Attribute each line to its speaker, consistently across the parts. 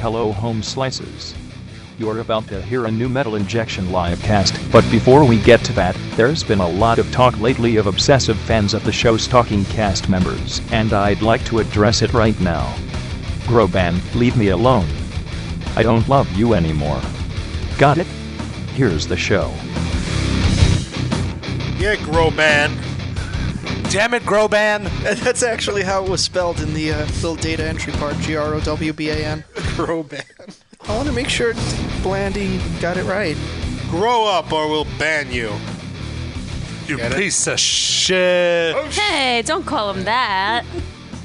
Speaker 1: Hello Home Slices. You're about to hear a new Metal Injection live cast, but before we get to that, there's been a lot of talk lately of obsessive fans of the show stalking cast members, and I'd like to address it right now. Groban, leave me alone. I don't love you anymore. Got it? Here's the show.
Speaker 2: Yeah, Groban.
Speaker 3: Damn it, Groban!
Speaker 4: That's actually how it was spelled in the uh, little data entry part. G R O W B A N.
Speaker 2: Groban.
Speaker 4: I want to make sure Blandy got it right.
Speaker 2: Grow up or we'll ban you.
Speaker 3: You
Speaker 2: Get it? Oh,
Speaker 3: piece of shit!
Speaker 5: Hey, don't call him that.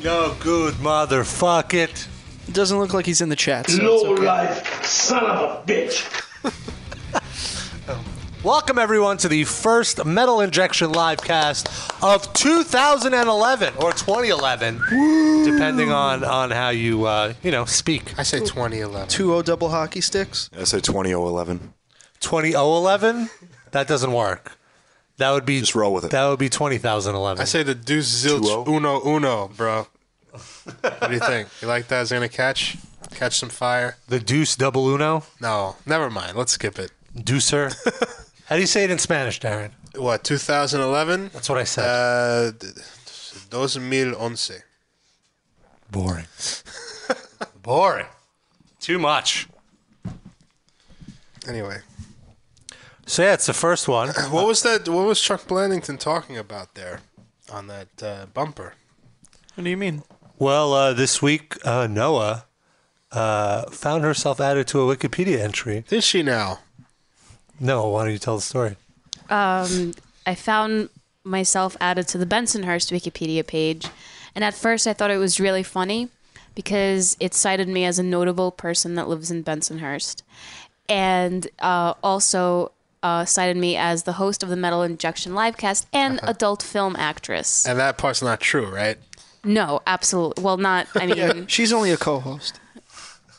Speaker 3: No good, motherfuck it!
Speaker 4: It doesn't look like he's in the chat. So it's
Speaker 6: Low
Speaker 4: okay.
Speaker 6: life, son of a bitch.
Speaker 3: Welcome everyone to the first Metal Injection live cast of 2011 or 2011, depending on on how you uh, you know speak.
Speaker 7: I say 2011.
Speaker 4: Two O double hockey sticks.
Speaker 8: I say 2011.
Speaker 3: 2011? That doesn't work. That would be
Speaker 8: Just roll with it.
Speaker 3: That would be 20,011.
Speaker 7: I say the deuce zilch
Speaker 8: 2-0.
Speaker 7: uno uno, bro. what do you think? You like that? Is it gonna catch? Catch some fire?
Speaker 3: the Deuce Double Uno,
Speaker 7: No, never mind. Let's skip it.
Speaker 3: Deucer. how do you say it in Spanish, Darren?
Speaker 7: What? 2011?
Speaker 3: That's what I said.
Speaker 7: Uh, d- 2011.
Speaker 3: Boring. Boring. Too much.
Speaker 7: Anyway,
Speaker 3: So yeah, it's the first one.
Speaker 7: what was that? What was Chuck Blandington talking about there on that uh, bumper?
Speaker 4: What do you mean?
Speaker 3: Well, uh, this week uh, Noah uh, found herself added to a Wikipedia entry.
Speaker 7: Did she now?
Speaker 3: Noah, why don't you tell the story?
Speaker 5: Um, I found myself added to the Bensonhurst Wikipedia page, and at first I thought it was really funny because it cited me as a notable person that lives in Bensonhurst, and uh, also uh, cited me as the host of the Metal Injection livecast and adult film actress.
Speaker 7: And that part's not true, right?
Speaker 5: No, absolutely. Well, not. I mean,
Speaker 4: She's only a co-host.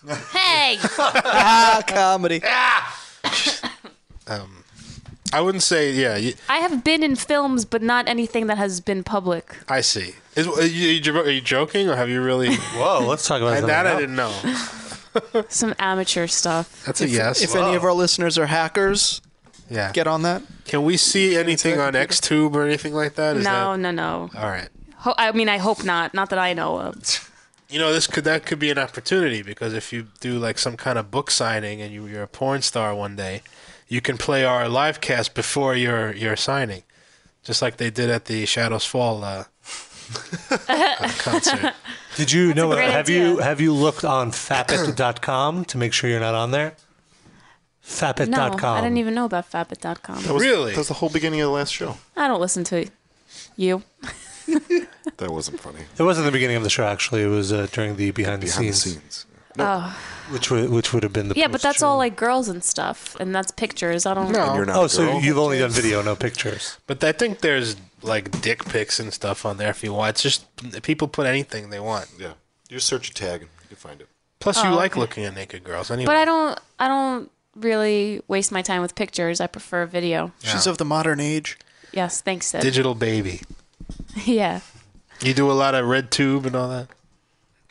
Speaker 5: hey,
Speaker 4: Ah, comedy.
Speaker 7: Ah. Um, I wouldn't say. Yeah, you,
Speaker 5: I have been in films, but not anything that has been public.
Speaker 7: I see. Is, are, you, are you joking, or have you really?
Speaker 3: Whoa, let's talk about
Speaker 7: that I didn't know.
Speaker 5: Some amateur stuff.
Speaker 7: That's a yes.
Speaker 4: If any of our listeners are hackers,
Speaker 7: yeah.
Speaker 4: get on that.
Speaker 7: Can we see anything on XTube or anything like that? Is
Speaker 5: No, no, no.
Speaker 7: That, all right.
Speaker 5: Ho- I mean, I hope not. Not that I know of.
Speaker 7: You know, this could that could be an opportunity because if you do like some kind of book signing and you, you're a porn star one day, you can play our live cast before your your signing, just like they did at the Shadows Fall uh, uh, concert.
Speaker 3: Did you Noah?
Speaker 5: great
Speaker 3: Have
Speaker 5: idea.
Speaker 3: you have you looked on fapit.com to make sure you're not on there?
Speaker 5: No,
Speaker 3: Fapit.com.
Speaker 5: I didn't even know about Fabit.com.
Speaker 7: really?
Speaker 8: That was the whole beginning of the last show.
Speaker 5: I don't listen to you.
Speaker 8: That wasn't funny.
Speaker 3: It wasn't the beginning of the show. Actually, it was uh, during the behind the,
Speaker 8: Behind
Speaker 3: scenes,
Speaker 8: the scenes.
Speaker 3: which would which would have been the
Speaker 5: Oh. Yeah, but that's
Speaker 3: post-show.
Speaker 5: all like girls and stuff, and that's pictures. I don't.
Speaker 7: No.
Speaker 8: You're not
Speaker 3: Oh,
Speaker 8: a
Speaker 3: so
Speaker 8: girl.
Speaker 3: you've only done video, no pictures.
Speaker 7: But I think there's like dick pics and stuff on there if you want. It's just people put anything they want.
Speaker 8: Yeah. You just search a tag and you can find it.
Speaker 7: Plus, you like looking at naked girls anyway.
Speaker 5: Oh, But I don't. I don't really waste my time with pictures. I prefer video.
Speaker 4: She's of the modern age.
Speaker 5: Yes, thanks, Sid.
Speaker 7: Digital baby.
Speaker 5: yeah,
Speaker 7: You do a lot of red tube and all that.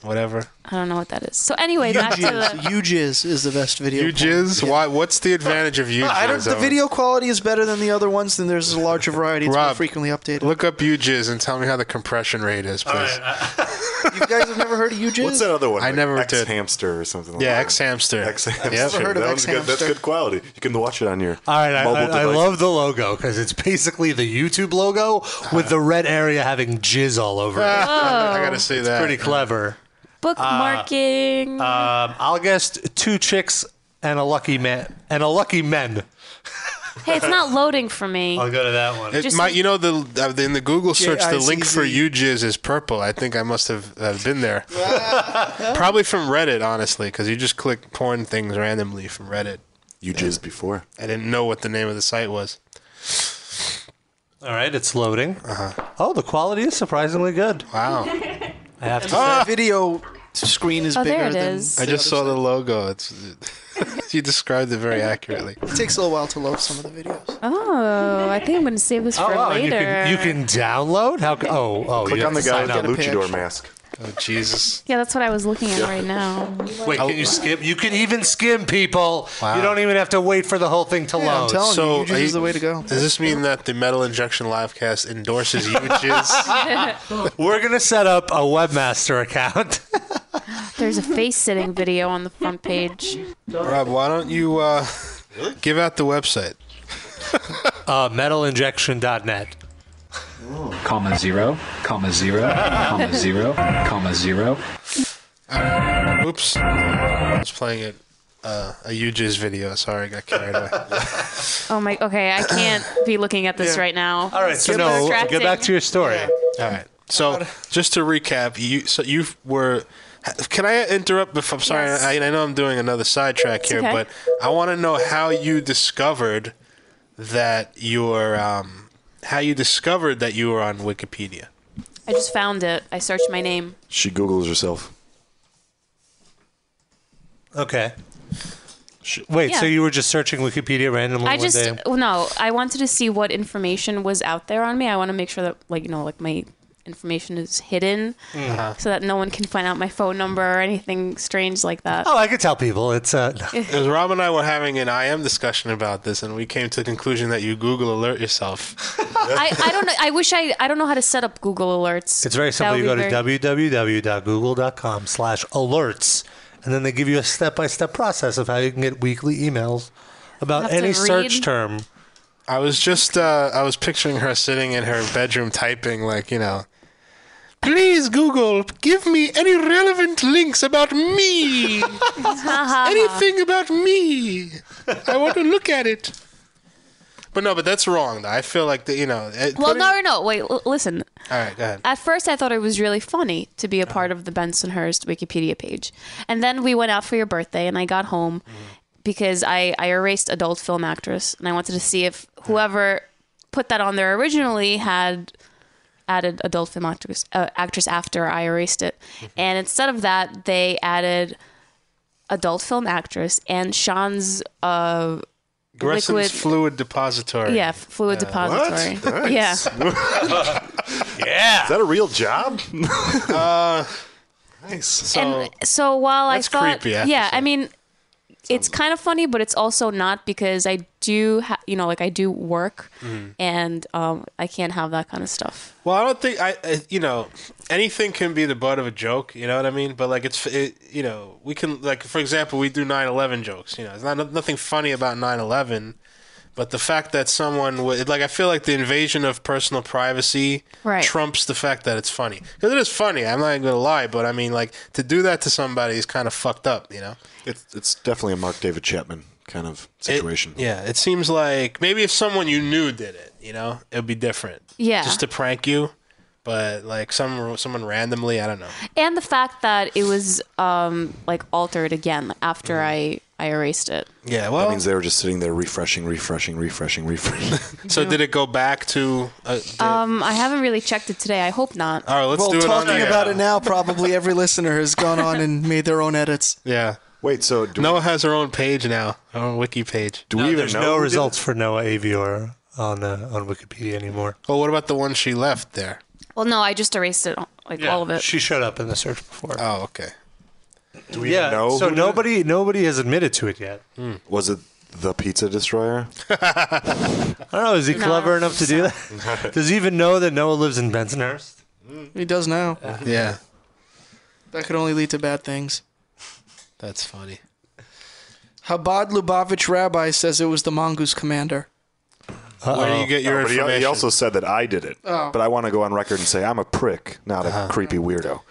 Speaker 7: Whatever.
Speaker 5: I don't know what that is. So anyway, back to the.
Speaker 4: UJizz is the best video.
Speaker 7: You jizz? Why? What's the advantage of you jizz?
Speaker 4: I don't. The
Speaker 7: Owen?
Speaker 4: video quality is better than the other ones, and there's a larger variety. It's more
Speaker 7: Rob,
Speaker 4: frequently updated.
Speaker 7: Look up you jizz and tell me how the compression rate is, please.
Speaker 4: you guys have never heard of UJizz?
Speaker 8: What's that other one?
Speaker 7: I never
Speaker 8: X
Speaker 7: did.
Speaker 8: Hamster or something like
Speaker 7: Yeah,
Speaker 8: that.
Speaker 7: X hamster.
Speaker 8: X Hamster.
Speaker 7: Yep.
Speaker 4: Never heard of
Speaker 8: that
Speaker 4: X
Speaker 8: one's good. That's
Speaker 4: Hamster.
Speaker 8: good quality. You can watch it on your
Speaker 3: All right, I,
Speaker 8: mobile
Speaker 3: I, I
Speaker 8: device.
Speaker 3: love the logo because it's basically the YouTube logo with the red area having jizz all
Speaker 4: Oh.
Speaker 3: over it.
Speaker 7: I gotta say that.
Speaker 3: Pretty clever.
Speaker 5: Bookmarking.
Speaker 3: Um, I'll guess two chicks and a lucky man and a lucky men.
Speaker 5: hey, it's not loading for me.
Speaker 3: go to that one.
Speaker 7: It
Speaker 5: Just-
Speaker 7: might- you know the uh, in the Google search the link for
Speaker 4: J-I-Z-Z.
Speaker 7: you jizz is purple. I think I must have uh, been there. Probably from Reddit, honestly, because you just click porn things randomly from Reddit.
Speaker 8: You jizzed before.
Speaker 7: I didn't know what the name of the site was.
Speaker 3: All right, it's loading. Oh, the quality is surprisingly good.
Speaker 7: Uh-huh. Wow, Ah.
Speaker 3: I have to
Speaker 4: The video screen is
Speaker 5: Oh,
Speaker 4: bigger
Speaker 5: there it
Speaker 4: than.
Speaker 5: is.
Speaker 7: I just saw the logo. It's you described it very accurately.
Speaker 4: It takes a little while to load some of the videos.
Speaker 5: Oh, I think I'm gonna save this
Speaker 3: Oh,
Speaker 5: for
Speaker 3: wow,
Speaker 5: later.
Speaker 3: you can you can download how? c- Oh, oh,
Speaker 8: Click
Speaker 3: you
Speaker 8: on the
Speaker 3: have to
Speaker 8: guy
Speaker 3: sign
Speaker 8: with the
Speaker 3: up.
Speaker 4: a pitch.
Speaker 8: luchador mask.
Speaker 7: Oh Jesus!
Speaker 5: Yeah, that's what I was looking at right now.
Speaker 3: Wait, can you skim? You can even skim, people. You don't even have to wait for the whole thing to
Speaker 4: Yeah, I'm
Speaker 3: load.
Speaker 4: telling
Speaker 7: So
Speaker 4: you, Ujiz
Speaker 7: are
Speaker 4: is
Speaker 7: you-
Speaker 4: the way to go.
Speaker 7: Does this mean that the Metal Injection Livecast endorses you, Jizz?
Speaker 3: We're gonna set up a webmaster account.
Speaker 5: There's a face sitting video on the front page.
Speaker 7: Rob, why don't you uh, give out the website?
Speaker 3: uh, metalinjection.net.
Speaker 1: comma zero, comma zero, comma zero, comma zero,
Speaker 7: Oops, I was playing it. Uh, a UJ's video. Sorry, I got carried away.
Speaker 5: Oh my. Okay, I can't be looking at this right now.
Speaker 3: All right, so no, get back to your story.
Speaker 7: All right. So just to recap, you so you were. Can I interrupt? If I'm sorry,
Speaker 5: Yes.
Speaker 7: I, I know I'm doing another sidetrack here,
Speaker 5: okay.
Speaker 7: but I want to know how you discovered that you were um, how you discovered that you were on Wikipedia.
Speaker 5: I just found it. I searched my name.
Speaker 8: She Googles herself.
Speaker 3: Okay.
Speaker 8: Shit.
Speaker 3: Wait, so
Speaker 5: Yeah.
Speaker 3: you were just searching Wikipedia randomly
Speaker 5: I
Speaker 3: one
Speaker 5: just uh,
Speaker 3: day?
Speaker 5: well, no. I wanted to see what information was out there on me. I want to make sure that like you know like my information is hidden
Speaker 3: Mm. Uh-huh.
Speaker 5: so that no one can find out my phone number or anything strange like that.
Speaker 3: Oh, I could tell people it's uh,
Speaker 7: Because Rob and I were having an IM discussion about this, and we came to the conclusion that you Google alert yourself.
Speaker 5: I, I don't know. I wish I I don't know how to set up Google alerts.
Speaker 3: it's very
Speaker 5: That
Speaker 3: simple.
Speaker 5: would
Speaker 3: You
Speaker 5: be
Speaker 3: go
Speaker 5: very-
Speaker 3: to www.google.com slash alerts, and then they give you a step-by-step process of how you can get weekly emails about
Speaker 5: Have to
Speaker 3: any search
Speaker 5: read.
Speaker 3: term.
Speaker 7: I was just uh, I was picturing her sitting in her bedroom typing like you know. Please Google, give me any relevant links about me.
Speaker 5: Uh.
Speaker 7: Anything about me. I want to look at it. But no, but that's wrong. Though I feel like that you know. it-
Speaker 5: Well,
Speaker 7: putting-
Speaker 5: no, no, no. Wait, l- listen.
Speaker 7: All right, go ahead.
Speaker 5: At first, I thought it was really funny to be a part of the Bensonhurst Wikipedia page. And then we went out for your birthday, and I got home because I, I erased adult film actress, and I wanted to see if whoever put that on there originally had added adult film actress, uh, actress after I erased it. And instead of that, they added adult film actress and Sean's, uh,
Speaker 7: Gresson's
Speaker 5: liquid-
Speaker 7: fluid depository.
Speaker 5: yeah, fluid depository. Yeah.
Speaker 8: Is that a real job? nice.
Speaker 7: Uh, So
Speaker 5: and so while
Speaker 7: That's
Speaker 5: I thought,
Speaker 7: creepy, I have to
Speaker 5: yeah,
Speaker 7: say.
Speaker 5: I mean, it's kind of funny, but it's also not because I do, ha- you know, like I do work,
Speaker 7: Mm-hmm.
Speaker 5: and um, I can't have that kind of stuff.
Speaker 7: Well, I don't think I, I, you know, anything can be the butt of a joke. You know what I mean? But like, it's, it, you know, we can like, for example, we do 9/11 jokes. You know, it's not nothing funny about 9/11, but the fact that someone would like, I feel like the invasion of personal privacy
Speaker 5: Right.
Speaker 7: trumps the fact that it's funny because it is funny. I'm not gonna lie, but I mean, like, to do that to somebody is kind of fucked up. You know?
Speaker 8: It's, it's definitely a Mark David Chapman kind of
Speaker 7: It-
Speaker 8: situation.
Speaker 7: yeah, it seems like maybe if someone you knew did it, you know, it'd be different.
Speaker 5: Yeah.
Speaker 7: Just to prank you. But like some someone randomly, I don't know.
Speaker 5: And the fact that it was um, like altered again after
Speaker 7: Mm-hmm.
Speaker 5: I I erased it.
Speaker 7: Yeah, well,
Speaker 8: That means they were just sitting there refreshing, refreshing, refreshing, refreshing.
Speaker 7: so did it go back to? Uh, did-
Speaker 5: Um, I haven't really checked it today. I hope not.
Speaker 7: all right, let's
Speaker 4: Well,
Speaker 7: do it on the
Speaker 4: talking
Speaker 7: air.
Speaker 4: about it now, probably every listener has gone on and made their own edits.
Speaker 7: Yeah,
Speaker 8: Wait, so do,
Speaker 7: Noah has her own page now, her own wiki page.
Speaker 8: do we even
Speaker 3: There's
Speaker 8: know?
Speaker 3: no
Speaker 8: who did
Speaker 3: results for Noah Avior on uh, on Wikipedia anymore.
Speaker 7: Well, what about the one she left there?
Speaker 5: Well, no, I just erased it, like all of it.
Speaker 3: She showed up in the search before.
Speaker 7: Oh, okay.
Speaker 8: it? Do we
Speaker 3: yeah.
Speaker 8: even know?
Speaker 3: so
Speaker 8: who did it? Hmm.
Speaker 3: nobody nobody has admitted to it yet.
Speaker 7: hmm.
Speaker 8: Was it the Pizza Destroyer?
Speaker 3: I don't know. Is he
Speaker 5: No,
Speaker 3: clever
Speaker 5: I
Speaker 3: enough to do that? Does he even know that Noah lives in Bensonhurst?
Speaker 4: He does now.
Speaker 7: Yeah,
Speaker 4: That could only lead to bad things.
Speaker 7: that's funny.
Speaker 4: Habad Lubavitch rabbi says it was the mongoose commander.
Speaker 7: Where do you get your
Speaker 8: No, but he,
Speaker 7: information?
Speaker 8: he also said that I did it. But I want to go on record and say I'm a prick, not
Speaker 7: Uh-huh.
Speaker 8: a creepy weirdo.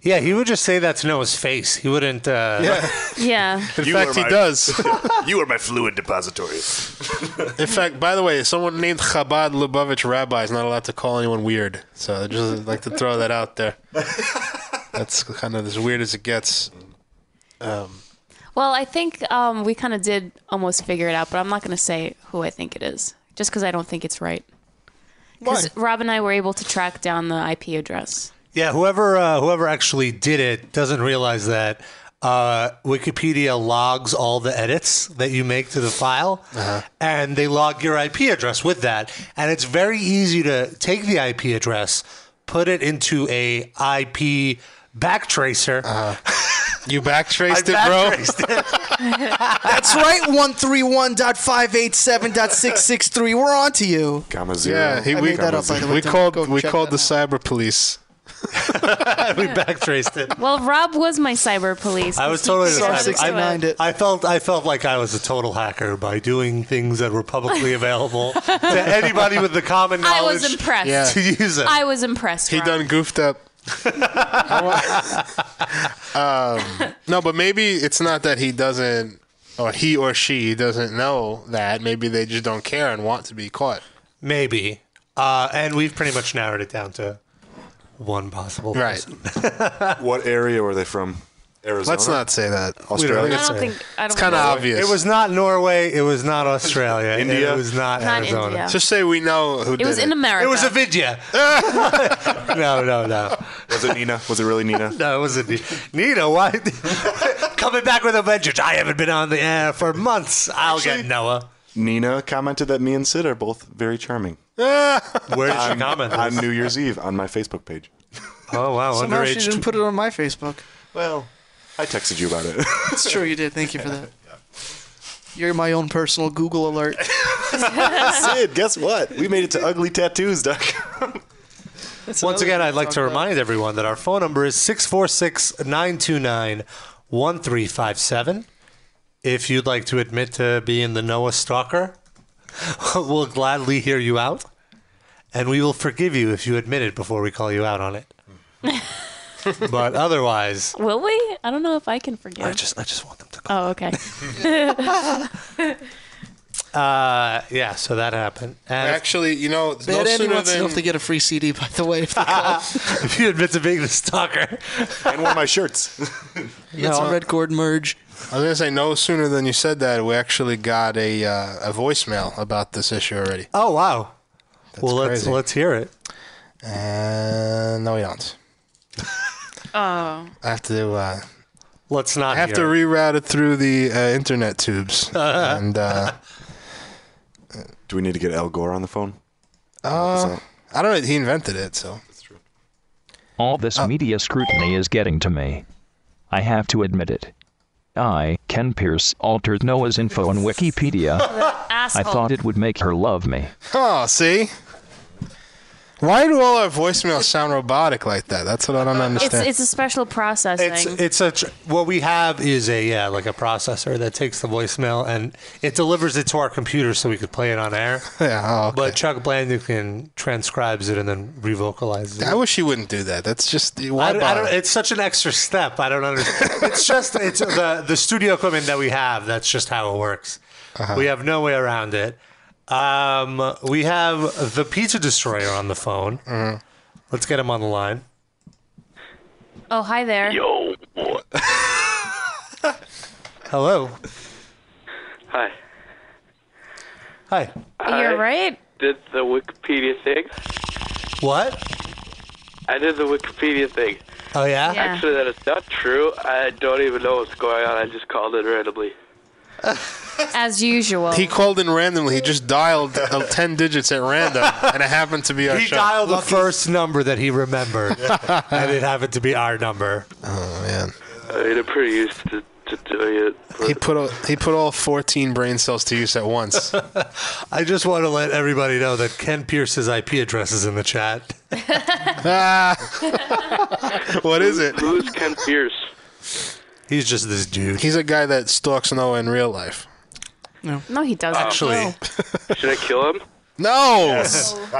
Speaker 3: Yeah, he would just say that to Noah's face. He wouldn't. Uh,
Speaker 5: Yeah.
Speaker 7: in
Speaker 8: You
Speaker 7: fact,
Speaker 8: are
Speaker 7: he
Speaker 8: my-
Speaker 7: does.
Speaker 8: you are my fluid depository.
Speaker 7: in fact, by the way, someone named Chabad Lubavitch Rabbi is not allowed to call anyone weird. So I just like to throw that out there. That's kind of as weird as it gets. Um,
Speaker 5: Well, I think um, we kind of did almost figure it out, but I'm not going to say who I think it is, just because I don't think it's right. Because Rob and I were able to track down the IP address.
Speaker 3: Yeah, whoever uh, whoever actually did it doesn't realize that uh, Wikipedia logs all the edits that you make to the file,
Speaker 7: Uh-huh.
Speaker 3: and they log your IP address with that. And it's very easy to take the IP address, put it into a IP Backtracer.
Speaker 7: Uh-huh. You backtraced it, bro.
Speaker 3: backtraced it.
Speaker 4: That's right, 131.587.663. We're on to you.
Speaker 8: Comma zero.
Speaker 7: Yeah, he,
Speaker 4: I
Speaker 7: we,
Speaker 4: made that up, by the way.
Speaker 7: we
Speaker 4: Don't
Speaker 7: called
Speaker 4: go
Speaker 7: we
Speaker 4: check
Speaker 7: called the
Speaker 4: that
Speaker 7: cyber police.
Speaker 3: we backtraced it.
Speaker 5: Well, Rob was my cyber police.
Speaker 3: I was totally
Speaker 5: He got
Speaker 3: the
Speaker 5: us
Speaker 4: cyber-
Speaker 5: to
Speaker 4: I
Speaker 5: it.
Speaker 4: mind it.
Speaker 3: I felt I felt like I was a total hacker by doing things that were publicly available to anybody with the common
Speaker 5: I
Speaker 3: knowledge
Speaker 5: was impressed.
Speaker 7: Yeah.
Speaker 3: to use it.
Speaker 5: I was impressed.
Speaker 7: He
Speaker 5: Rob.
Speaker 7: done goofed up. I wa- um, no, but maybe it's not that he doesn't, or he or she doesn't know that. Maybe they just don't care and want to be caught.
Speaker 3: Maybe. Uh, and we've pretty much narrowed it down to one possible
Speaker 7: Right.
Speaker 3: person.
Speaker 8: What area were they from? Arizona.
Speaker 7: Let's not say that.
Speaker 8: Australia.
Speaker 5: I don't think. I don't
Speaker 7: It's kind of
Speaker 5: know.
Speaker 7: obvious.
Speaker 3: It was not Norway. It was not Australia.
Speaker 8: India?
Speaker 3: It was not,
Speaker 5: Not
Speaker 3: Arizona.
Speaker 5: India.
Speaker 7: Just say we know who
Speaker 5: It
Speaker 7: did
Speaker 5: was in America.
Speaker 3: It was a Vidya. no, no, no.
Speaker 8: Was it Nina? Was it really Nina?
Speaker 3: No, it wasn't. Ni- Nina, why? Coming back with a vengeance. I haven't been on the air for months. I'll get Noah.
Speaker 8: Nina commented that me and Sid are both very charming.
Speaker 3: Where did she comment?
Speaker 8: on New Year's Eve on my Facebook page.
Speaker 3: oh, wow.
Speaker 4: Somehow she
Speaker 3: underage.
Speaker 4: didn't put it on my Facebook.
Speaker 8: Well, I texted you about it.
Speaker 4: It's true, you did. Thank you for that. You're my own personal Google alert.
Speaker 8: Sid, guess what? We made it to uglytattoos.com.
Speaker 3: Once again, I'd like to remind everyone that our phone number is 646 929 1357. If you'd like to admit to being the Noah Stalker, we'll gladly hear you out. And we will forgive you if you admit it before we call you out on it. but otherwise,
Speaker 5: Will we? I don't know if I can forgive.
Speaker 3: I just, I just want them to call.
Speaker 5: oh, okay.
Speaker 3: Uh, yeah, so that happened. And if-
Speaker 7: Actually, you know, no
Speaker 4: Bad Andy
Speaker 7: sooner
Speaker 4: wants to know if they
Speaker 7: than
Speaker 4: get a free CD, by the way. If they call.
Speaker 3: if you admit to being the stalker,
Speaker 8: and one of my shirts.
Speaker 4: You got some red cord merge.
Speaker 7: I was gonna say no sooner than you said that we actually got a uh, a voicemail about this issue already.
Speaker 3: oh wow. well, let's
Speaker 7: crazy.
Speaker 3: let's hear it.
Speaker 7: Uh, no, we don't.
Speaker 5: Oh,
Speaker 7: I have to. Uh,
Speaker 3: Let's
Speaker 7: I
Speaker 3: not.
Speaker 7: have
Speaker 3: hear
Speaker 7: to
Speaker 3: it.
Speaker 7: reroute it through the uh, internet tubes. and uh,
Speaker 8: Do we need to get Al Gore on the phone?
Speaker 7: uh, I don't know. He invented it, so.
Speaker 1: All this media scrutiny is getting to me. I have to admit it. I, Ken Pierce, altered Noah's info on Wikipedia. I
Speaker 5: asshole.
Speaker 1: thought it would make her love me.
Speaker 7: Oh, see? Why do all our voicemails sound robotic like that? That's what I don't
Speaker 5: it's
Speaker 7: understand.
Speaker 5: it's a special processing.
Speaker 3: It's it's a tr- what we have is a yeah like a processor that takes the voicemail and it delivers it to our computer so we could play it on air.
Speaker 7: yeah, oh, okay.
Speaker 3: But Chuck Blandican transcribes it and then revocalizes it.
Speaker 7: I wish he wouldn't do that. That's just why
Speaker 3: I don't, I
Speaker 7: bother?
Speaker 3: don't, it's such an extra step. I don't understand. it's just it's the the studio equipment that we have. That's just how it works.
Speaker 7: Uh-huh.
Speaker 3: We have no way around it. Um, we have the Pizza Destroyer on the phone.
Speaker 7: Mm-hmm.
Speaker 3: Let's get him on the line.
Speaker 5: oh, hi there.
Speaker 9: Yo.
Speaker 3: Hello.
Speaker 10: Hi.
Speaker 3: Hi.
Speaker 5: You're right.
Speaker 10: Did the Wikipedia thing?
Speaker 3: What?
Speaker 10: I did the Wikipedia thing.
Speaker 3: Oh yeah.
Speaker 5: Yeah.
Speaker 10: Actually, that is not true. I don't even know what's going on. I just called it randomly.
Speaker 5: As usual.
Speaker 7: he called in randomly. He just dialed uh, 10 digits at random, and it happened to be our
Speaker 3: He
Speaker 7: show.
Speaker 3: dialed the first number that he remembered, and it happened to be our number.
Speaker 7: oh, man.
Speaker 10: I mean, I'm Uh, pretty used to, to doing it. but-
Speaker 7: He put, all, he put all 14 brain cells to use at once.
Speaker 3: I just want to let everybody know that Ken Pierce's IP address is in the chat.
Speaker 7: ah! what is it?
Speaker 10: Who's Ken Pierce?
Speaker 3: He's just this dude.
Speaker 7: He's a guy that stalks Noah in real life.
Speaker 5: no, he doesn't.
Speaker 3: Actually,
Speaker 10: Should I kill him?
Speaker 7: No!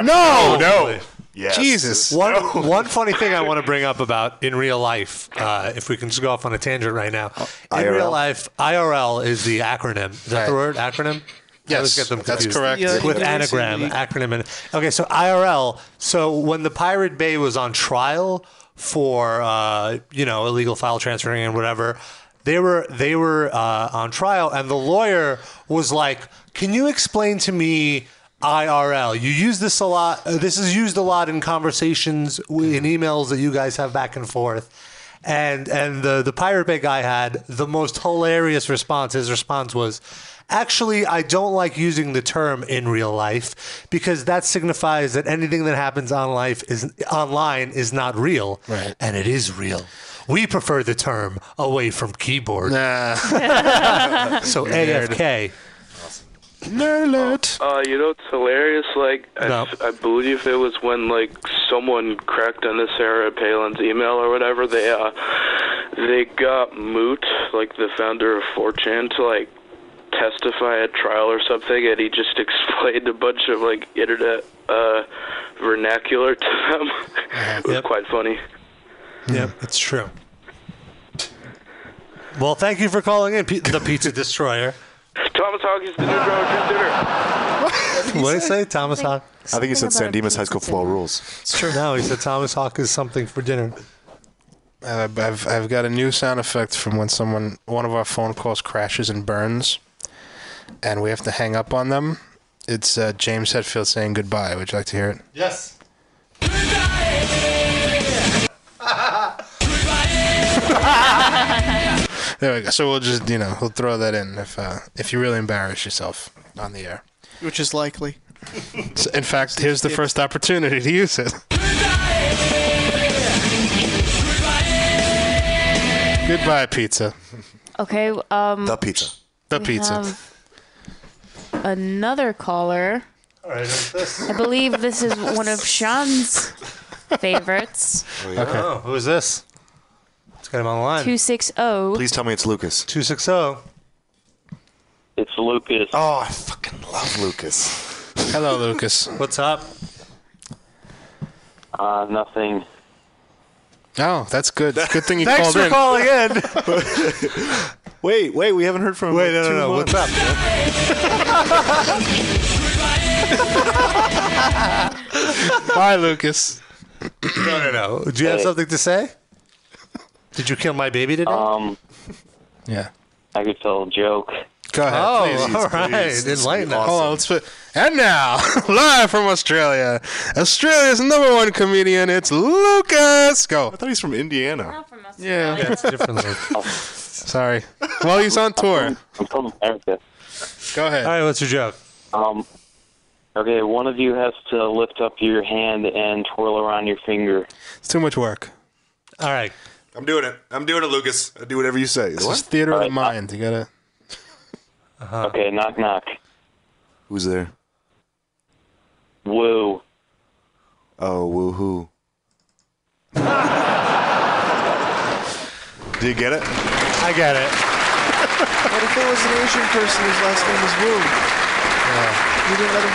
Speaker 7: No!
Speaker 8: No. Yes.
Speaker 7: Jesus.
Speaker 3: one one funny thing I want to bring up about in real life, uh, if we can just go off on a tangent right now.
Speaker 7: Uh,
Speaker 3: In
Speaker 8: IRL?
Speaker 3: real life, IRL is the acronym. Is that the
Speaker 7: Right.
Speaker 3: word? Acronym. I
Speaker 7: Yes,
Speaker 3: always get them
Speaker 7: that's
Speaker 3: confused.
Speaker 7: correct.
Speaker 4: Yeah.
Speaker 3: with
Speaker 4: Yeah.
Speaker 3: anagram,
Speaker 4: Recently.
Speaker 3: acronym, and okay. So IRL. So when the Pirate Bay was on trial for uh, you know illegal file transferring and whatever, they were they were uh, on trial, and the lawyer was like, "Can you explain to me?" IRL. You use this a lot. Uh, this is used a lot in conversations, w- in emails that you guys have back and forth. And and the the Pirate Bay guy had the most hilarious response. His response was, "Actually, I don't like using the term in real life because that signifies that anything that happens on life is online is not real, right. and it is real. We prefer the term away from keyboard. so
Speaker 7: Nerd.
Speaker 3: AFK.
Speaker 7: Nerd.
Speaker 10: Uh, you know, it's hilarious. Like, I,
Speaker 3: No.
Speaker 10: I believe it was when like someone cracked into Sarah Palin's email or whatever. They uh, they got Moot, like the founder of 4chan, to like testify at trial or something, and he just explained a bunch of like internet uh, vernacular to them.
Speaker 3: Uh-huh.
Speaker 10: it was quite funny.
Speaker 3: Yep, it's true. Well, thank you for calling in, P- the Pizza Destroyer.
Speaker 10: Thomas Hawkins, the new drummer, dinner.
Speaker 3: What did he say, Thomas Hawk?
Speaker 8: I think he said San Dimas High School Floor Rules.
Speaker 3: It's true. No, he said Thomas Hawk is something for dinner.
Speaker 7: I've, Uh, I've, I've got a new sound effect from when someone one of our phone calls crashes and burns, and we have to hang up on them. It's uh, James Hetfield saying goodbye. Would you like to hear it?
Speaker 3: Yes.
Speaker 7: There we go. So we'll just you know we'll throw that in if uh, if you really embarrass yourself on the air.
Speaker 4: which is likely.
Speaker 7: So, in fact, here's the first opportunity to use it. Goodbye, pizza.
Speaker 5: Okay. Um,
Speaker 8: pizza.
Speaker 7: The
Speaker 5: we
Speaker 7: pizza.
Speaker 5: have Another caller.
Speaker 3: All right,
Speaker 5: I believe this is one of Sean's favorites.
Speaker 3: Okay. Oh, who is this? Let's get him on the line. oh.
Speaker 5: 260.
Speaker 8: Please tell me it's Lucas.
Speaker 3: 260.
Speaker 10: It's Lucas.
Speaker 8: Oh, I fucking love Lucas.
Speaker 7: Hello, Lucas.
Speaker 3: What's up?
Speaker 10: Uh, nothing.
Speaker 7: Oh, that's good. Good thing you
Speaker 3: Thanks
Speaker 7: called
Speaker 3: for
Speaker 7: in.
Speaker 3: calling in.
Speaker 8: Wait, wait, we haven't heard from him.
Speaker 3: Wait, no, no, no. Oh, What's up?
Speaker 7: Bye, Lucas.
Speaker 3: No, no, no. Do you have something to say? Did you kill my baby today?
Speaker 11: Um,
Speaker 7: Yeah.
Speaker 11: I could tell a joke.
Speaker 7: Go ahead.
Speaker 3: Oh,
Speaker 7: please.
Speaker 3: all right.
Speaker 7: Please. This
Speaker 3: Enlighten
Speaker 7: would be
Speaker 3: us.
Speaker 7: Hold on, let's put. And now, live from Australia, Australia's number one comedian. It's Lucas. Go.
Speaker 8: I thought he's from Indiana.
Speaker 7: Yeah.
Speaker 3: That's different. Luke.
Speaker 7: Sorry. Well, he's on tour.
Speaker 11: I'm from America.
Speaker 7: Go ahead.
Speaker 3: All right, what's your joke?
Speaker 11: Um, okay, one of you has to lift up your hand and twirl around your finger.
Speaker 7: It's too much work.
Speaker 3: All right.
Speaker 8: I'm doing it. I'm doing it, Lucas. I do whatever you say.
Speaker 7: It's just theater of the mind. You gotta.
Speaker 3: Uh-huh.
Speaker 11: Okay, knock knock.
Speaker 8: Who's there?
Speaker 11: Woo.
Speaker 8: Oh, woohoo. do you get it?
Speaker 3: I get it.
Speaker 4: What if it was an Asian person whose last name was Wu? You didn't let him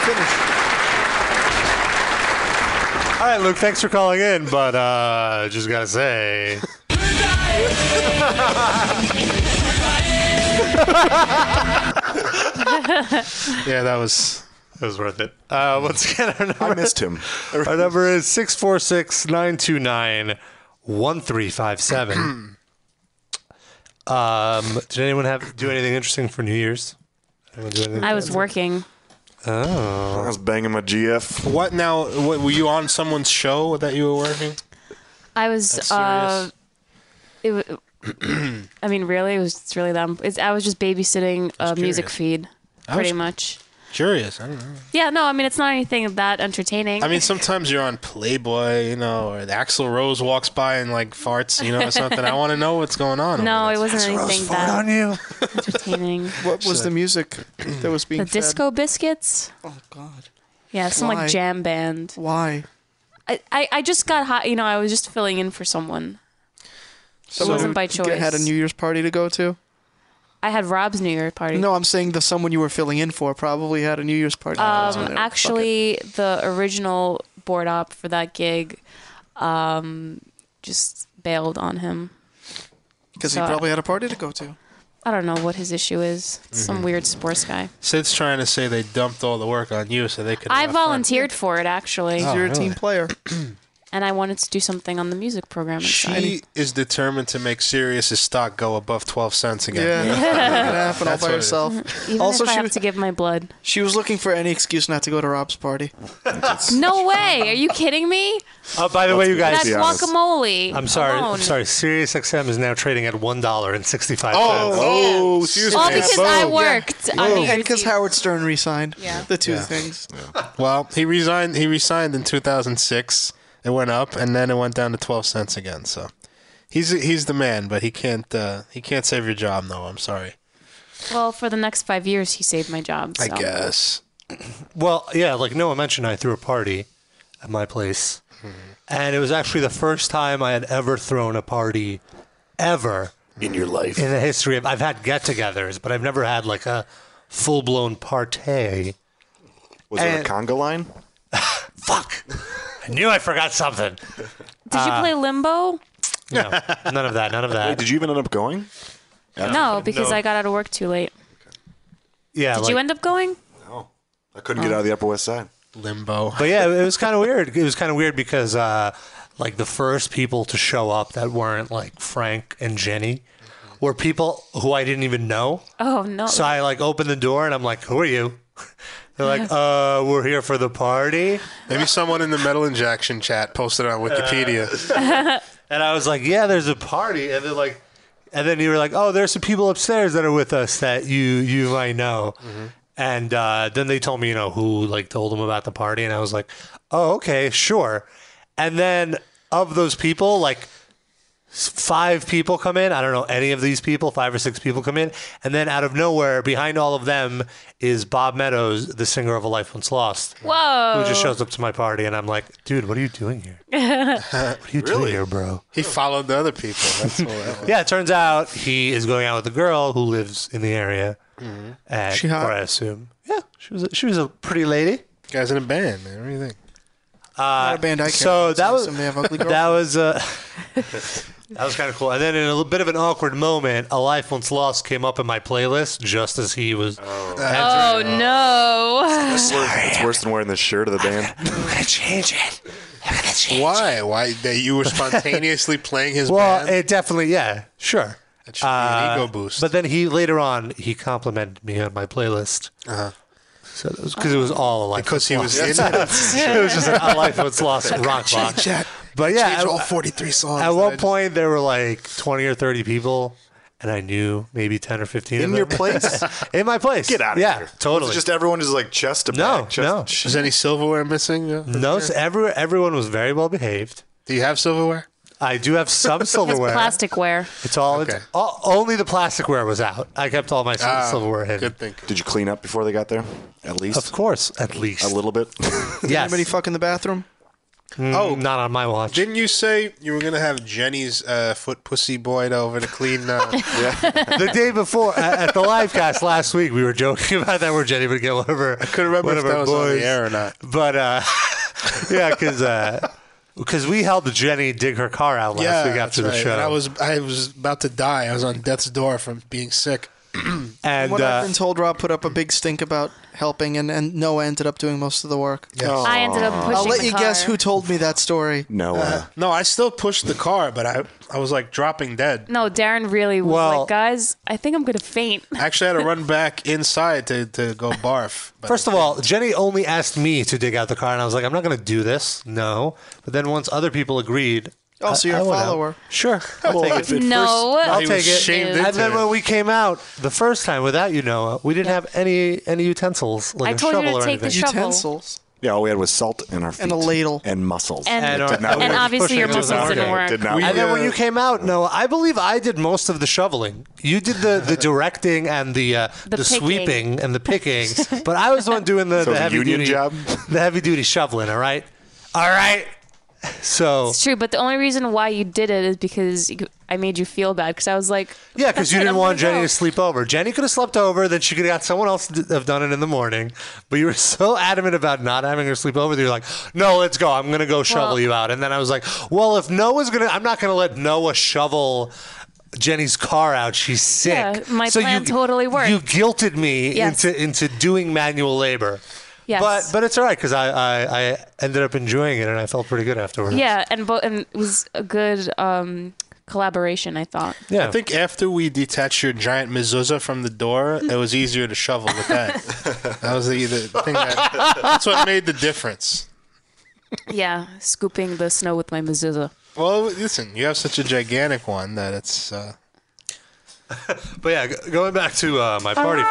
Speaker 4: finish.
Speaker 3: All right, Luke, thanks for calling in, but uh just got to say.
Speaker 7: Yeah, that was.
Speaker 3: It was worth it. Uh, once again, our number,
Speaker 8: I missed him.
Speaker 3: our number is 646 929 1357. Um, did anyone have do anything interesting for New Year's? Anyone do anything?
Speaker 5: I was working.
Speaker 3: Oh.
Speaker 8: I was banging my GF.
Speaker 7: What now? What, were you on someone's show that you were working?
Speaker 5: I was.
Speaker 7: That's
Speaker 5: Uh,
Speaker 7: serious.
Speaker 5: it wa- I mean, really, it was it's really them. It's, I was just babysitting a music
Speaker 7: curious.
Speaker 5: feed,
Speaker 7: I
Speaker 5: pretty
Speaker 7: was-
Speaker 5: much.
Speaker 7: Curious. I don't know.
Speaker 5: Yeah, no, I mean, it's not anything that entertaining.
Speaker 7: I mean, sometimes you're on Playboy, you know, or the Axl Rose walks by and like farts, you know, or something. I want to know what's going on. over
Speaker 5: no, it
Speaker 7: there.
Speaker 5: wasn't anything that
Speaker 3: you.
Speaker 5: entertaining.
Speaker 4: What was the music that was being
Speaker 5: the
Speaker 4: fed?
Speaker 5: Disco Biscuits.
Speaker 4: Oh God.
Speaker 5: Yeah, some
Speaker 4: Why?
Speaker 5: like jam band.
Speaker 4: Why?
Speaker 5: I, I, I just got hot. You know, I was just filling in for someone.
Speaker 4: Someone
Speaker 5: wasn't
Speaker 4: who
Speaker 5: by
Speaker 4: g- Had a
Speaker 5: choice.
Speaker 4: New Year's party to go to.
Speaker 5: I had Rob's New Year party. Um,
Speaker 4: No, I'm saying the someone you were filling in for probably had a New Year's party. That's what I- "Oh,
Speaker 5: Um,
Speaker 4: fuck it.
Speaker 5: actually, the original board op for that gig, um, just bailed on him.
Speaker 4: Because
Speaker 5: So-
Speaker 4: he probably had a party to go to.
Speaker 5: I don't know what his issue is.
Speaker 7: Mm-hmm.
Speaker 5: Some weird sports guy.
Speaker 7: Sid's trying to say they dumped all the work on you so they could.
Speaker 5: I
Speaker 7: have fun.
Speaker 5: volunteered for it actually,
Speaker 7: Oh,
Speaker 4: You're a
Speaker 7: really?
Speaker 4: team player.
Speaker 5: and I wanted to do something on the music program. inside.
Speaker 12: She is determined to make Sirius's stock go above 12 cents again.
Speaker 5: Yeah,
Speaker 4: Yeah. let it happen all by
Speaker 12: what it is.
Speaker 4: herself.
Speaker 5: Even
Speaker 4: Also,
Speaker 5: if I
Speaker 4: she
Speaker 5: have
Speaker 4: was-
Speaker 5: to give my Mm-hmm. blood.
Speaker 4: She was looking for any excuse not to go to Rob's party.
Speaker 5: No way! Are you kidding me?
Speaker 3: Oh, by the way, you guys.
Speaker 5: That's guacamole.
Speaker 3: I'm sorry.
Speaker 5: alone.
Speaker 3: I'm sorry. SiriusXM is now trading at one dollar and sixty five cents.
Speaker 4: Oh,
Speaker 5: All because I worked on New
Speaker 4: and
Speaker 5: Year's
Speaker 4: because
Speaker 5: Eve.
Speaker 4: Howard Stern resigned. Yeah. The two
Speaker 12: Yeah.
Speaker 4: things.
Speaker 12: Well, he resigned. He resigned in 2006. It went up, and then it went down to 12 cents again. So, he's he's the man, but he can't uh, he can't save your job. No, I'm sorry.
Speaker 5: Well, for the next five years, he saved my job. So.
Speaker 3: I guess. Well, yeah, like Noah mentioned, I threw a party at my place. And it was actually the first time I had ever thrown a party ever
Speaker 8: in your life.
Speaker 3: In the history of I've had get togethers, but I've never had like a full blown partay.
Speaker 8: Was there a
Speaker 3: conga line? Fuck. I knew I forgot something. Uh,
Speaker 5: Did you play Limbo?
Speaker 3: No, none of that. None of that.
Speaker 8: Wait, did you even end up going?
Speaker 5: No, because I got out of work too late.
Speaker 3: Yeah,
Speaker 5: Did you end up going?
Speaker 8: I couldn't get out of the Upper West Side.
Speaker 12: Limbo.
Speaker 3: But yeah, it was kind of weird. It was kind of weird because uh, like the first people to show up that weren't like Frank and Jenny were people who I didn't even know.
Speaker 5: Oh no!
Speaker 3: So I like opened the door and I'm like, "Who are you?" They're like, "Uh, we're here for the party."
Speaker 12: Maybe someone in the metal injection chat posted it on Wikipedia.
Speaker 5: Oh,
Speaker 3: and I was like, "Yeah, there's a party," and then like, and then you were like, "Oh, there's some people upstairs that are with us that you you might know." And uh, then they told me, you know, who like told them about the party, and I was like, "Oh, okay, sure." And then of those people, like s- five people come in. I don't know any of these people. Five or six people come in, and then out of nowhere, behind all of them is Bob Meadows, the singer of A Life Once Lost,
Speaker 5: Whoa!
Speaker 3: who just shows up to my party, and I'm like, "Dude, what are you doing here? What are you doing here, bro?"
Speaker 12: he followed the other people. That's all that was.
Speaker 3: Yeah, it turns out he is going out with a girl who lives in the area.
Speaker 12: Mhm.
Speaker 3: And,
Speaker 12: She hot?
Speaker 3: Or I assume. Yeah, she was a, she was a pretty lady.
Speaker 12: Guys in a band, man. What do you think?
Speaker 3: Uh,
Speaker 12: a band I care
Speaker 3: so
Speaker 12: about,
Speaker 3: that
Speaker 12: so
Speaker 3: was
Speaker 12: somebody have ugly
Speaker 3: that was uh, that was kind of cool. And then in a little bit of an awkward moment, "A Life Once Lost" came up in my playlist just as he was.
Speaker 5: Oh no!
Speaker 8: It's worse, it's worse than wearing the shirt of the band.
Speaker 3: I'm gonna change it.
Speaker 12: Why? Why that you were spontaneously playing his
Speaker 3: well,
Speaker 12: band?
Speaker 3: it definitely yeah, sure. Uh,
Speaker 12: That should be an ego boost.
Speaker 3: But then he later on he complimented me on my playlist.
Speaker 12: Uh-huh.
Speaker 3: So that was because it was all a life
Speaker 12: Because he
Speaker 3: Once
Speaker 12: was in
Speaker 3: Lost.
Speaker 12: it.
Speaker 3: it was just a life was lost rock
Speaker 12: Change
Speaker 3: box.
Speaker 12: that.
Speaker 3: But yeah,
Speaker 12: Change
Speaker 3: at-
Speaker 12: all 43 songs
Speaker 3: At
Speaker 12: that I
Speaker 3: one
Speaker 12: just-
Speaker 3: point, there were like twenty or thirty people, and I knew maybe ten or fifteen
Speaker 8: In
Speaker 3: of
Speaker 8: your
Speaker 3: them.
Speaker 8: place?
Speaker 3: in my place.
Speaker 8: Get out of
Speaker 3: yeah,
Speaker 8: here.
Speaker 3: totally.
Speaker 8: Was it just everyone just like chest to
Speaker 3: no,
Speaker 8: back. Chest
Speaker 3: no.
Speaker 12: Is any silverware missing?
Speaker 3: No, so every, everyone was very well behaved.
Speaker 12: Do you have silverware?
Speaker 3: I do have some
Speaker 5: It's
Speaker 3: silverware.
Speaker 5: plasticware.
Speaker 3: It's all, it's all. Only the plasticware was out. I kept all my sil-
Speaker 8: Ah,
Speaker 3: silverware hidden. Good
Speaker 12: thing.
Speaker 8: Did you clean up before they got there? At least. Of
Speaker 3: course, at least.
Speaker 8: A little bit.
Speaker 4: Did anybody fuck in the bathroom?
Speaker 3: oh, not on my watch.
Speaker 12: Didn't you say you were gonna have Jenny's uh, foot pussy boy over to clean? Uh,
Speaker 3: the day before at, at the live cast last week, we were joking about that where Jenny would get one of her. I couldn't
Speaker 12: remember
Speaker 3: one
Speaker 12: if
Speaker 3: of
Speaker 12: that
Speaker 3: her
Speaker 12: was on the
Speaker 3: boys.
Speaker 12: air or not.
Speaker 3: But uh, yeah, because we held Jenny dig her car out last week after the
Speaker 12: that's right.
Speaker 3: show.
Speaker 12: And I was I was about to die. I was on death's door from being sick.
Speaker 3: and
Speaker 4: what I've been told, Rob put up a big stink about helping, and, and Noah ended up doing most of the work.
Speaker 5: I ended up pushing
Speaker 4: I'll let
Speaker 5: the
Speaker 4: you guess
Speaker 5: car.
Speaker 4: who told me that story.
Speaker 8: No.
Speaker 12: Uh, no, I still pushed the car, but I I was like dropping dead.
Speaker 5: No, Darren really was
Speaker 12: Well-
Speaker 5: like, guys, I think I'm gonna faint.
Speaker 12: I actually had to run back inside to, to go barf. But
Speaker 3: First of all, Jenny only asked me to dig out the car, and I was like, I'm not going to do this. No. But then once other people agreed.
Speaker 4: Oh,
Speaker 3: I-
Speaker 4: so you're
Speaker 3: I
Speaker 4: a
Speaker 3: went out.
Speaker 4: follower.
Speaker 3: Sure. I'll
Speaker 4: Well,
Speaker 3: take
Speaker 4: if
Speaker 3: it.
Speaker 4: at No. first
Speaker 3: I'll
Speaker 4: he
Speaker 3: take
Speaker 4: was
Speaker 3: it.
Speaker 4: shamed
Speaker 3: and
Speaker 4: into
Speaker 3: then
Speaker 4: it.
Speaker 3: when we came out the first time without you, Noah, we didn't have any any utensils like
Speaker 5: I
Speaker 3: a
Speaker 5: told you
Speaker 3: shovel
Speaker 5: to
Speaker 3: or
Speaker 5: take the
Speaker 3: anything.
Speaker 5: shovel.
Speaker 4: Utensils.
Speaker 8: Yeah, all we had was salt in our feet.
Speaker 4: And a ladle.
Speaker 8: And muscles.
Speaker 5: And-
Speaker 8: It
Speaker 5: And
Speaker 8: did
Speaker 5: our-
Speaker 8: not
Speaker 5: and
Speaker 8: work.
Speaker 5: obviously your
Speaker 8: It did
Speaker 5: muscles
Speaker 8: not
Speaker 5: didn't work.
Speaker 8: It did not
Speaker 3: and then
Speaker 8: work.
Speaker 3: when you came out, Noah, I believe I did most of the shoveling. You did the, the directing and the uh,
Speaker 8: The
Speaker 3: the,
Speaker 8: picking.
Speaker 3: sweeping and the picking, but I was the one doing the,
Speaker 8: So it was
Speaker 3: the
Speaker 8: a
Speaker 3: heavy
Speaker 8: union
Speaker 3: duty
Speaker 8: job?
Speaker 3: the heavy duty shoveling. All right, all right. So
Speaker 5: It's true, but the only reason why you did it is because you- I made you feel bad because I was like,
Speaker 3: yeah, because you
Speaker 5: "That's it,
Speaker 3: didn't
Speaker 5: I'm
Speaker 3: want
Speaker 5: gonna
Speaker 3: Jenny
Speaker 5: go."
Speaker 3: to sleep over. Jenny could have slept over, then she could have got someone else to d- have done it in the morning. But you were so adamant about not having her sleep over that you're like, no, let's go. I'm gonna go shovel
Speaker 5: Well-
Speaker 3: you out. And then I was like, well, if Noah's gonna, I'm not gonna let Noah shovel. Jenny's car out. She's sick.
Speaker 5: Yeah, my
Speaker 3: so
Speaker 5: plan
Speaker 3: you,
Speaker 5: totally worked.
Speaker 3: You guilted me
Speaker 5: Yes.
Speaker 3: into into doing manual labor.
Speaker 5: Yes.
Speaker 3: But but it's all right because I, I I ended up enjoying it and I felt pretty good afterwards.
Speaker 5: yeah, and bo- and it was a good um, collaboration. I thought.
Speaker 7: I think after we detached your giant mezuzah from the door, it was easier to shovel with that. that was the, the thing that, that's what made the difference.
Speaker 5: yeah, scooping the snow with my mezuzah.
Speaker 7: Well, listen, you have such a gigantic one that it's. Uh,
Speaker 3: But yeah, g- going back to uh, my party.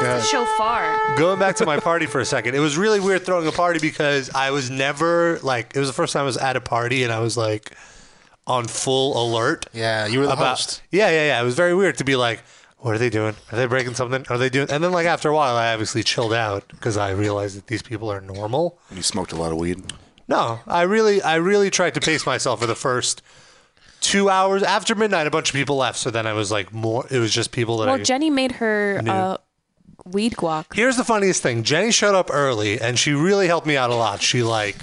Speaker 5: That's the shofar.
Speaker 3: going back to my party for a second, it was really weird throwing a party because I was never like it was the first time I was at a party and I was like on full alert.
Speaker 7: Yeah, you were the host.
Speaker 3: Yeah, yeah, yeah. It was very weird to be like, what are they doing? Are they breaking something? Are they doing? And then like after a while, I obviously chilled out because I realized that these people are normal.
Speaker 8: You smoked a lot of weed.
Speaker 3: No, I really, I really tried to pace myself for the first. Two hours after midnight, a bunch of people left. So then I was like, more. It was just people that
Speaker 5: Well,
Speaker 3: I.
Speaker 5: Jenny made her
Speaker 3: New.
Speaker 5: uh, weed guac.
Speaker 3: Here's the funniest thing. Jenny showed up early and she really helped me out a lot. She like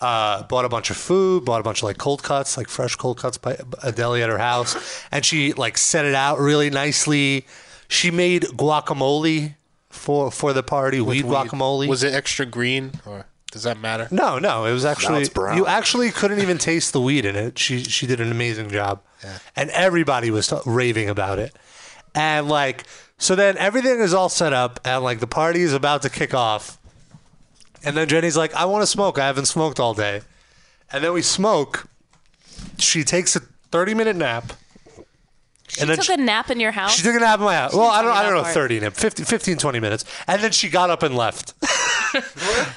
Speaker 3: uh, bought a bunch of food, bought a bunch of like cold cuts, like fresh cold cuts by a deli at her house, and she like set it out really nicely. She made guacamole for for the party, weed, guacamole.
Speaker 7: Was it extra green or does that matter?
Speaker 3: No, no, it was actually
Speaker 7: it's brown.
Speaker 3: you actually couldn't even taste the weed in it. She she did an amazing job, and everybody was t- raving about it. And like, so then everything is all set up, and like the party is about to kick off, and then Jenny's like, "I want to smoke. I haven't smoked all day," and then we smoke. She takes a thirty minute nap.
Speaker 5: She took a nap in your house.
Speaker 3: She took a nap in my house. Well, I don't, I don't know,
Speaker 5: part.
Speaker 3: 30, nap, 50, 15, 20 minutes. And then she got up and left.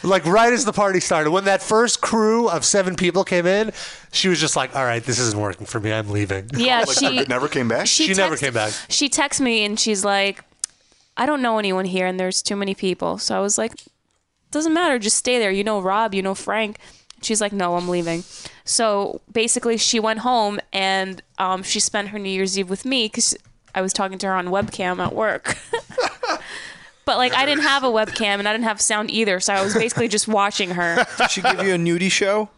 Speaker 3: like right as the party started. When that first crew of seven people came in, she was just like, all right, this isn't working for me. I'm leaving.
Speaker 5: Yeah, Like, she-
Speaker 8: never came back?
Speaker 5: she
Speaker 3: She, never
Speaker 5: texted-
Speaker 3: came back.
Speaker 5: She texts me and she's like, "I don't know anyone here, and there's too many people." So I was like, "Doesn't matter. Just stay there. You know Rob. You know Frank." She's like, "No, I'm leaving." So basically, she went home and um, she spent her New Year's Eve with me because I was talking to her on webcam at work. But like I didn't have a webcam and I didn't have sound either, so I was basically just watching her.
Speaker 4: Did she give you a nudie show?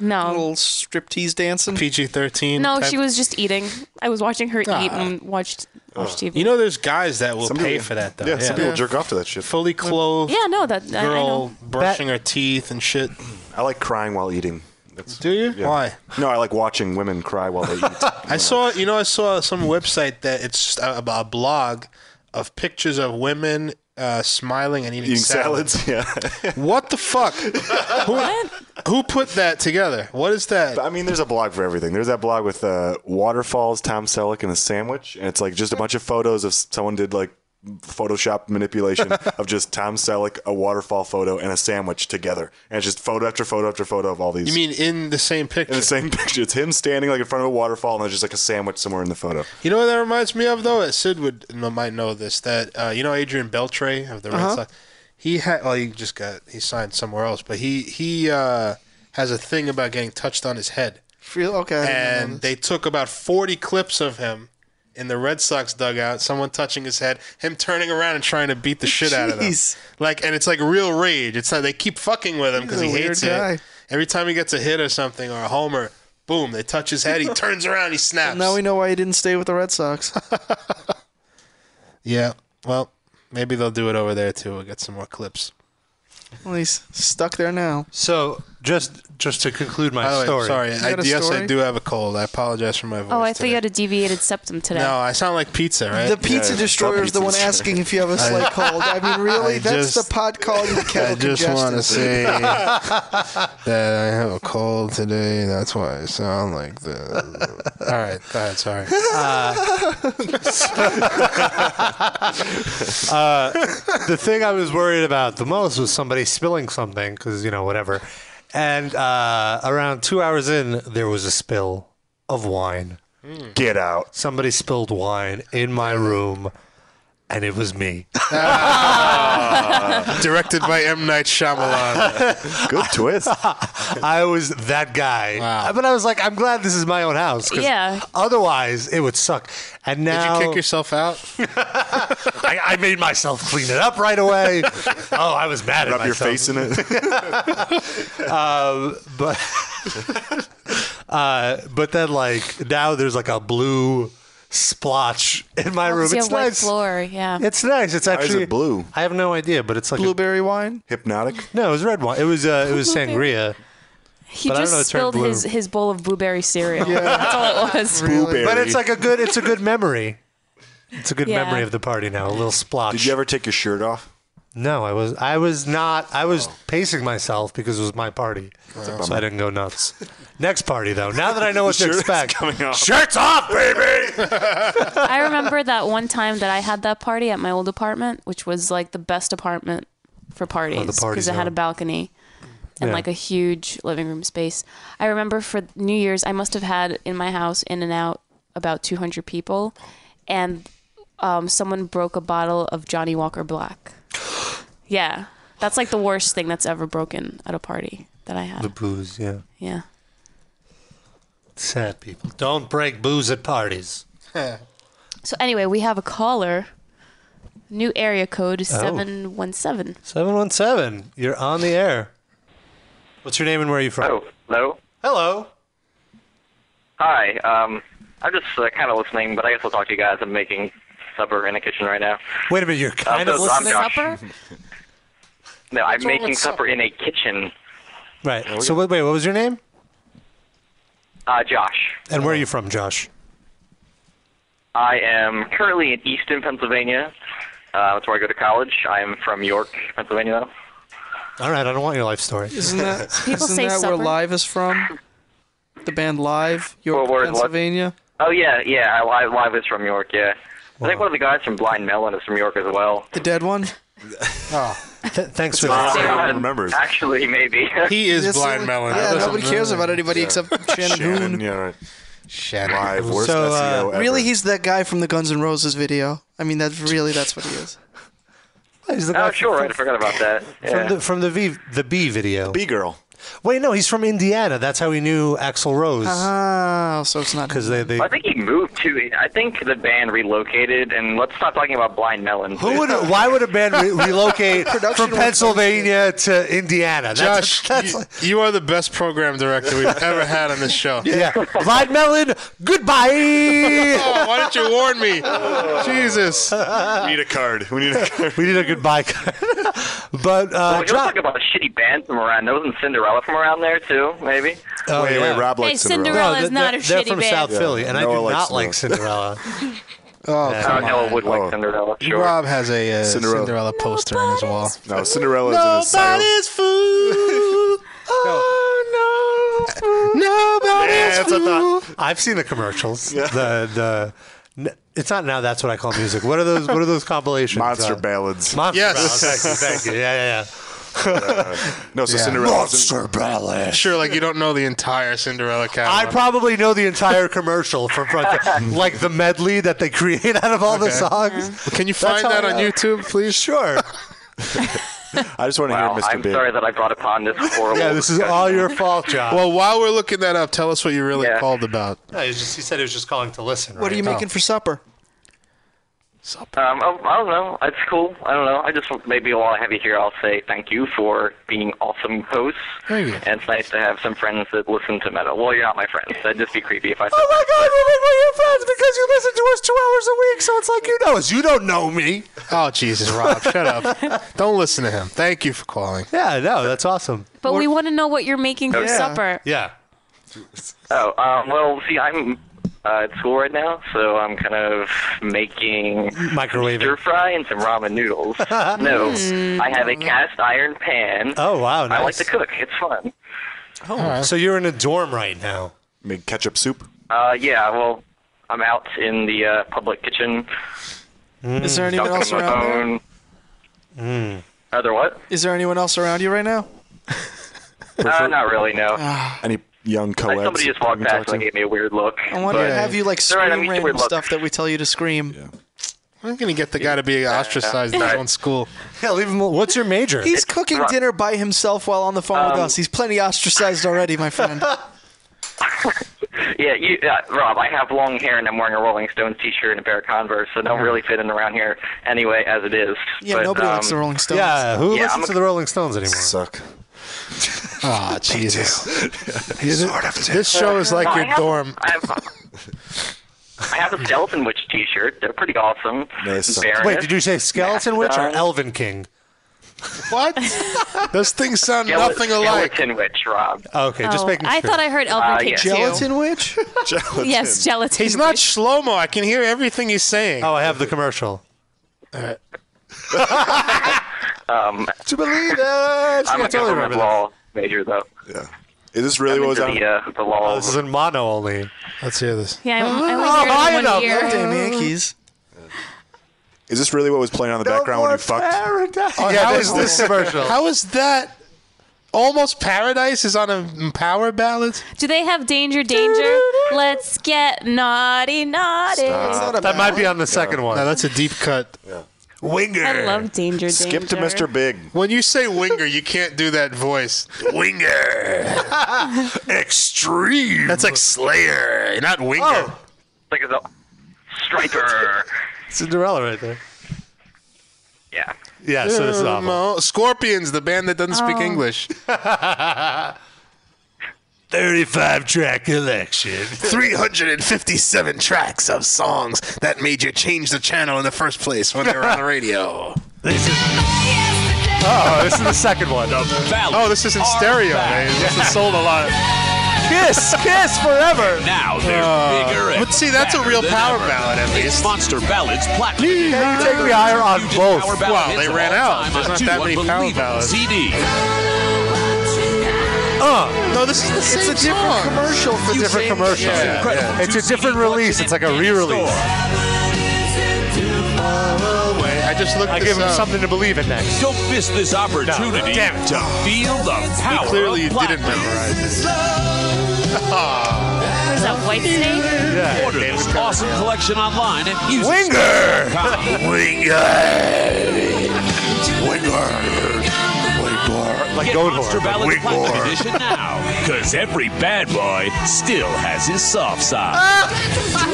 Speaker 5: No.
Speaker 4: little striptease dancing?
Speaker 7: PG 13.
Speaker 5: No, she was just eating. I was watching her eat and watched watched TV.
Speaker 7: You know, there's guys that will
Speaker 8: Oh. Some
Speaker 7: pay
Speaker 8: people-
Speaker 7: for that though.
Speaker 8: yeah, some people jerk off to that shit.
Speaker 7: Fully clothed.
Speaker 5: Yeah, no, that I, I
Speaker 7: Girl
Speaker 5: know.
Speaker 7: brushing her teeth and shit.
Speaker 8: I like crying while eating. That's,
Speaker 7: Do you? Why?
Speaker 8: No, I like watching women cry while they eat.
Speaker 7: I saw, you know, I saw some website that it's just a, a blog of pictures of women uh, smiling and eating,
Speaker 8: Eating salads,
Speaker 7: Yeah. what the fuck? who, who put that together? What is that?
Speaker 8: I mean, there's a blog for everything. There's that blog with uh, waterfalls, Tom Selleck, and a sandwich, and it's like just a bunch of photos of s- someone did like Photoshop manipulation of just Tom Selleck, a waterfall photo, and a sandwich together, and it's just photo after photo after photo of all these.
Speaker 7: You mean in the same picture?
Speaker 8: in the same picture? It's him standing like in front of a waterfall, and there's just like a sandwich somewhere in the photo.
Speaker 7: You know what that reminds me of though? Sid would kn- might know this. That uh, you know Adrian Beltre of the Red
Speaker 8: Uh-huh.
Speaker 7: Sox. He had well, he just got he signed somewhere else, but he he uh, has a thing about getting touched on his head.
Speaker 4: Feel okay.
Speaker 7: And they took about forty clips of him in the Red Sox dugout. Someone touching his head, him turning around and trying to beat the shit out of them.
Speaker 4: Jeez.
Speaker 7: Like, and it's like real rage. It's like they keep fucking with him because
Speaker 4: He's
Speaker 7: he
Speaker 4: a weird
Speaker 7: hates
Speaker 4: guy.
Speaker 7: it. Every time he gets a hit or something or a homer, boom, they touch his head. He turns around, he snaps.
Speaker 4: Now we know why he didn't stay with the Red Sox.
Speaker 7: Yeah. Well, maybe they'll do it over there too. We'll get some more clips.
Speaker 4: well, he's stuck there now.
Speaker 3: So just just to conclude my
Speaker 7: By the way,
Speaker 3: story.
Speaker 7: sorry.
Speaker 4: You
Speaker 7: I,
Speaker 4: got a
Speaker 7: yes, I
Speaker 4: story?
Speaker 7: do have a cold. I apologize for my voice.
Speaker 5: Oh, I thought
Speaker 7: today.
Speaker 5: you had a deviated septum today.
Speaker 7: No, I sound like pizza, right?
Speaker 4: The pizza destroyer is the one asking if you have a slight cold. I mean, really,
Speaker 7: I
Speaker 4: that's
Speaker 7: just-
Speaker 4: the pod calling the kettle
Speaker 7: I just want to
Speaker 4: congested.
Speaker 7: say that I have a cold today. That's why I sound like this. All right, go ahead. Sorry.
Speaker 3: uh, the thing I was worried about the most was somebody spilling something because you know whatever. And uh, around two hours in, there was a spill of wine.
Speaker 8: Hmm. Get out!
Speaker 3: Somebody spilled wine in my room, and it was me.
Speaker 12: Ah.
Speaker 7: Directed by M Night Shyamalan.
Speaker 8: Good twist.
Speaker 3: I was that guy. But I was like, I'm glad this is my own house. 'cause
Speaker 5: Yeah.
Speaker 3: Otherwise, it would suck. And now
Speaker 7: Did you kick yourself out?
Speaker 3: I, I made myself clean it up right away. oh, I was mad at
Speaker 8: Rub your
Speaker 3: myself.
Speaker 8: face in it.
Speaker 3: um, but uh, but then like now there's like a blue splotch in my room.
Speaker 5: See a
Speaker 3: It's
Speaker 5: white
Speaker 3: nice.
Speaker 5: floor, yeah.
Speaker 3: It's nice. It's
Speaker 5: Why is
Speaker 3: actually
Speaker 5: it
Speaker 8: blue.
Speaker 3: I have no idea, but it's like
Speaker 8: blueberry wine. Hypnotic.
Speaker 3: No, it was red wine. It was uh, it was
Speaker 5: Blueberry.
Speaker 3: sangria.
Speaker 5: He
Speaker 3: but I don't
Speaker 5: just
Speaker 3: know, it turned
Speaker 5: spilled his,
Speaker 3: blue.
Speaker 5: his bowl of blueberry cereal. That's all it was.
Speaker 3: But it's like a good it's a good memory. It's a good
Speaker 5: Yeah.
Speaker 3: memory of the party now. A little splotch. Did
Speaker 8: you ever take your shirt off?
Speaker 3: No, I was I was not I was pacing myself because it was my party.
Speaker 8: Oh. a
Speaker 3: So
Speaker 8: bummer.
Speaker 3: I didn't go nuts. Next party though. Now that I know what to
Speaker 8: Shirt is
Speaker 3: expect.
Speaker 8: coming off.
Speaker 3: Shirts off, baby.
Speaker 5: I remember that one time that I had that party at my old apartment, which was like the best apartment for
Speaker 3: Oh,
Speaker 5: parties
Speaker 13: parties
Speaker 5: it had a
Speaker 13: are-
Speaker 5: balcony and
Speaker 13: Yeah.
Speaker 5: like a huge living room space. I remember for New Year's, I must have had in my house in and out about 200 people, and um, someone broke a bottle of Johnny Walker Black. Yeah, that's like the worst thing that's ever broken at a party that I
Speaker 3: the
Speaker 5: had.
Speaker 3: booze, yeah.
Speaker 5: Yeah.
Speaker 3: Sad people. Don't break booze at parties.
Speaker 5: So anyway, we have a caller. New area code is
Speaker 3: Oh.
Speaker 5: 717.
Speaker 3: Seven one seven. You're on the air. What's your name and where are you from?
Speaker 11: Oh. Hello.
Speaker 3: Hello.
Speaker 11: Hi. Um, I'm just uh, kind of listening, but I guess I'll talk to you guys. I'm making supper in the kitchen right now.
Speaker 3: Wait a minute, you're kind
Speaker 11: Uh,
Speaker 3: of
Speaker 11: so I'm
Speaker 3: listening.
Speaker 11: Josh. No, I'm
Speaker 3: What's wrong with
Speaker 11: making supper
Speaker 3: supper?
Speaker 11: in a kitchen.
Speaker 3: Right. So wait, wait, what was your name?
Speaker 11: Uh, Josh,
Speaker 3: And where are you from, Josh?
Speaker 11: I am currently in Easton, Pennsylvania. Uh, that's where I go to college. I'm from York, Pennsylvania, though.
Speaker 3: All right, I don't want your life story.
Speaker 4: Isn't that,
Speaker 5: People
Speaker 4: isn't
Speaker 5: say
Speaker 4: that where
Speaker 5: supper.
Speaker 4: Live is from? The band Live, York,
Speaker 11: Well, where- what-
Speaker 4: Pennsylvania.
Speaker 11: Oh yeah, yeah. I, I live is from York. Yeah. I think one of the guys from Blind Melon is from York as well.
Speaker 4: The dead one.
Speaker 3: Oh, Th- thanks for
Speaker 11: Uh,
Speaker 3: that.
Speaker 11: Actually, maybe.
Speaker 4: Yes, it- Yeah, nobody cares about anybody except Shannon Hoon.
Speaker 8: Yeah, right.
Speaker 12: Shannon.
Speaker 8: Live worst
Speaker 4: So, uh,
Speaker 11: E
Speaker 8: SEO ever.
Speaker 4: really, he's that guy from the Guns N' Roses video. I mean, that's really that's what he is.
Speaker 11: oh, sure. Right. I forgot about that. Oh, Yeah.
Speaker 3: From the from the V the B video.
Speaker 8: B girl.
Speaker 3: Wait, no, he's from Indiana. That's how he knew Axl Rose.
Speaker 4: Ah, so it's not
Speaker 3: because they they.
Speaker 11: I think he moved to. I think the band relocated, and let's stop talking about Blind Melon.
Speaker 3: Who would? Why would a band re- relocate
Speaker 11: Production
Speaker 3: from
Speaker 11: was-
Speaker 3: Pennsylvania to Indiana?
Speaker 12: Josh,
Speaker 3: that's,
Speaker 12: you, you are the best program director we've ever had on this show.
Speaker 3: yeah. Blind Melon, goodbye.
Speaker 12: Oh, why didn't you warn me? Jesus.
Speaker 8: We need a card. We need a card.
Speaker 3: we need a goodbye card. but
Speaker 11: Well,
Speaker 3: uh,
Speaker 11: we can talk about a shitty band from around. There wasn't Cinderella from around there too, maybe.
Speaker 3: Oh,
Speaker 8: wait,
Speaker 3: yeah.
Speaker 8: wait, Rob likes Cinderella.
Speaker 3: No,
Speaker 5: is not a
Speaker 3: they're, they're
Speaker 5: shitty
Speaker 3: from
Speaker 5: band.
Speaker 3: South
Speaker 8: Yeah,
Speaker 3: Philly, and I
Speaker 8: Noah
Speaker 3: do
Speaker 8: likes
Speaker 3: not like Cinderella.
Speaker 12: Oh,
Speaker 3: Yeah.
Speaker 12: come
Speaker 11: Uh, Noah
Speaker 12: on.
Speaker 11: would like Cinderella. Sure.
Speaker 12: Rob has a uh,
Speaker 8: Cinderella.
Speaker 12: Cinderella. poster on his wall.
Speaker 8: No, Cinderella's in a silo.
Speaker 3: food.
Speaker 8: Yeah, that's what I thought.
Speaker 3: I've seen the commercials. The the n- it's not now. That's what I call music. What are those? What are those compilations?
Speaker 8: Monster
Speaker 3: Uh,
Speaker 8: ballads.
Speaker 3: Monster
Speaker 12: Yes.
Speaker 3: ballads. Thank you. Thank you. Yeah, yeah, yeah.
Speaker 8: Uh, no, so
Speaker 12: Yeah.
Speaker 8: Cinderella.
Speaker 12: Sure, like you don't know the entire Cinderella
Speaker 3: I
Speaker 12: catalog.
Speaker 3: probably know the entire commercial from front to like the medley that they create out of all the
Speaker 12: Okay.
Speaker 3: songs.
Speaker 12: Can you find
Speaker 3: That's how
Speaker 12: that
Speaker 3: I
Speaker 12: on
Speaker 3: know.
Speaker 12: YouTube, please?
Speaker 3: Sure.
Speaker 8: I just want to
Speaker 11: Wow,
Speaker 8: hear Mr.
Speaker 11: I'm
Speaker 8: Big.
Speaker 11: sorry that I brought upon this horrible.
Speaker 3: Yeah, this is all your fault, John.
Speaker 12: Well, while we're looking that up, tell us what you really
Speaker 11: Yeah.
Speaker 12: called about.
Speaker 3: No, he, was just, he said he was just calling to listen.
Speaker 4: What are
Speaker 3: right?
Speaker 4: you making for supper?
Speaker 11: Um, oh, I don't know. It's cool. I don't know. I just maybe while I have you here, I'll say thank you for being awesome hosts.
Speaker 12: Thank you.
Speaker 11: And it's nice to have some friends that listen to metal. Well, you're not my friends. That'd just be creepy if I said.
Speaker 3: Oh my God, we're, we're your friends because you listen to us two hours a week, so it's like you know us. You don't know me.
Speaker 12: Oh, Jesus, Rob, shut up. Don't listen to him. Thank you for calling.
Speaker 3: Yeah, no, that's awesome.
Speaker 5: But we want to know what you're making for
Speaker 11: Yeah.
Speaker 5: supper.
Speaker 3: Yeah.
Speaker 11: Oh, um, well, see, I'm uh, at school right now, so I'm kind of making
Speaker 3: Microwave.
Speaker 11: stir fry and some ramen noodles. no, I have a cast iron pan.
Speaker 3: Oh wow, nice.
Speaker 11: I like to cook. It's fun. Oh.
Speaker 3: So you're in a dorm right now.
Speaker 8: Make ketchup soup.
Speaker 11: Uh, yeah, well, I'm out in the uh, public kitchen.
Speaker 3: Mm.
Speaker 4: Is there anyone
Speaker 11: talking
Speaker 4: else
Speaker 11: on my
Speaker 4: around there?
Speaker 11: phone.
Speaker 3: Hmm.
Speaker 11: Other what?
Speaker 4: Is there anyone else around you right now?
Speaker 11: Uh, not really, no.
Speaker 8: Any young
Speaker 11: Like,
Speaker 8: co-eds?
Speaker 11: somebody just walked
Speaker 8: you can
Speaker 11: past
Speaker 8: talk
Speaker 11: and
Speaker 8: to?
Speaker 11: gave me a weird look.
Speaker 4: I want to
Speaker 11: but-
Speaker 4: have you like
Speaker 11: It's all
Speaker 4: scream
Speaker 11: right, I'm used to weird
Speaker 4: random
Speaker 11: look.
Speaker 4: stuff that we tell you to scream.
Speaker 12: I'm going to get the guy to be ostracized in his own school.
Speaker 3: Yeah, leave him. al- What's your major?
Speaker 4: He's cooking dinner by himself while on the phone with
Speaker 11: Um,
Speaker 4: us. He's plenty ostracized already, my friend.
Speaker 11: Yeah, you, uh, Rob, I have long hair and I'm wearing a Rolling Stones t-shirt and a pair of Converse, so don't really fit in around here anyway, as it is.
Speaker 4: Yeah,
Speaker 11: But,
Speaker 4: nobody
Speaker 11: um,
Speaker 4: likes the Rolling Stones.
Speaker 3: Yeah, who
Speaker 11: Yeah, I'm
Speaker 3: listens
Speaker 11: a-
Speaker 3: to the Rolling Stones anymore?
Speaker 8: Suck.
Speaker 12: Ah, Jesus.
Speaker 8: sort of
Speaker 12: This show is like
Speaker 11: No, I
Speaker 12: your
Speaker 11: have-
Speaker 12: dorm.
Speaker 11: I have, I have a Skeleton Witch T-shirt. They're pretty awesome.
Speaker 3: Wait, did you say skeleton witch or
Speaker 11: Mastodon.
Speaker 3: elven king?
Speaker 7: What? Those things sound
Speaker 11: Skele-
Speaker 7: nothing alike.
Speaker 11: Skeleton Witch, Rob.
Speaker 3: Okay,
Speaker 5: just Oh, making I sure. thought I heard Elven Uh, King yes. too. Gelatin
Speaker 7: Witch?
Speaker 5: Gelatin. Yes, Gelatin
Speaker 7: He's not Shlomo. I can hear everything he's saying.
Speaker 3: Oh, I have the commercial.
Speaker 11: Um,
Speaker 8: to believe that.
Speaker 11: I'm
Speaker 8: Yeah, I
Speaker 11: a
Speaker 8: totally
Speaker 11: government
Speaker 8: remember that.
Speaker 11: law major, though.
Speaker 8: Yeah. Is this really
Speaker 11: I'm
Speaker 8: what was
Speaker 11: into
Speaker 8: on?
Speaker 11: the, uh, the law.
Speaker 3: Oh, This is in mono only.
Speaker 12: Let's hear this.
Speaker 5: Yeah, I'm,
Speaker 3: Oh,
Speaker 5: I only
Speaker 3: high
Speaker 5: heard
Speaker 3: enough.
Speaker 5: it in one
Speaker 3: Goddamn
Speaker 5: ear.
Speaker 3: Yankees.
Speaker 8: Is this really what was playing on the background when you fucked?
Speaker 12: Oh,
Speaker 3: yeah,
Speaker 12: how
Speaker 3: this
Speaker 12: is this
Speaker 3: commercial.
Speaker 12: How is that? Almost Paradise is on a power ballad.
Speaker 5: Do they have danger, danger? Let's get naughty, naughty.
Speaker 3: that might be on the second one.
Speaker 12: No, that's a deep cut.
Speaker 3: Winger.
Speaker 5: I love danger, danger.
Speaker 8: Big.
Speaker 7: When you say winger, you can't do that voice. Winger. Extreme. That's like Oh, Slayer, not winger.
Speaker 11: Like a striker.
Speaker 3: Cinderella right there.
Speaker 11: Yeah.
Speaker 3: Yeah, so this is awful.
Speaker 7: No, Scorpions, the band that doesn't speak
Speaker 3: Oh.
Speaker 7: English.
Speaker 3: 35 track collection.
Speaker 7: 357 tracks of songs that made you change the channel in the first place when they were on the radio.
Speaker 3: Oh, this is the second one.
Speaker 7: Oh, this is in stereo. Man. This is sold a lot.
Speaker 3: Kiss, kiss forever.
Speaker 13: Now they're
Speaker 7: Uh,
Speaker 13: bigger. and
Speaker 7: but see, that's a
Speaker 13: badder
Speaker 7: real
Speaker 13: than
Speaker 7: power
Speaker 13: ever.
Speaker 7: ballad, at
Speaker 13: It's Monster Ballads Platinum.
Speaker 3: Can you take me higher on both?
Speaker 7: Well, they ran out. There's not that many power ballads.
Speaker 13: CD.
Speaker 3: Uh,
Speaker 7: no, this is the
Speaker 4: It's
Speaker 7: same
Speaker 4: a different
Speaker 7: song.
Speaker 4: commercial for
Speaker 3: It's a different commercial. It's a different release. It's like a re-release.
Speaker 7: I just looked.
Speaker 3: I
Speaker 13: this
Speaker 3: give him
Speaker 13: up.
Speaker 3: something to believe in next.
Speaker 13: Don't miss this opportunity
Speaker 3: No, damn it.
Speaker 13: to feel the power.
Speaker 7: clearly
Speaker 13: of
Speaker 7: didn't
Speaker 13: platinum.
Speaker 7: memorize
Speaker 5: What is that, White Snake?
Speaker 13: Order this awesome collection online at music.
Speaker 3: Like
Speaker 13: Get
Speaker 3: Goldor.
Speaker 13: Monster Ballads Platinum Edition now, because every bad boy still has his soft side. to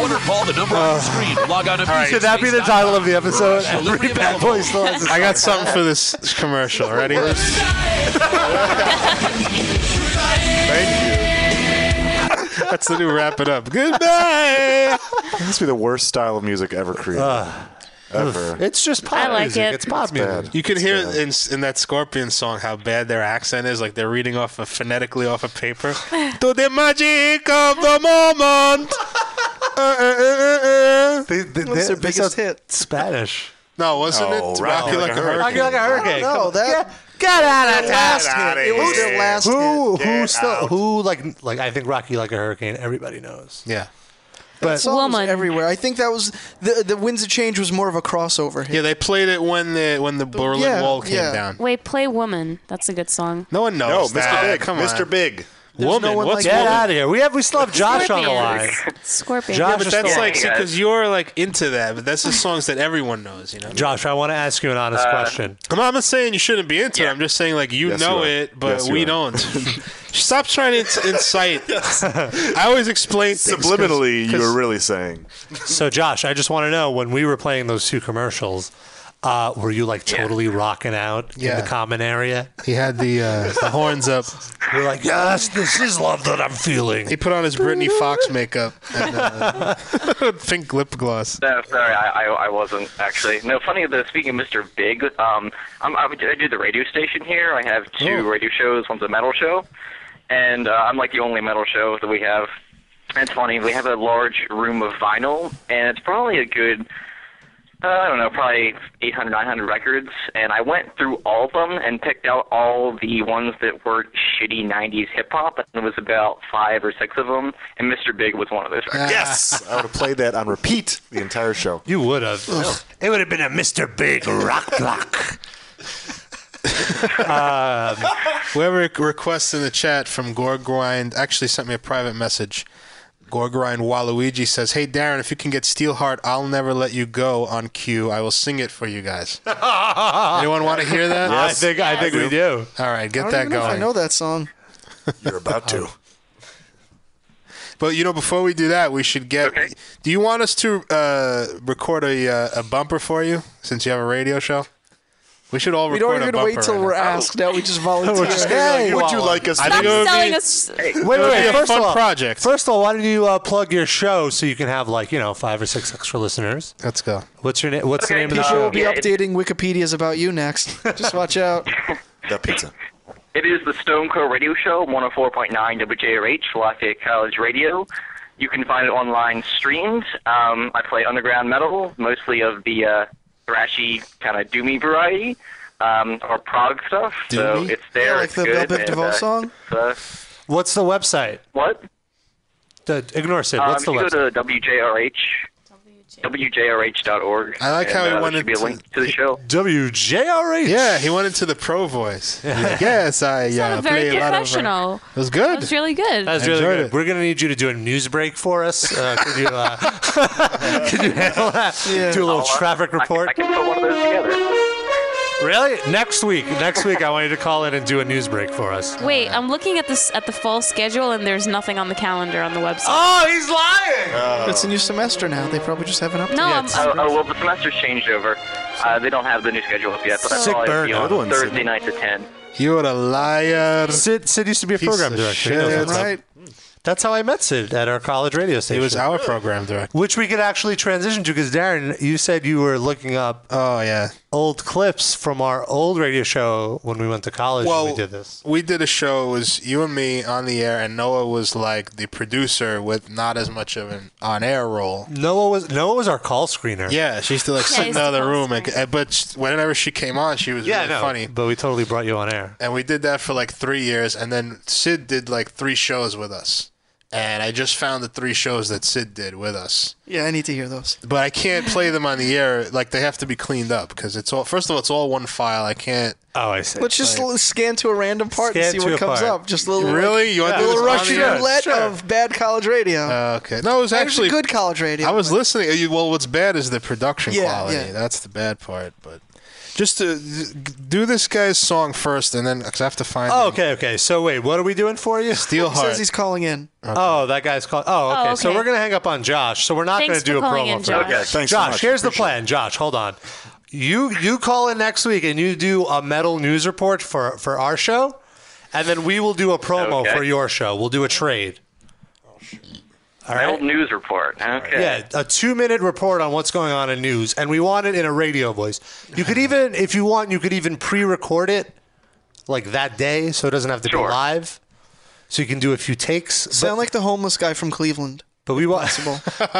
Speaker 13: order, call the number on the screen. Log on to
Speaker 3: Ah. All right, Should that be the title of the episode? Every bad boy still has a
Speaker 7: I got something for this commercial. Ready? That's the new wrap it up. Good night.
Speaker 8: It must be the worst style of music ever created. ever.
Speaker 3: It's just pop
Speaker 5: I like
Speaker 3: music.
Speaker 5: it.
Speaker 3: It's pop music.
Speaker 8: bad.
Speaker 7: You can hear in, in that Scorpion song how bad their accent is. Like they're reading off of phonetically off of paper. to the magic of the moment. Uh, uh, uh, uh, uh.
Speaker 3: They, they,
Speaker 7: What's their
Speaker 3: they
Speaker 7: biggest
Speaker 3: sound Spanish.
Speaker 7: No, wasn't
Speaker 8: Oh,
Speaker 7: it?
Speaker 8: Rock
Speaker 7: Rock You
Speaker 8: Like
Speaker 7: like,
Speaker 8: a
Speaker 7: a hurricane.
Speaker 3: Rock you like a hurricane.
Speaker 4: No,
Speaker 3: Come on.
Speaker 4: that-
Speaker 3: get, get out of
Speaker 4: Their last
Speaker 8: outta
Speaker 4: hit. It was
Speaker 8: here.
Speaker 4: their last hit.
Speaker 3: Who who
Speaker 8: Get
Speaker 3: still
Speaker 8: out.
Speaker 3: who like like I think Rocky like a hurricane. Everybody knows.
Speaker 7: Yeah.
Speaker 4: That
Speaker 3: But
Speaker 4: song was
Speaker 5: Woman.
Speaker 4: everywhere. I think that was the the Winds of Change was more of a crossover hit.
Speaker 7: Yeah, they played it when the when the Berlin
Speaker 4: yeah,
Speaker 7: Wall came
Speaker 4: yeah.
Speaker 7: down.
Speaker 5: Wait, play Woman. That's a good song.
Speaker 7: No one knows.
Speaker 8: no, Mr.
Speaker 7: that.
Speaker 8: Big.
Speaker 7: Come
Speaker 8: Mr.
Speaker 7: on.
Speaker 8: Big.
Speaker 7: Woman.
Speaker 4: no one
Speaker 7: what's
Speaker 4: like
Speaker 3: get
Speaker 7: woman?
Speaker 3: out of here. We have we still have Josh on the line.
Speaker 5: Scorpions. Scorpions.
Speaker 3: Josh
Speaker 7: Yeah, but
Speaker 3: is
Speaker 7: that's
Speaker 3: still
Speaker 7: like
Speaker 11: Yeah.
Speaker 7: because you're like into that, but that's the songs that everyone knows, you know.
Speaker 3: Josh, I want to ask you an honest question.
Speaker 7: I'm not, I'm not saying you shouldn't be into it. I'm just saying like you
Speaker 8: Yes,
Speaker 7: know
Speaker 8: you are.
Speaker 7: it, but
Speaker 8: Yes, you
Speaker 7: we
Speaker 8: are.
Speaker 7: don't. Stop trying to incite. I always explain things 'cause-
Speaker 8: Subliminally, you
Speaker 7: 'cause-
Speaker 8: were really saying.
Speaker 3: So Josh, I just want to know when we were playing those two commercials, uh, were you like totally rocking out in
Speaker 12: Yeah.
Speaker 3: the common area?
Speaker 12: He had the uh, the horns up.
Speaker 3: We're like, yes, this is love that I'm feeling.
Speaker 12: He put on his Britney Fox makeup and uh, pink lip gloss.
Speaker 11: No, sorry, I, I, I wasn't actually. No, funny though. Speaking of Mr. Big, um, I'm, I'm, I do the radio station here. I have two radio shows. One's a metal show, and uh, I'm like the only metal show that we have. And It's funny. We have a large room of vinyl, and it's probably a good. Uh, I don't know, probably 800, 900 records, and I went through all of them and picked out all the ones that were shitty 90s hip hop, and there was about five or six of them, and Mr. Big was one of those records.
Speaker 8: Yes. I would have played that on repeat the entire show.
Speaker 3: You would have. It would have been a Mr. Big rock block. Um,
Speaker 7: Whoever requests in the chat from Gorgrind actually sent me a private message. Gorgrind Waluigi says, "Hey Darren, if you can get Steelheart, I'll never let you go on cue. I will sing it for you guys.
Speaker 8: Ah.
Speaker 7: Anyone want to hear that?
Speaker 3: I think I think we do.
Speaker 7: All right,
Speaker 4: I
Speaker 7: get
Speaker 4: don't
Speaker 7: that
Speaker 4: even know if I
Speaker 7: going.
Speaker 4: know that song.
Speaker 8: You're about to.
Speaker 7: But you know, before we do that, we should get. Do you want us to uh, record a uh, a bumper for you since you have a radio show? We should all
Speaker 4: We
Speaker 7: record
Speaker 4: don't
Speaker 7: a
Speaker 4: even
Speaker 7: bumper
Speaker 4: wait till
Speaker 7: right
Speaker 4: we're
Speaker 7: now. Oh,
Speaker 4: asked. No, we just volunteer. hey,
Speaker 7: I think it would be-
Speaker 5: us.
Speaker 3: Wait, wait, wait. First of all,
Speaker 7: project.
Speaker 3: First of all, why don't you uh, plug your show so you can have like you know five or six extra listeners?
Speaker 7: Let's go.
Speaker 3: What's your name? What's the name of the
Speaker 4: People
Speaker 3: show?
Speaker 4: will be updating Wikipedia's about you next. Just watch out.
Speaker 8: The pizza.
Speaker 11: It is the Stone Co Radio Show, 104.9 WJRH, Lafayette College Radio. You can find it online streamed. Um, I play underground metal, mostly of the uh, thrashy kind of doomy variety, um, or prog stuff. So
Speaker 3: Doomy?
Speaker 11: it's there.
Speaker 3: Yeah, like
Speaker 11: it's
Speaker 3: the
Speaker 11: good,
Speaker 3: Velvet
Speaker 11: and,
Speaker 3: DeVoe
Speaker 11: uh,
Speaker 3: song?
Speaker 11: it's, uh,
Speaker 3: What's the website?
Speaker 11: what?
Speaker 3: The, ignore Sid.
Speaker 11: um,
Speaker 3: What's the
Speaker 11: if you
Speaker 3: website?
Speaker 11: go to WJRH. WJRH.org.
Speaker 7: I like
Speaker 11: and,
Speaker 7: how he
Speaker 11: uh, there
Speaker 7: wanted
Speaker 11: should be a
Speaker 7: to-
Speaker 11: link to the show.
Speaker 3: WJRH.
Speaker 7: Yeah, he went into the pro voice. He's like, yes, I uh,
Speaker 5: sounded very
Speaker 7: play a lot of. uh,
Speaker 5: professional.
Speaker 7: It was good.
Speaker 5: That was really good.
Speaker 3: That was really good. We're gonna need you to do a news break for us. Uh, could you, uh, could you handle that? Do a little traffic report. Really? Next week. Next week, I want you to call in and do a news break for us.
Speaker 5: Wait, I'm looking at this at the fall schedule, and there's nothing on the calendar on the website.
Speaker 3: Oh, he's lying.
Speaker 4: It's a new semester now. They probably just haven't updated.
Speaker 5: No, I'm-
Speaker 11: Oh, oh, well, the semester's changed over. Uh, they don't have the new schedule up yet, but
Speaker 7: Sick
Speaker 11: I
Speaker 7: burn.
Speaker 11: probably
Speaker 7: Good one,
Speaker 11: Thursday
Speaker 7: Sydney.
Speaker 11: night to 10.
Speaker 7: You're a liar.
Speaker 3: Sid, Sid used to be a
Speaker 7: Piece
Speaker 3: program
Speaker 7: of
Speaker 3: director.
Speaker 7: shit.
Speaker 3: He knows
Speaker 7: Yeah,
Speaker 3: what's up.
Speaker 7: right.
Speaker 3: That's how I met Sid at our college radio station.
Speaker 7: He was our program director.
Speaker 3: Which we could actually transition to because Darren, you said you were looking up.
Speaker 7: Oh yeah,
Speaker 3: old clips from our old radio show when we went to college.
Speaker 7: Well,
Speaker 3: and we did this.
Speaker 7: We did a show. It was you and me on the air, and Noah was like the producer with not as much of an on-air role.
Speaker 3: Noah was Noah was our call screener.
Speaker 7: Yeah, she used to like
Speaker 3: Yeah,
Speaker 7: sit
Speaker 3: he's
Speaker 7: in
Speaker 3: the
Speaker 7: the other
Speaker 3: call
Speaker 7: room, and, and- but sh- whenever she came on, she was
Speaker 3: yeah,
Speaker 7: really
Speaker 3: no,
Speaker 7: funny.
Speaker 3: But we totally brought you on air.
Speaker 7: And we did that for like three years, and then Sid did like three shows with us. And I just found the three shows that Sid did with us.
Speaker 4: Yeah, I need to hear those.
Speaker 7: but I can't play them on the air. Like they have to be cleaned up because it's all. First of all, it's all one file. I can't.
Speaker 3: Oh, I see.
Speaker 4: Let's just l- scan to a random part
Speaker 7: Scan
Speaker 4: and see
Speaker 7: to
Speaker 4: what
Speaker 7: a
Speaker 4: comes
Speaker 7: part.
Speaker 4: up. Just a little
Speaker 7: Really?
Speaker 4: like,
Speaker 7: You wanna do
Speaker 4: little
Speaker 7: this on
Speaker 4: Russian
Speaker 7: the air?
Speaker 4: roulette
Speaker 7: Sure.
Speaker 4: of bad college radio.
Speaker 7: okay. No, it was actually
Speaker 4: good college radio.
Speaker 7: I was listening. Uh, you- Well, what's bad is the production
Speaker 4: Yeah,
Speaker 7: quality.
Speaker 4: yeah.
Speaker 7: That's the bad part. But just to do this guy's song first, and then because I have to find.
Speaker 3: Oh, okay, okay. So wait, what are we doing for you?
Speaker 7: Steelheart.
Speaker 4: He says he's calling in.
Speaker 3: Oh, that guy's called. Oh, okay.
Speaker 4: Oh,
Speaker 3: So
Speaker 4: okay.
Speaker 3: we're gonna hang up on Josh. So we're not
Speaker 4: Thanks
Speaker 3: gonna do
Speaker 4: for
Speaker 3: a
Speaker 4: calling
Speaker 3: promo
Speaker 4: in,
Speaker 3: for him.
Speaker 4: Josh. Okay, thanks so
Speaker 3: Josh.
Speaker 4: much.
Speaker 3: Here's the plan. Josh, hold on. You you call in next week and you do a metal news report for for our show, and then we will do a promo
Speaker 11: Okay.
Speaker 3: for your show. We'll do a trade. All right.
Speaker 11: Old news report. Okay.
Speaker 3: Yeah, a two minute report on what's going on in news, and we want it in a radio voice. You could even, if you want, you could even pre record it like that day so it doesn't have to be live. So you can do a few takes.
Speaker 4: Sound
Speaker 3: But,
Speaker 4: like the homeless guy from Cleveland.
Speaker 3: but we want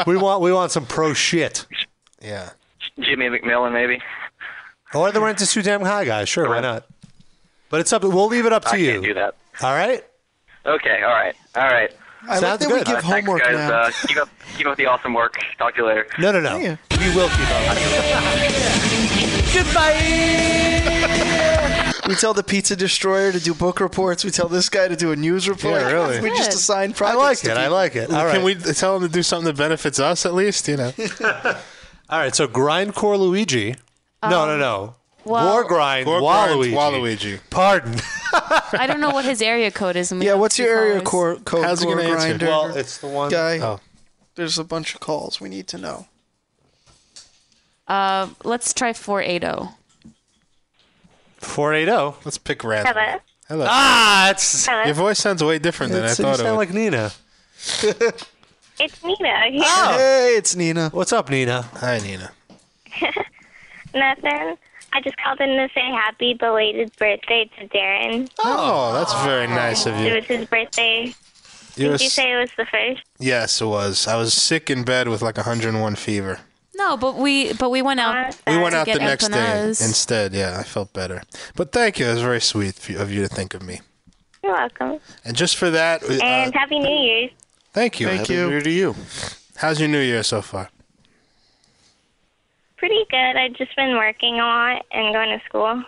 Speaker 3: we want we want some pro shit.
Speaker 7: Yeah.
Speaker 11: Jimmy McMillan, maybe.
Speaker 3: Or the rent is too damn high, guys. Sure, why not? But it's up we'll leave it up to
Speaker 11: I
Speaker 3: you.
Speaker 11: can't do that.
Speaker 3: All right?
Speaker 11: Okay. All right. All right.
Speaker 3: I like Sounds that we good. give
Speaker 11: Uh, thanks,
Speaker 3: homework
Speaker 11: guys.
Speaker 3: now.
Speaker 11: Uh, keep up, keep up the awesome work. Talk to you later.
Speaker 3: No no no. We will keep up.
Speaker 4: Goodbye. we tell the pizza destroyer to do book reports. We tell this guy to do a news report.
Speaker 7: Yeah, really.
Speaker 4: We just
Speaker 7: Good.
Speaker 4: assign projects. I like
Speaker 3: it. I like it. All
Speaker 7: Can
Speaker 3: right.
Speaker 7: we tell him to do something that benefits us at least? You know.
Speaker 3: All right, so Grindcore Luigi. no, no,
Speaker 4: Um,
Speaker 3: no. War Grind,
Speaker 7: Gore
Speaker 3: Waluigi.
Speaker 7: Grind, Waluigi.
Speaker 3: Pardon.
Speaker 5: I don't know what his area code is. And we
Speaker 4: Yeah,
Speaker 5: don't
Speaker 4: what's
Speaker 5: do
Speaker 4: your area
Speaker 5: callers.
Speaker 4: core, code?
Speaker 7: How's he
Speaker 4: core
Speaker 7: gonna answer?
Speaker 4: grinder
Speaker 7: Well, it's
Speaker 3: the one.
Speaker 4: Guy.
Speaker 7: Oh.
Speaker 4: There's a bunch of calls. We need to know.
Speaker 5: Uh, let's try four eight oh. zero.
Speaker 3: 480.
Speaker 7: Let's pick random. Hello.
Speaker 3: oh. Ah, it's
Speaker 14: Hello.
Speaker 7: your voice sounds way different than I
Speaker 3: It's- you
Speaker 7: thought it would.
Speaker 3: sound like Nina. Oh.
Speaker 14: It's Nina here.
Speaker 7: Oh.
Speaker 4: Hey, it's Nina.
Speaker 3: What's up, Nina?
Speaker 7: Hi, Nina.
Speaker 14: Nothing. I just called in to say happy belated birthday to Darren.
Speaker 7: Oh, that's very nice of
Speaker 14: It
Speaker 7: you.
Speaker 14: was his birthday.
Speaker 7: You're
Speaker 14: Did you
Speaker 7: s-
Speaker 14: say it was the first?
Speaker 7: Yes, it was. I was sick in bed with like 101 fever.
Speaker 5: No, but we but we went out.
Speaker 7: We went
Speaker 5: to
Speaker 7: out
Speaker 5: get
Speaker 7: the next day
Speaker 5: empanadas.
Speaker 7: instead. Yeah, I felt better. But thank you. It was very sweet of you- of you to think of me.
Speaker 14: You're welcome.
Speaker 7: And just for that, uh,
Speaker 14: and happy New Year's.
Speaker 7: thank you.
Speaker 14: Thank
Speaker 7: Happy
Speaker 14: you.
Speaker 7: New Year to you. How's your New Year so far?
Speaker 14: Pretty good. I've just been working a lot and going to school.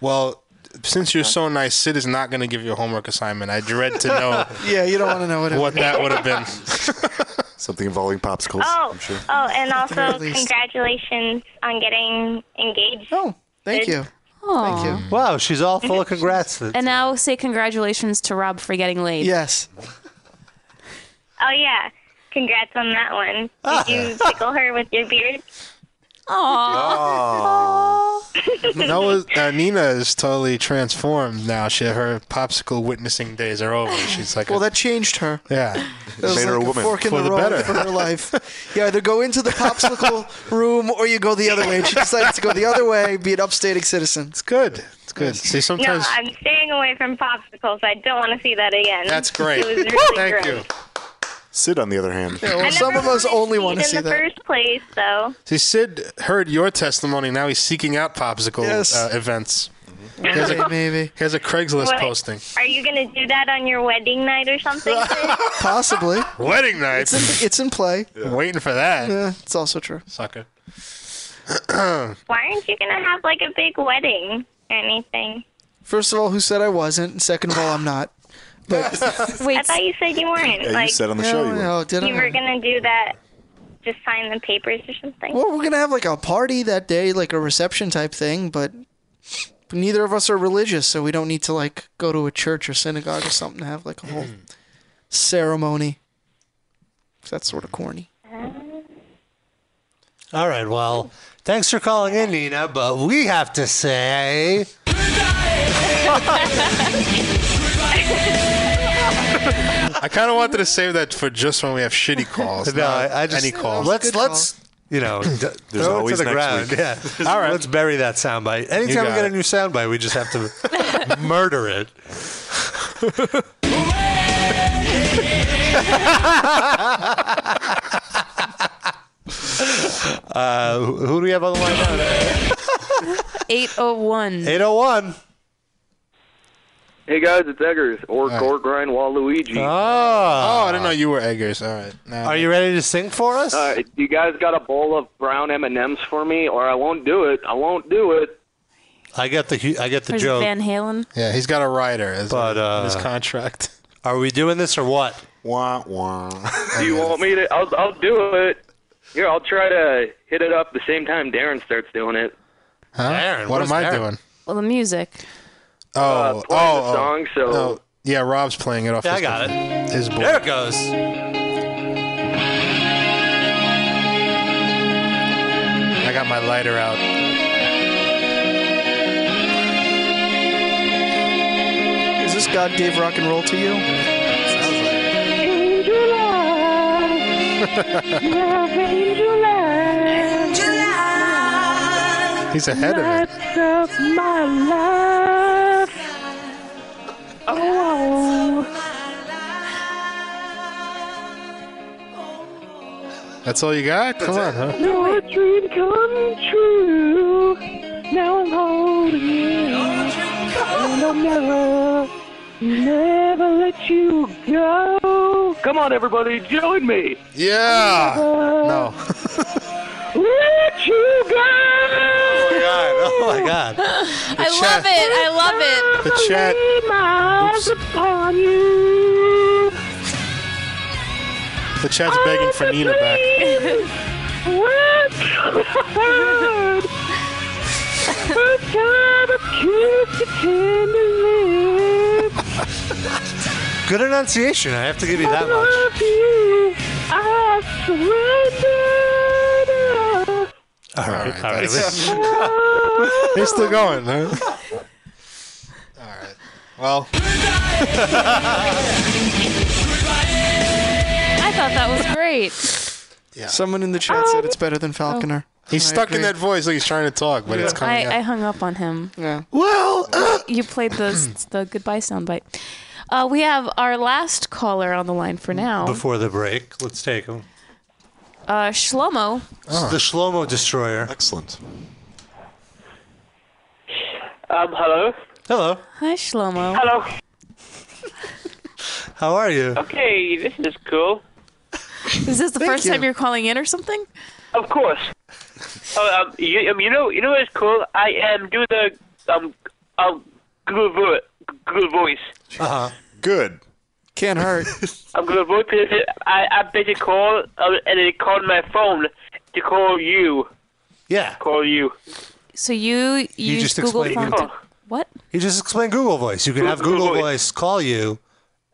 Speaker 7: Well, since you're so nice, Sid is not going to give you a homework assignment. I dread to know
Speaker 4: Yeah, you don't want to know what. it
Speaker 7: what
Speaker 4: is.
Speaker 7: that would have been.
Speaker 8: Something involving popsicles,
Speaker 14: Oh,
Speaker 8: I'm sure.
Speaker 14: oh, and
Speaker 4: At
Speaker 14: also
Speaker 4: the very least.
Speaker 14: congratulations on getting engaged.
Speaker 4: Oh,
Speaker 5: thank you. Aw.
Speaker 4: Thank you.
Speaker 3: Wow, she's all full of congrats.
Speaker 5: And now say congratulations to Rob for getting laid.
Speaker 4: Yes.
Speaker 14: Oh yeah, congrats on that one. Did you tickle her with your beard?
Speaker 7: Noah, uh, Nina is totally transformed now. She her popsicle witnessing days are over. She's like,
Speaker 4: Well,
Speaker 7: a-
Speaker 4: that changed her.
Speaker 7: yeah,
Speaker 4: It was like a fork in
Speaker 7: for
Speaker 4: the,
Speaker 7: the
Speaker 4: road
Speaker 7: better.
Speaker 4: for her life. You either go into the popsicle room or you go the other way. And she decided to go the other way, be an upstating citizen. It's
Speaker 7: good. It's good. See,
Speaker 14: No,
Speaker 7: sometimes
Speaker 14: I'm staying away from popsicles. I don't want to see that again.
Speaker 7: That's great.
Speaker 14: It was really
Speaker 7: Thank
Speaker 14: gross.
Speaker 7: you.
Speaker 8: Sid, on the other hand,
Speaker 14: I never
Speaker 4: some of us
Speaker 14: wanted
Speaker 4: only
Speaker 14: eat
Speaker 4: wanna
Speaker 14: in
Speaker 4: see
Speaker 14: the
Speaker 4: that.
Speaker 14: first place, though.
Speaker 7: see, Sid heard your testimony. Now he's seeking out popsicle
Speaker 4: Yes.
Speaker 7: uh, events.
Speaker 8: Mm-hmm.
Speaker 14: Mhm.
Speaker 7: Here's a,
Speaker 4: maybe
Speaker 7: here's a Craigslist
Speaker 14: What?
Speaker 7: posting.
Speaker 14: Are you gonna do that on your wedding night or something?
Speaker 4: Possibly.
Speaker 7: Wedding night.
Speaker 4: It's in, it's in play.
Speaker 7: Waiting for that.
Speaker 4: Yeah, it's also true.
Speaker 7: Sucker.
Speaker 14: Why aren't you gonna have like a big wedding or anything?
Speaker 4: First of all, who said I wasn't? And Second of all, I'm not. But
Speaker 14: I thought you said you weren't.
Speaker 4: Yeah, you
Speaker 14: like,
Speaker 4: said on the show you No, were. no, did I?
Speaker 14: were gonna do that. Just sign the papers or something.
Speaker 4: well, we're gonna have like a party that day, like a reception type thing. But neither of us are religious, so we don't need to like go to a church or synagogue or something to have like a whole ceremony. 'Cause That's sort of corny.
Speaker 3: All right. Well, thanks for calling in, Nina. But we have to say,
Speaker 7: I kind of wanted to save that for just when we have shitty calls.
Speaker 3: no,
Speaker 7: not
Speaker 3: I, I just
Speaker 7: any calls.
Speaker 3: Let's let's you know, d-
Speaker 7: There's
Speaker 3: throw it
Speaker 7: always
Speaker 3: to the
Speaker 7: next
Speaker 3: ground.
Speaker 7: week.
Speaker 3: Yeah. All right. Let's bury that soundbite. Anytime we
Speaker 7: got
Speaker 3: get a
Speaker 7: it.
Speaker 3: new soundbite, we just have to murder it. uh, who who do we have on the line now?
Speaker 5: 801.
Speaker 3: 801.
Speaker 15: Hey guys, it's Eggers or
Speaker 7: Hi.
Speaker 15: Gore Grind Waluigi.
Speaker 3: Ah.
Speaker 7: Oh, I didn't know you were Eggers. All right. Now,
Speaker 3: Are you ready to sing for us?
Speaker 15: Uh, you guys got a bowl of brown M and M's for me, or I won't do it. I won't do it.
Speaker 3: I get the hu- I get the
Speaker 5: Where's
Speaker 3: joke.
Speaker 5: Van Halen?
Speaker 7: Yeah, he's got a rider as
Speaker 3: but, uh,
Speaker 7: his contract.
Speaker 3: Are we doing this or what?
Speaker 8: Wah wah.
Speaker 15: Do you want me to? I'll I'll do it. Here, I'll try to hit it up the same time Darren starts doing it.
Speaker 7: Huh?
Speaker 15: Aaron, what
Speaker 7: what am
Speaker 15: is
Speaker 7: I
Speaker 15: Aaron?
Speaker 7: doing?
Speaker 5: Well, the music.
Speaker 3: Uh,
Speaker 7: Oh, oh,
Speaker 15: playing the
Speaker 7: oh.
Speaker 15: song, so-
Speaker 7: No. Yeah, Rob's playing it off.
Speaker 3: Yeah, I
Speaker 7: his
Speaker 3: got it.
Speaker 7: His board.
Speaker 3: There it goes.
Speaker 7: I got my lighter out.
Speaker 4: Is this God gave rock and roll to you?
Speaker 7: He's ahead of it.
Speaker 6: of my life. Oh.
Speaker 7: That's all you got? Come on, huh?
Speaker 6: Now a dream come true. Now I'm holding you. And I'll never, never let you go.
Speaker 15: Come on, everybody, join me.
Speaker 7: Yeah.
Speaker 6: No. let you go.
Speaker 3: Oh my god.
Speaker 5: I love it. I love it.
Speaker 7: The chat.
Speaker 6: Lay my eyes upon you.
Speaker 7: The chat's begging for Nina back.
Speaker 6: What God? First time I kissed your tender lips.
Speaker 3: Good enunciation. I have to give you that much.
Speaker 6: Love you. I surrender.
Speaker 3: All right. All right.
Speaker 7: He's still going, huh? All right. Well,
Speaker 5: I thought that was great.
Speaker 4: Someone in the chat said it's better than Falconer.
Speaker 7: he's
Speaker 4: I
Speaker 7: stuck in
Speaker 4: agree.
Speaker 7: that voice like he's trying to talk, but it's
Speaker 5: I,
Speaker 7: coming
Speaker 5: I
Speaker 7: out.
Speaker 5: hung up on him.
Speaker 4: Yeah.
Speaker 3: Well, uh,
Speaker 5: you played the the goodbye soundbite. Uh, we have our last caller on the line for now.
Speaker 3: Before the break, let's take him.
Speaker 5: Uh, Shlomo.
Speaker 3: The Shlomo Destroyer. Excellent.
Speaker 16: Um, hello.
Speaker 3: Hello.
Speaker 5: Hi, Shlomo.
Speaker 16: Hello.
Speaker 3: How are you?
Speaker 16: Okay, this is cool.
Speaker 5: Is this the
Speaker 16: Thank
Speaker 5: first
Speaker 16: you.
Speaker 5: time you're calling in or something?
Speaker 16: Of course. oh, um, you, um, you know, you know what's cool? I um, do the um, um, Google, vo- Google Voice.
Speaker 3: Uh huh.
Speaker 8: Good.
Speaker 4: Can't hurt.
Speaker 16: I'm gonna vote for this. I I bet you call um, and it called my phone to call you.
Speaker 3: Yeah.
Speaker 16: Call you.
Speaker 5: So you
Speaker 3: You
Speaker 5: use
Speaker 3: just
Speaker 5: Google
Speaker 3: explained
Speaker 5: Phone.
Speaker 3: it.
Speaker 5: To, what?
Speaker 3: You just explained Google Voice. You can have Google Voice call you,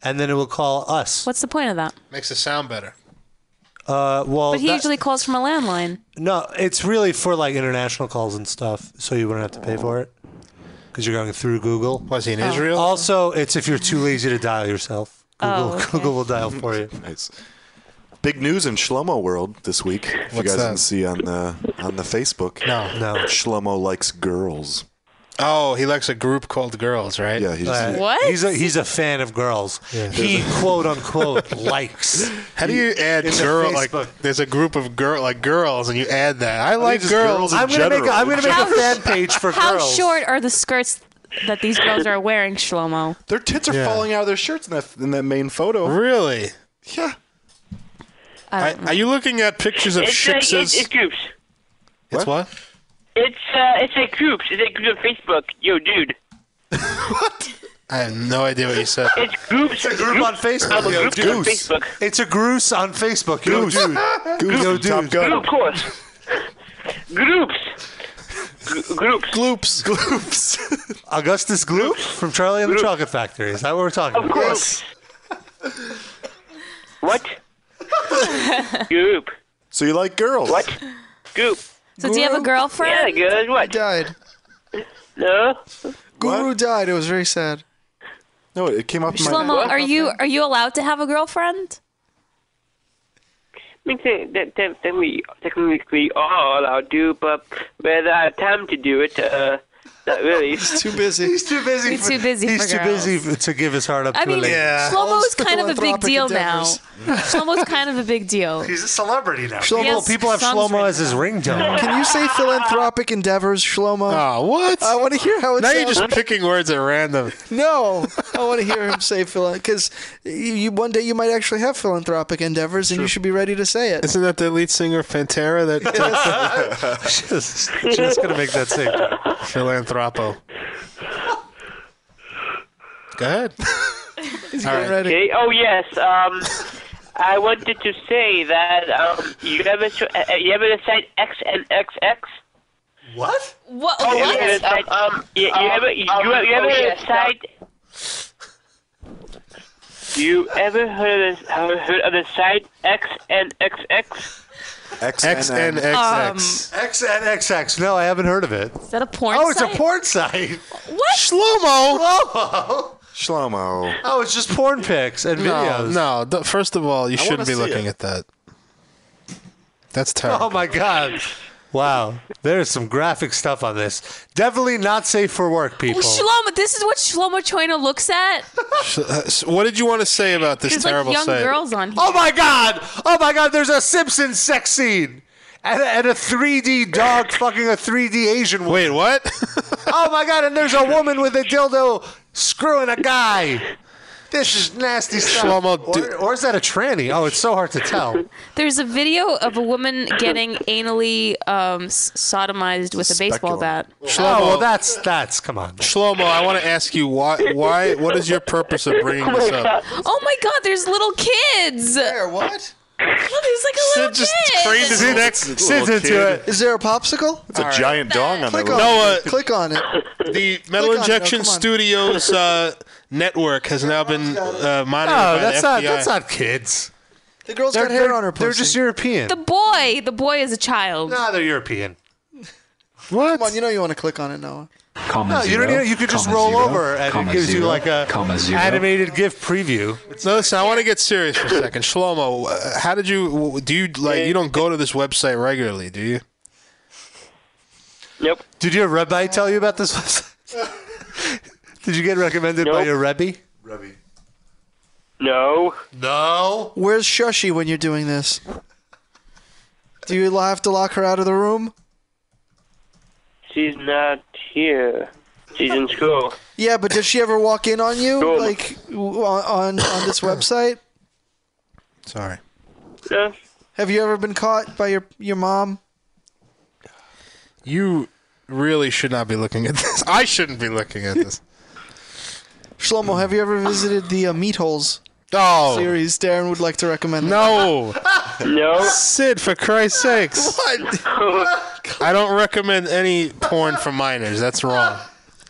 Speaker 3: and then it will call us.
Speaker 5: What's the point of that?
Speaker 7: Makes it sound better.
Speaker 3: Uh, well,
Speaker 5: but he
Speaker 3: that-
Speaker 5: usually calls from a landline.
Speaker 3: no, it's really for like international calls and stuff, so you wouldn't have to pay for it because you're going through Google.
Speaker 7: Was he in
Speaker 5: Oh. Israel?
Speaker 3: Also, it's if you're too lazy to dial yourself. Google,
Speaker 5: Oh, okay.
Speaker 3: Google will dial for you.
Speaker 8: Nice. Big news in Shlomo world this week. If you
Speaker 3: What's
Speaker 8: guys
Speaker 3: that?
Speaker 8: didn't see on the on the Facebook,
Speaker 7: No.
Speaker 3: no.
Speaker 8: Shlomo likes girls.
Speaker 7: Oh, he likes a group called Girls, right?
Speaker 8: Yeah, he's-
Speaker 3: Uh, He's a, he's a fan of girls. He quote unquote likes.
Speaker 7: How do you add
Speaker 3: In the
Speaker 7: girl?
Speaker 3: Facebook.
Speaker 7: Like, there's a group of girl, like girls, and you add that. I like
Speaker 3: just
Speaker 7: girls.
Speaker 3: girls in I'm gonna make a- general. I'm gonna make a How- fan page for
Speaker 5: How short are the skirts that these girls are wearing, Shlomo?
Speaker 8: Their tits are falling out of their shirts in that in that main photo.
Speaker 7: Really?
Speaker 8: Yeah.
Speaker 5: I
Speaker 7: Are you looking at pictures of
Speaker 16: It's, uh, it's,
Speaker 7: ships?
Speaker 16: it's groups.
Speaker 7: It's what?
Speaker 16: It's uh, it's a groups. It's a group on Facebook. Yo, dude.
Speaker 7: I have no idea what you said.
Speaker 16: It's groups. It's a group
Speaker 3: on Facebook.
Speaker 16: I'm a
Speaker 3: Yo,
Speaker 16: group on
Speaker 3: Goose.
Speaker 16: Facebook.
Speaker 3: It's a goose on Facebook. Yo,
Speaker 16: Goose.
Speaker 3: dude.
Speaker 16: Goose
Speaker 3: Yo,
Speaker 16: from Top
Speaker 3: dude.
Speaker 16: Gun. Of course. Groups. G- groups.
Speaker 7: Gloops.
Speaker 8: Gloops.
Speaker 3: Augustus Gloop from Charlie and the Chocolate Factory. Is that what we're talking
Speaker 16: Of
Speaker 3: about?
Speaker 16: course. what? Goop.
Speaker 8: So you like girls? What?
Speaker 16: Goop.
Speaker 5: So do you have a girlfriend?
Speaker 16: Yeah, good. What?
Speaker 4: died.
Speaker 16: No.
Speaker 4: Guru died. It was very sad.
Speaker 8: No, it came up.
Speaker 5: Shlomo, are you are you allowed to have a girlfriend?
Speaker 16: I mean, te- te- te- technically, technically all I'll do, but whether I have time to do it, uh, not really.
Speaker 4: He's too busy.
Speaker 3: He's too busy.
Speaker 5: He's too busy
Speaker 3: He's
Speaker 5: for
Speaker 3: too
Speaker 5: girls.
Speaker 3: busy f- to give his heart up
Speaker 5: I
Speaker 3: to a
Speaker 5: mean,
Speaker 3: lady.
Speaker 5: Shlomo is kind of a big
Speaker 4: philanthropic
Speaker 5: deal
Speaker 4: endeavors.
Speaker 5: now. Shlomo's kind of a big deal.
Speaker 3: He's a celebrity now.
Speaker 4: Shlomo, Yes,
Speaker 3: people have
Speaker 4: sounds
Speaker 3: Shlomo as his ringtone. Ah,
Speaker 4: Can you say philanthropic endeavors, Shlomo?
Speaker 7: Oh, what?
Speaker 4: I want to hear how it
Speaker 7: now
Speaker 4: sounds.
Speaker 7: you're just picking words at random.
Speaker 4: No, I want to hear him say philanthropic because you one day you might actually have philanthropic endeavors, and you should be ready to say it.
Speaker 7: Isn't that the lead singer of Pantera? That
Speaker 3: just, just gonna make that same
Speaker 7: philanthropo. Go ahead. All right.
Speaker 16: Okay. Oh yes. Um, I wanted to say that um, you ever s- uh, you ever decide X and XX?
Speaker 3: What?
Speaker 5: What?
Speaker 16: You ever
Speaker 5: what? Oh,
Speaker 16: decide? Um, you, you ever you, you ever decide? You ever heard of, uh, heard of the site X and XX?
Speaker 3: XNXX. XNXX. No, I haven't heard of it.
Speaker 5: Um, Is that a porn?
Speaker 3: oh, it's
Speaker 5: site?
Speaker 3: a porn site.
Speaker 5: What?
Speaker 7: Shlomo.
Speaker 3: Shlomo.
Speaker 8: Shlomo.
Speaker 3: Oh, it's just porn pics and
Speaker 7: No,
Speaker 3: videos.
Speaker 7: no. th- First of all, you
Speaker 3: I wanna
Speaker 7: shouldn't be
Speaker 3: see
Speaker 7: looking at
Speaker 3: it.
Speaker 7: that. That's terrible.
Speaker 3: Oh my god. Wow. There's some graphic stuff on this. Definitely not safe for work, people.
Speaker 5: Oh, Shlomo, this is what Shlomo Choina looks at.
Speaker 7: Sh- uh, s- What did you want to say about this
Speaker 5: There's like
Speaker 7: terrible
Speaker 5: young
Speaker 7: site?
Speaker 5: girls on here.
Speaker 3: Oh my god! Oh my god! There's a Simpson sex scene and a, and a 3D dog fucking a 3D Asian woman.
Speaker 7: Wait, what?
Speaker 3: oh my god! And there's a woman with a dildo screwing a guy. This is nasty stuff.
Speaker 7: Shlomo,
Speaker 3: or, or is that a tranny? Oh, it's so hard to tell.
Speaker 5: There's a video of a woman getting anally um, s- sodomized with a baseball bat.
Speaker 3: oh well, that's that's come on.
Speaker 7: Shlomo, I want to ask you why. Why? What is your purpose of bringing this up?
Speaker 5: Oh my God! There's little kids. There,
Speaker 4: what?
Speaker 5: there's like a little
Speaker 7: just
Speaker 5: kid.
Speaker 7: craned his neck.
Speaker 3: Sid's into it.
Speaker 4: Is there a popsicle?
Speaker 8: It's a giant dong on
Speaker 4: Click
Speaker 8: that
Speaker 4: on
Speaker 8: little-
Speaker 4: it. Click on it.
Speaker 7: The Metal
Speaker 4: Click on it, oh,
Speaker 7: Injection
Speaker 4: come on.
Speaker 7: Studios uh, network has now been uh, monitored by
Speaker 3: No,
Speaker 7: the
Speaker 3: that's not
Speaker 7: FBI.
Speaker 3: that's not kids.
Speaker 4: The girl's
Speaker 3: They're,
Speaker 4: got hair on her
Speaker 3: they're, they're
Speaker 4: pussy.
Speaker 3: just European.
Speaker 5: The boy, the boy is a child.
Speaker 3: Nah, they're European.
Speaker 7: What?
Speaker 4: Come on, you know you want to click on it, Noah.
Speaker 17: comma
Speaker 3: No, you
Speaker 17: zero,
Speaker 3: don't. need- You could just
Speaker 17: comma
Speaker 3: roll
Speaker 17: zero,
Speaker 3: over and
Speaker 17: comma
Speaker 3: it gives you
Speaker 17: zero,
Speaker 3: like a
Speaker 17: comma zero.
Speaker 3: animated GIF preview.
Speaker 7: No, listen. I want to get serious for a second, Shlomo. Uh, how did you? Do you like? You don't go to this website regularly, do you?
Speaker 16: Nope.
Speaker 3: Did your rabbi tell you about this website? Did you get recommended by
Speaker 16: Nope.
Speaker 3: your rebbe?
Speaker 16: No.
Speaker 3: No.
Speaker 4: Where's Shushy when you're doing this? Do you have to lock her out of the room?
Speaker 16: She's not here. She's in school.
Speaker 4: Yeah, but does she ever walk in on you,
Speaker 16: Sure.
Speaker 4: like w- on on, on this website?
Speaker 7: Sorry.
Speaker 16: Yeah.
Speaker 4: Have you ever been caught by your your mom?
Speaker 7: You really should not be looking at this. I shouldn't be looking at this.
Speaker 4: Shlomo, have you ever visited the uh, Meat Holes
Speaker 7: Oh
Speaker 4: series? Darren would like to recommend.
Speaker 7: no,
Speaker 16: No.
Speaker 7: Sid! For Christ's sakes,
Speaker 4: What?
Speaker 7: I don't recommend any porn for minors. That's wrong.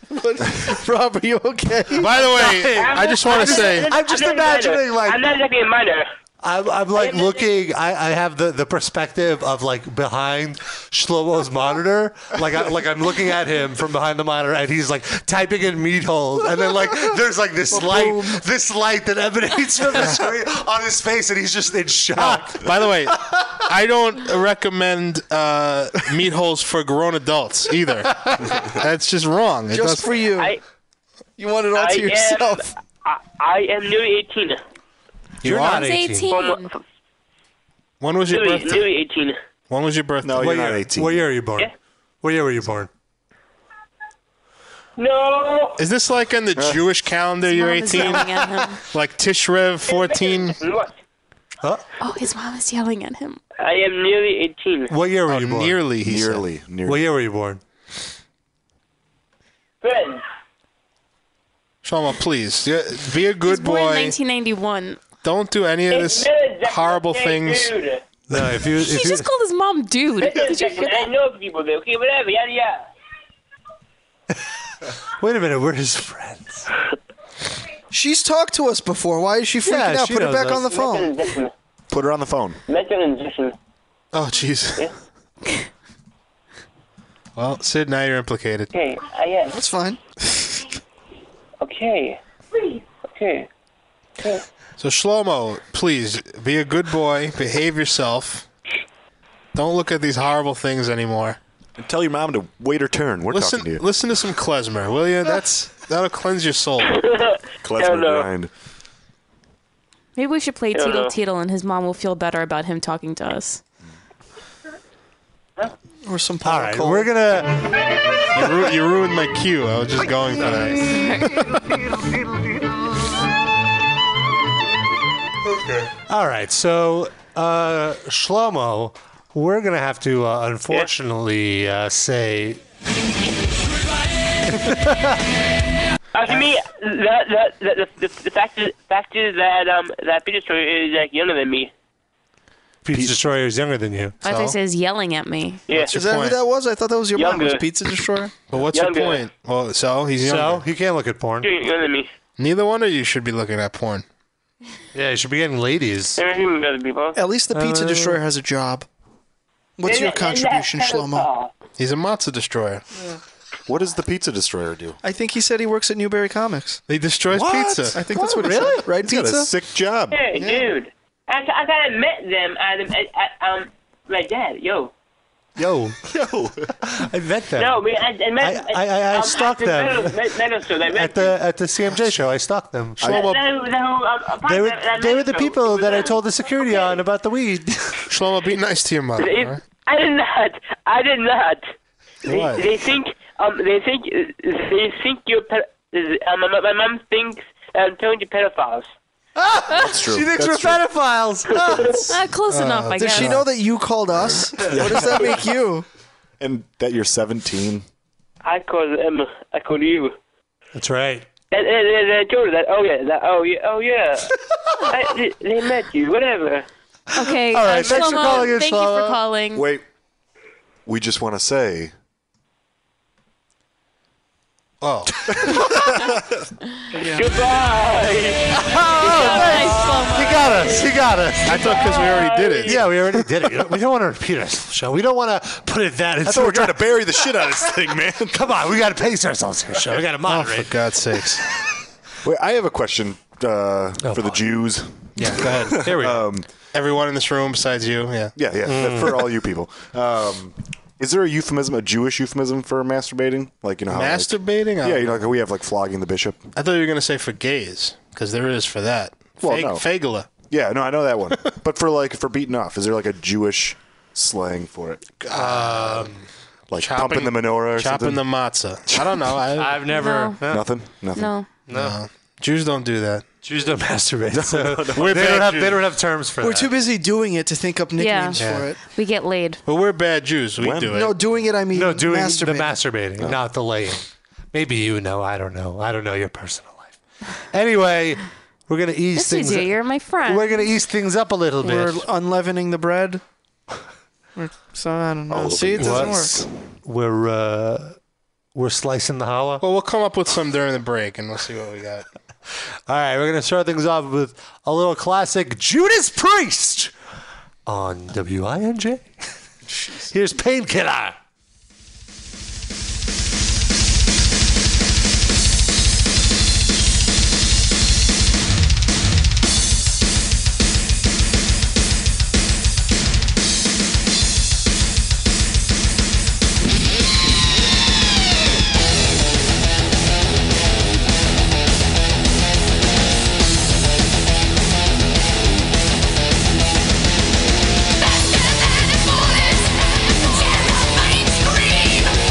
Speaker 4: What? Rob, are you okay?
Speaker 7: By the way, I just want to say
Speaker 3: I'm just
Speaker 16: not a minor.
Speaker 3: imagining like
Speaker 16: I'm not exactly a minor.
Speaker 3: I'm, I'm like looking. I, I have the, the perspective of like behind Shlomo's monitor. Like I, like I'm looking at him from behind the monitor, and he's like typing in meat holes, and then like there's like this light, this light that emanates from the screen on his face, and he's just in shock.
Speaker 7: Ah, By the way, I don't recommend uh, meat holes for grown adults either. That's just wrong. It does-
Speaker 16: I,
Speaker 4: you want it
Speaker 7: all to yourself.
Speaker 16: Am, I, I am nearly 18.
Speaker 7: You're not
Speaker 16: Mom's
Speaker 7: 18.
Speaker 16: Almost-
Speaker 7: When was your
Speaker 16: nearly,
Speaker 7: birthday?
Speaker 16: nearly 18.
Speaker 7: When was your birthday?
Speaker 16: No,
Speaker 3: what
Speaker 16: you're
Speaker 3: year,
Speaker 16: not 18.
Speaker 3: What year are you born?
Speaker 16: Yeah.
Speaker 3: What year were you born?
Speaker 16: No.
Speaker 7: Is this like in the Jewish calendar?
Speaker 5: His
Speaker 7: You're
Speaker 5: mom is
Speaker 7: 18,
Speaker 5: yelling at him.
Speaker 7: like Tishrev 14.
Speaker 5: Oh, his mom is yelling at him.
Speaker 16: I am nearly 18.
Speaker 3: What year
Speaker 16: Oh,
Speaker 3: were you born?
Speaker 7: Nearly,
Speaker 3: he Oh, nearly, nearly. What year were you born?
Speaker 16: Friends.
Speaker 7: Shlomo, please yeah, be a good
Speaker 5: Born in
Speaker 7: boy.
Speaker 5: 1991.
Speaker 7: Don't do any of this horrible things. Uh,
Speaker 3: No, if you
Speaker 5: He just called his mom dude. Did you hear
Speaker 16: I know people there. Okay, whatever. Yada yada.
Speaker 3: Wait a minute, we're his friend.
Speaker 4: She's talked to us before. Why is she freaking
Speaker 16: Yeah,
Speaker 4: out?
Speaker 16: she
Speaker 4: Put her
Speaker 16: knows
Speaker 4: back
Speaker 16: us.
Speaker 4: on the phone.
Speaker 8: Put her on the phone.
Speaker 7: Oh, jeez. Well, Sid, now you're implicated.
Speaker 16: Okay, I am.
Speaker 4: That's fine.
Speaker 16: Okay. Okay. Okay.
Speaker 7: So Shlomo, please be a good boy. Behave yourself. Don't look at these horrible things anymore.
Speaker 8: And tell your mom to wait her turn. We're
Speaker 7: listen,
Speaker 8: talking to you.
Speaker 7: Listen to some klezmer, will you? That's that'll cleanse your soul.
Speaker 8: Klezmer Hello. grind.
Speaker 5: Maybe we should play
Speaker 7: Yeah.
Speaker 5: Teetle Teetle and his mom will feel better about him talking to us.
Speaker 4: Or some
Speaker 3: All right, we're gonna.
Speaker 7: You, ru- you ruined my cue. I was just going for that.
Speaker 3: All right, so uh, Shlomo, we're gonna have to uh, unfortunately uh, say
Speaker 16: Uh, to me, the the, the, the, the fact is fact is that um that Peter Story is like younger than me.
Speaker 3: Pizza Destroyer is younger than you.
Speaker 5: I thought he says yelling at me.
Speaker 16: Yeah.
Speaker 7: What's your
Speaker 4: Is that
Speaker 7: point?
Speaker 4: who that was? I thought that was your mom.
Speaker 7: Younger.
Speaker 4: Was Pizza Destroyer.
Speaker 7: But what's your point? Well, so he's
Speaker 3: So?
Speaker 7: younger.
Speaker 3: he can't look at porn.
Speaker 16: Younger than me.
Speaker 7: Neither one of you should be looking at porn.
Speaker 3: Yeah, you should be getting ladies.
Speaker 16: They're younger than people.
Speaker 4: At least the Pizza
Speaker 7: Uh,
Speaker 4: Destroyer has a job. What's your contribution, Shlomo?
Speaker 7: He's a matzo destroyer.
Speaker 4: Yeah.
Speaker 8: What does the pizza destroyer do?
Speaker 4: I think he said he works at Newberry Comics.
Speaker 7: He destroys
Speaker 4: What?
Speaker 7: pizza.
Speaker 4: I think that's what he Really? said, right,
Speaker 8: He's got a
Speaker 4: pizza?
Speaker 8: sick job.
Speaker 16: Hey, dude. I, I kind of met them at, at, at um my dad. Yo.
Speaker 3: Yo, yo, I met them.
Speaker 16: No, we, I, I met.
Speaker 3: I- I- I
Speaker 16: um,
Speaker 3: stalked
Speaker 16: at
Speaker 3: them.
Speaker 16: the metal- metal show, they met
Speaker 3: at the at the CMJ show, I stalked them.
Speaker 16: That- that- that whole, um,
Speaker 3: They were,
Speaker 16: that- that
Speaker 3: they were
Speaker 16: metal
Speaker 3: the
Speaker 16: show.
Speaker 3: people that I told the security on about the weed.
Speaker 7: Shlomo, be nice to your mother.
Speaker 16: They- I did not. I did not.
Speaker 7: What?
Speaker 16: They, they think. Um. They think. They think you're. Pe- um, my, my mom thinks I'm telling you pedophiles.
Speaker 3: That's
Speaker 8: true.
Speaker 3: She thinks
Speaker 8: That's
Speaker 3: we're pedophiles.
Speaker 5: Ah, close enough, I
Speaker 4: Does
Speaker 5: guess.
Speaker 4: she know that you called us? What does that make you?
Speaker 8: And that you're 17.
Speaker 16: I call them. I call you.
Speaker 3: That's right.
Speaker 16: And, and, and I told her that. Oh yeah. That. Oh yeah. Oh yeah. I, they, they met you. Whatever.
Speaker 5: Okay.
Speaker 16: All
Speaker 5: uh,
Speaker 16: right, thanks for
Speaker 5: Shlomo,
Speaker 16: calling in,
Speaker 5: Thank you for
Speaker 16: Shlomo.
Speaker 5: calling.
Speaker 8: Wait. We just want to say.
Speaker 7: Oh.
Speaker 16: Oh,
Speaker 3: He got us. He got us.
Speaker 7: I thought because we already did it.
Speaker 3: Yeah, we already did it. We don't want to repeat ourselves. Sean. We don't want to put it that.
Speaker 8: I thought we were trying to bury the shit out of this thing, man.
Speaker 3: Come on, we got to pace ourselves here, Sean. We got to moderate.
Speaker 7: Oh, for God's sakes. Oh,
Speaker 8: Wait, I have a question uh, for the Jews.
Speaker 7: Yeah, go ahead.
Speaker 3: Here we Mm.
Speaker 8: go.
Speaker 7: Everyone in this room besides you. Yeah.
Speaker 8: Um, Yeah, yeah. For all you people. Um, is there a euphemism, a Jewish euphemism for masturbating? Like, you know, how, like-
Speaker 7: Masturbating?
Speaker 8: yeah, you know, like how we have like flogging the bishop.
Speaker 7: I thought you were gonna say for gays because there is for that.
Speaker 8: Well,
Speaker 7: Fag-
Speaker 8: no.
Speaker 7: Fagula.
Speaker 8: Yeah, no, I know that one. but for like for beating off, is there like a Jewish slang for it?
Speaker 3: Uh,
Speaker 7: Um,
Speaker 8: Like
Speaker 7: chopping-
Speaker 8: pumping the menorah or
Speaker 7: chopping
Speaker 8: something?
Speaker 7: the matzah. I don't know. I,
Speaker 3: I've never.
Speaker 8: Nothing. Nothing.
Speaker 5: No.
Speaker 7: No. Jews don't do that.
Speaker 3: Jews don't masturbate. so
Speaker 7: We're
Speaker 3: they
Speaker 7: bad
Speaker 3: don't have they
Speaker 7: Jews.
Speaker 3: don't have terms for
Speaker 4: We're
Speaker 3: that.
Speaker 4: too busy doing it to think up nicknames
Speaker 5: Yeah.
Speaker 4: for it.
Speaker 5: We get laid.
Speaker 7: But we're bad Jews. We
Speaker 3: When?
Speaker 7: do it.
Speaker 4: No, doing it. I mean,
Speaker 3: no, doing
Speaker 4: masturbating.
Speaker 3: the masturbating, not the laying. Maybe you know. I don't know. I don't know your personal life. Anyway, we're gonna ease
Speaker 5: Yes, you
Speaker 3: things.
Speaker 5: do. You're my friend.
Speaker 3: We're gonna ease things up a little bit.
Speaker 4: We're unleavening the bread. We're, so I don't
Speaker 3: Uh,
Speaker 4: know. See, it doesn't work.
Speaker 3: We're uh, we're slicing the hollow.
Speaker 7: Well, we'll come up with some during the break, and we'll see what we got.
Speaker 3: All right, we're going to start things off with a little classic Judas Priest on WINJ. Here's Painkiller.
Speaker 6: Jam of my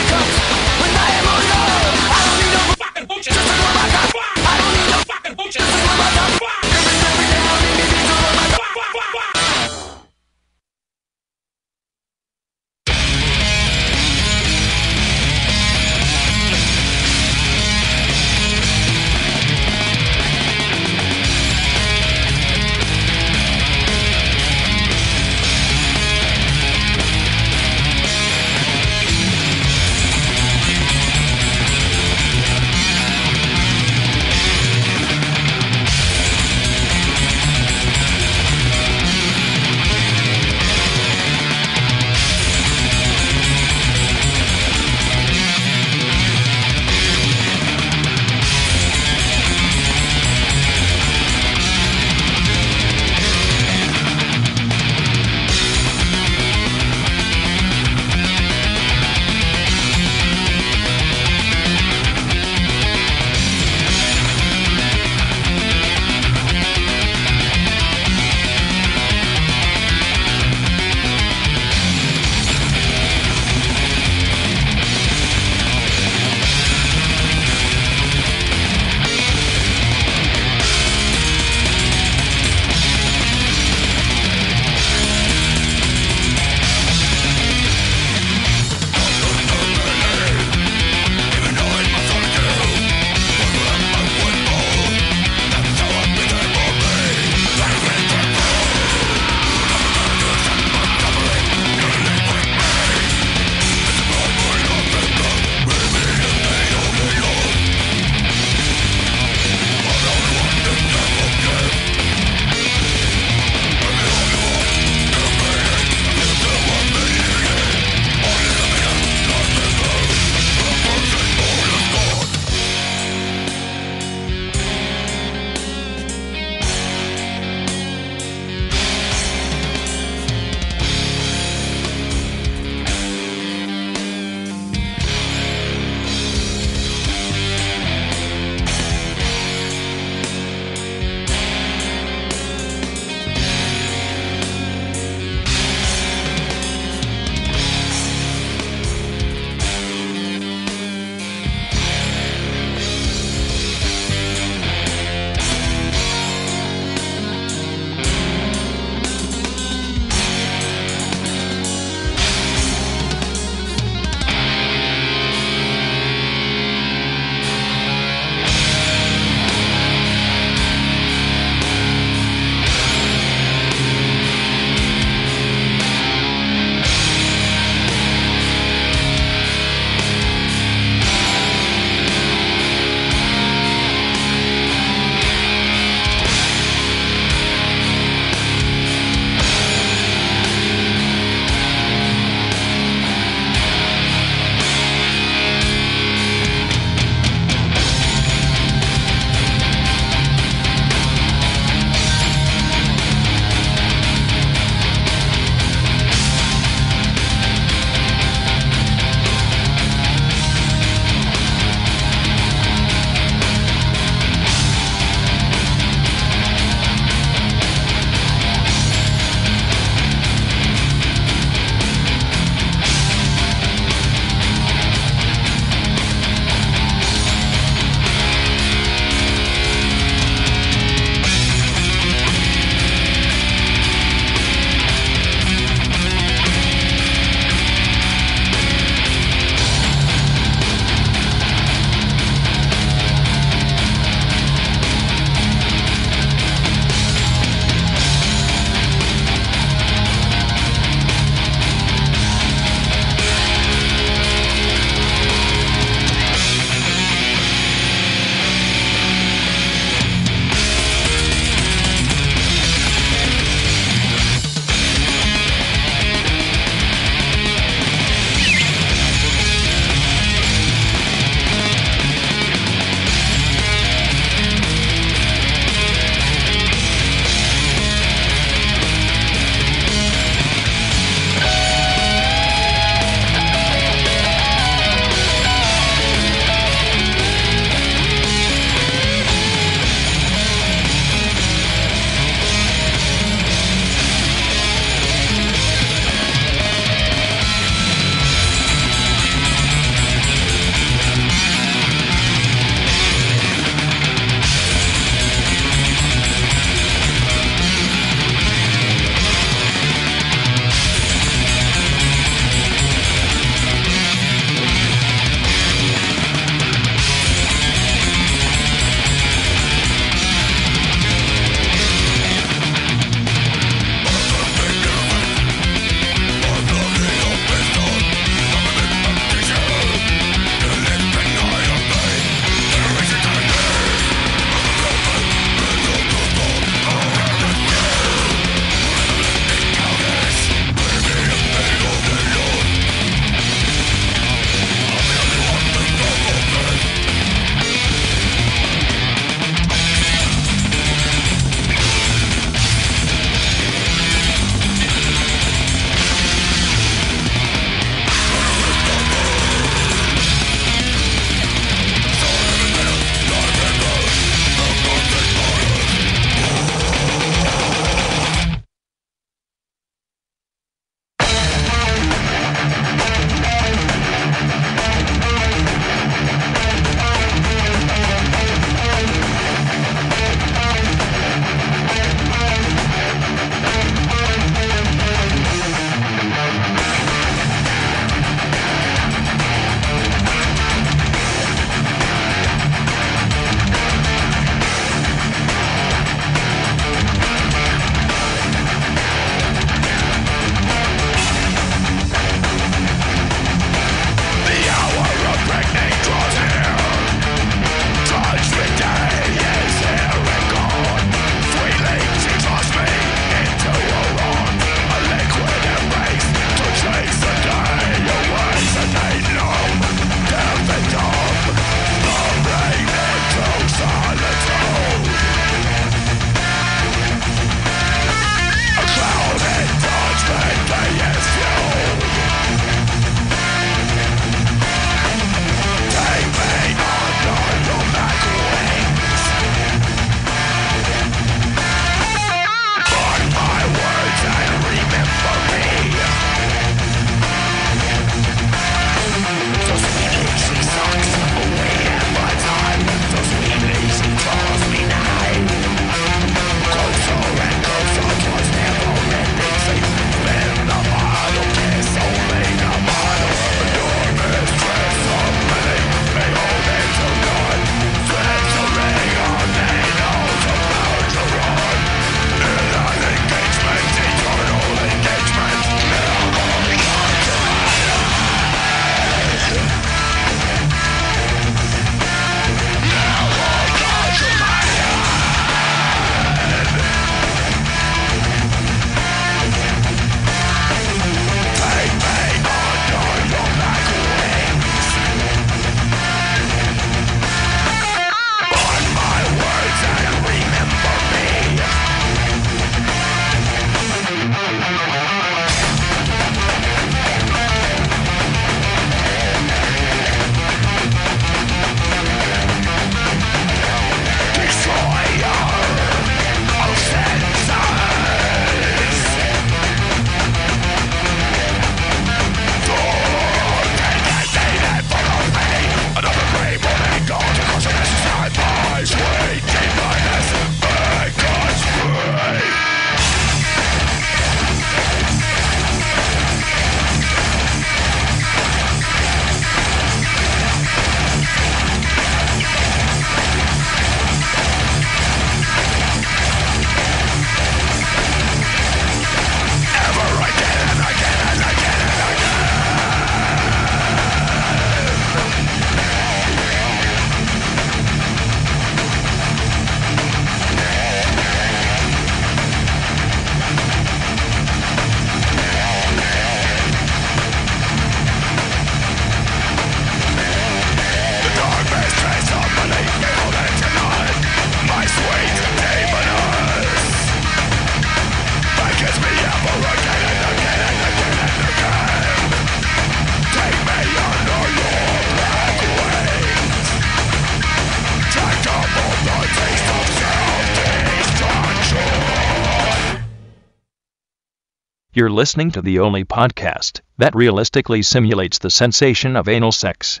Speaker 1: You're listening to the only podcast that realistically simulates the sensation of anal sex.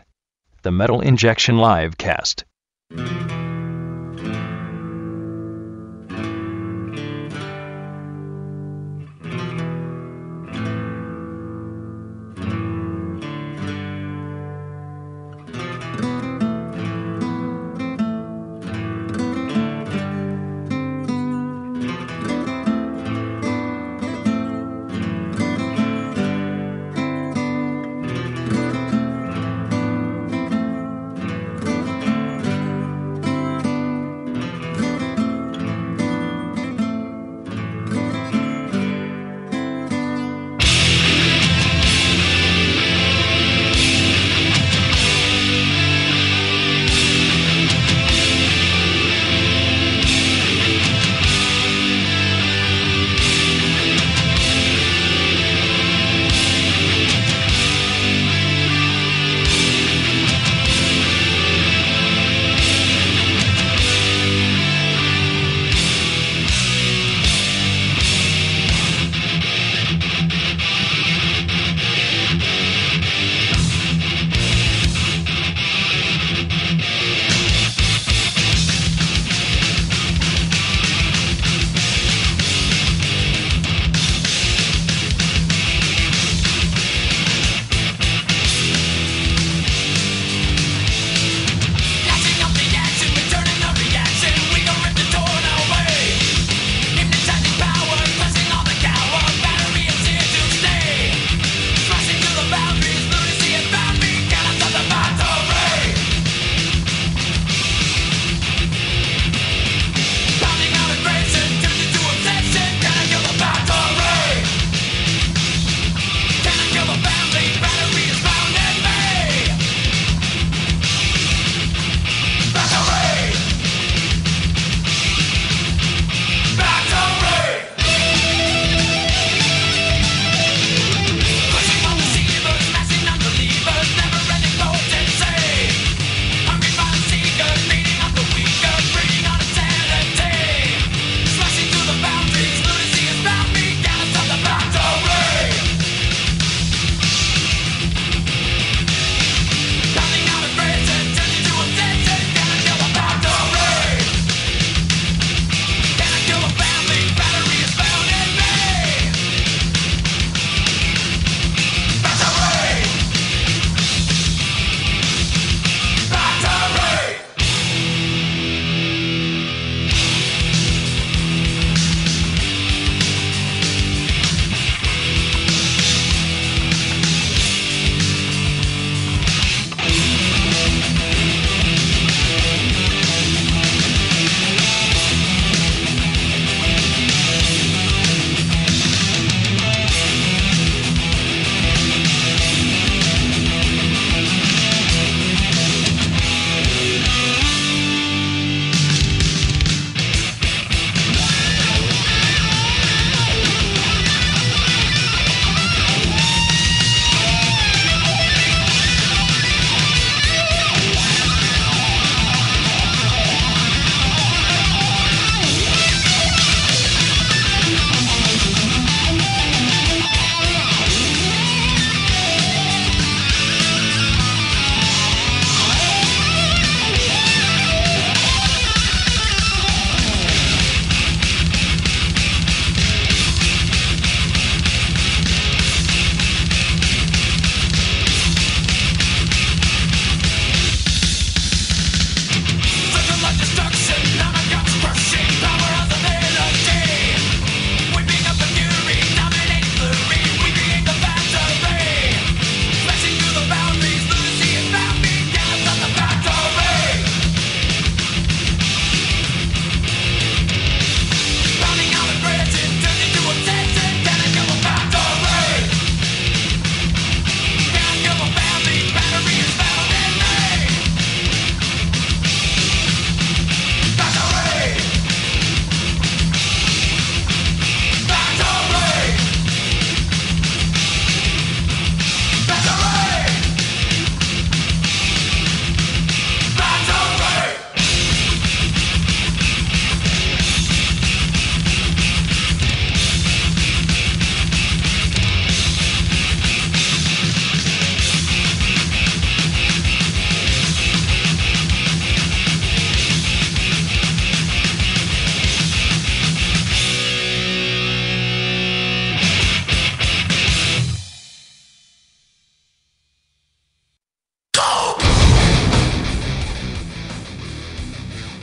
Speaker 1: The Metal Injection Live Cast.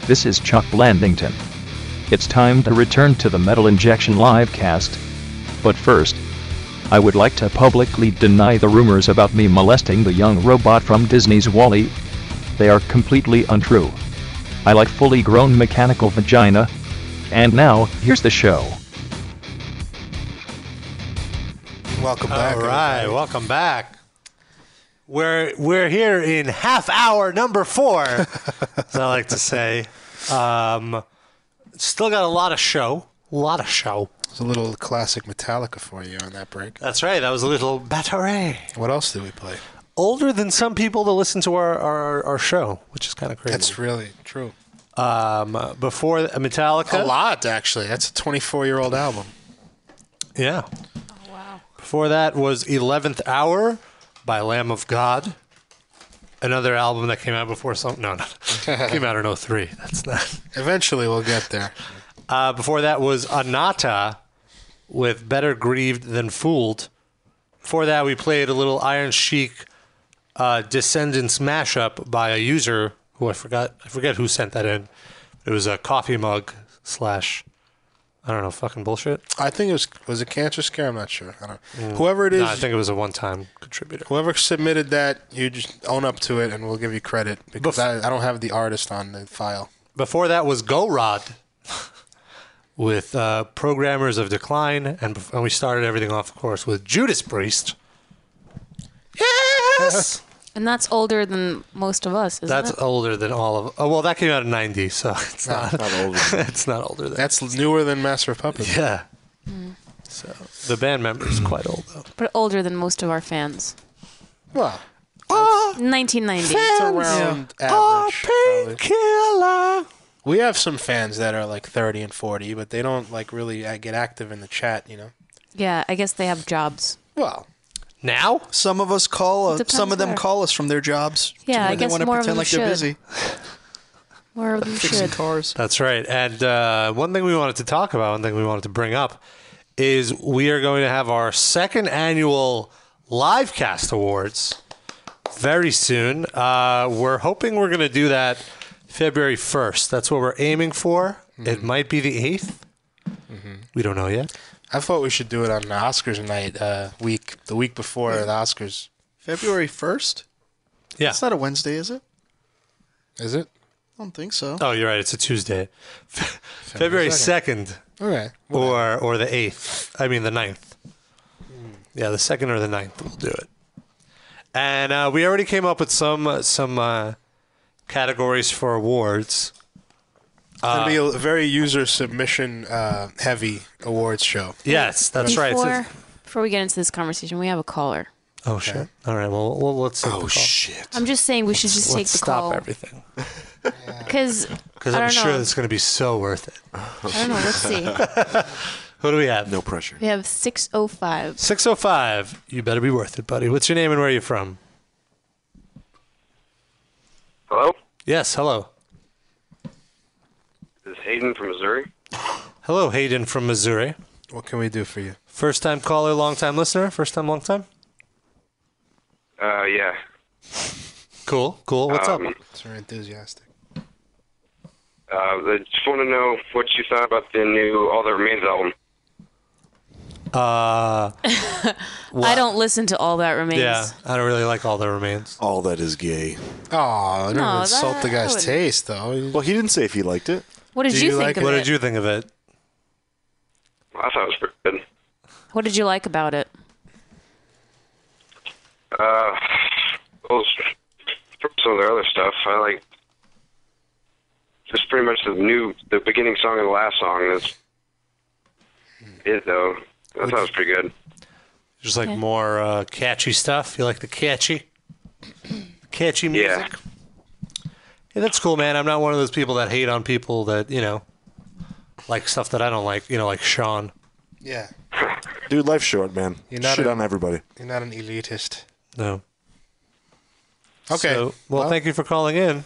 Speaker 1: This is Chuck Blandington. It's time to return to the Metal Injection livecast. But first, I would like to publicly deny the rumors about me molesting the young robot from Disney's Wally. They are completely untrue. I like fully grown mechanical vagina. And now, here's the show.
Speaker 7: Welcome back.
Speaker 3: All right, welcome back. We're we're here in half hour number four, as I like to say. Um, still got a lot of show, a lot of show.
Speaker 7: It's a little classic Metallica for you on that break.
Speaker 3: That's right. That was a little battery.
Speaker 7: What else did we play?
Speaker 3: Older than some people that listen to our our, our show, which is kind of crazy.
Speaker 7: That's really true.
Speaker 3: Um, uh, before uh, Metallica,
Speaker 7: A lot, actually. That's a 24 year old album.
Speaker 3: Yeah. wow. Before that was 11th Hour by Lamb of God. Another album that came out before some. No, no. came out in 03. That's not.
Speaker 7: Eventually we'll get there.
Speaker 3: Uh, before that was Anata with Better Grieved Than Fooled. Before that, we played a little Iron Sheik uh, Descendants mashup by a user who I forgot. I forget who sent that in. It was a coffee mug slash, I don't know, fucking bullshit.
Speaker 7: I think it was was it Cancer Scare? I'm not sure. I don't.
Speaker 3: Mm.
Speaker 7: Whoever it is,
Speaker 3: No, I think it was a one-time contributor.
Speaker 7: Whoever submitted that, you just own up to it, and we'll give you credit because I, I don't have the artist on the file.
Speaker 3: Before that was Go Rod with uh, Programmers of Decline, and, bef- and we started everything off, of course, with Judas Priest. Yes.
Speaker 5: And that's older than most of us, isn't
Speaker 3: That's
Speaker 5: it?
Speaker 3: older than all of. Oh well, that came out in '90, so it's
Speaker 7: No,
Speaker 3: not,
Speaker 7: it's not older
Speaker 3: it's not older than.
Speaker 7: That's newer than Master of Puppets.
Speaker 3: Yeah.
Speaker 5: Hmm.
Speaker 3: So the band member is quite old though.
Speaker 5: but older than most of our fans.
Speaker 7: Well,
Speaker 3: Ah,
Speaker 5: 1990.
Speaker 7: around average.
Speaker 3: Killer.
Speaker 7: We have some fans that are like 30 and 40, but they don't like really uh, get active in the chat. You know,
Speaker 5: Yeah, I guess they have jobs.
Speaker 7: Well,
Speaker 3: now
Speaker 4: some of us call. Uh,
Speaker 5: Depends
Speaker 4: some of them
Speaker 5: where.
Speaker 4: call us from their jobs.
Speaker 5: Yeah, I
Speaker 4: when they
Speaker 5: guess
Speaker 4: want to
Speaker 5: more of them
Speaker 4: pretend like they're
Speaker 5: should.
Speaker 4: busy.
Speaker 5: Where you
Speaker 4: Fixing
Speaker 5: should.
Speaker 4: cars.
Speaker 3: That's right. And uh, one thing we wanted to talk about, one thing we wanted to bring up, is we are going to have our second annual Livecast Awards very soon. Uh, we're hoping we're going to do that February 1st. That's what we're aiming for. It
Speaker 7: Mm-hmm.
Speaker 3: might be the 8th. We don't know yet.
Speaker 7: I thought we should do it on the Oscars night uh, week, the week before the Oscars.
Speaker 4: February first.
Speaker 3: Yeah.
Speaker 4: It's not a Wednesday, is it?
Speaker 7: Is it?
Speaker 4: I don't think so.
Speaker 3: Oh, you're right. It's a Tuesday. February 2nd.
Speaker 7: Okay.
Speaker 3: Or, or the 8th. I mean, the 9th. Yeah, the 2nd or the 9th. We'll do it. And uh, we already came up with some uh, some uh, categories for awards.
Speaker 7: It'll
Speaker 3: Uh,
Speaker 7: be a very user submission uh, heavy awards show.
Speaker 3: yes, that's right.
Speaker 5: before, Before we get into this conversation, we have a caller.
Speaker 3: oh, shit. All right. Well, well let's. take the call.
Speaker 5: I'm just saying we should
Speaker 3: Let's-
Speaker 5: just take
Speaker 3: let's
Speaker 5: the
Speaker 3: stop
Speaker 5: call.
Speaker 3: everything.
Speaker 5: Because
Speaker 3: Because
Speaker 5: I
Speaker 3: I'm
Speaker 5: don't
Speaker 3: sure
Speaker 5: know.
Speaker 3: it's going to be so worth it. I
Speaker 5: don't know, let's see.
Speaker 3: Who do we have? No pressure.
Speaker 5: We have 605.
Speaker 3: 605. You better be worth it, buddy. What's your name and where are you from?
Speaker 18: Hello,
Speaker 3: Yes, hello.
Speaker 18: this is Hayden from Missouri.
Speaker 3: Hello, Hayden from Missouri.
Speaker 7: What can we do for you?
Speaker 3: First time caller, long time listener. First time, long time.
Speaker 18: Uh, yeah.
Speaker 3: Cool, cool. What's
Speaker 18: Um,
Speaker 3: up?
Speaker 7: It's very enthusiastic.
Speaker 18: Uh, I just want to know what you thought about the new All That Remains album.
Speaker 3: Uh,
Speaker 5: I don't listen to All That Remains.
Speaker 3: yeah, I don't really like all that remains. All that is gay.
Speaker 7: Oh,
Speaker 5: don't No, insult that- the guy's I wouldn't-
Speaker 7: taste, though.
Speaker 8: Well, he didn't say if he liked it.
Speaker 5: What did Do you you think like of it? it?
Speaker 3: What did you think of it?
Speaker 18: I thought it was pretty good.
Speaker 5: What did you like about it?
Speaker 18: Uh, well, from some of their other stuff, I like just pretty much the new, the beginning song and the last song. That's it, though. I thought it was pretty good.
Speaker 3: Just like more uh, catchy stuff. You like the catchy, catchy music. Yeah. that's cool, man. I'm not one of those people that hate on people that you know like stuff that I don't like. You know, like Sean.
Speaker 7: Yeah.
Speaker 8: Dude, life's short, man.
Speaker 7: You're not
Speaker 8: Shit
Speaker 7: a-
Speaker 8: on everybody.
Speaker 7: You're not an elitist.
Speaker 3: No.
Speaker 7: Okay.
Speaker 3: So, well, thank you for calling in.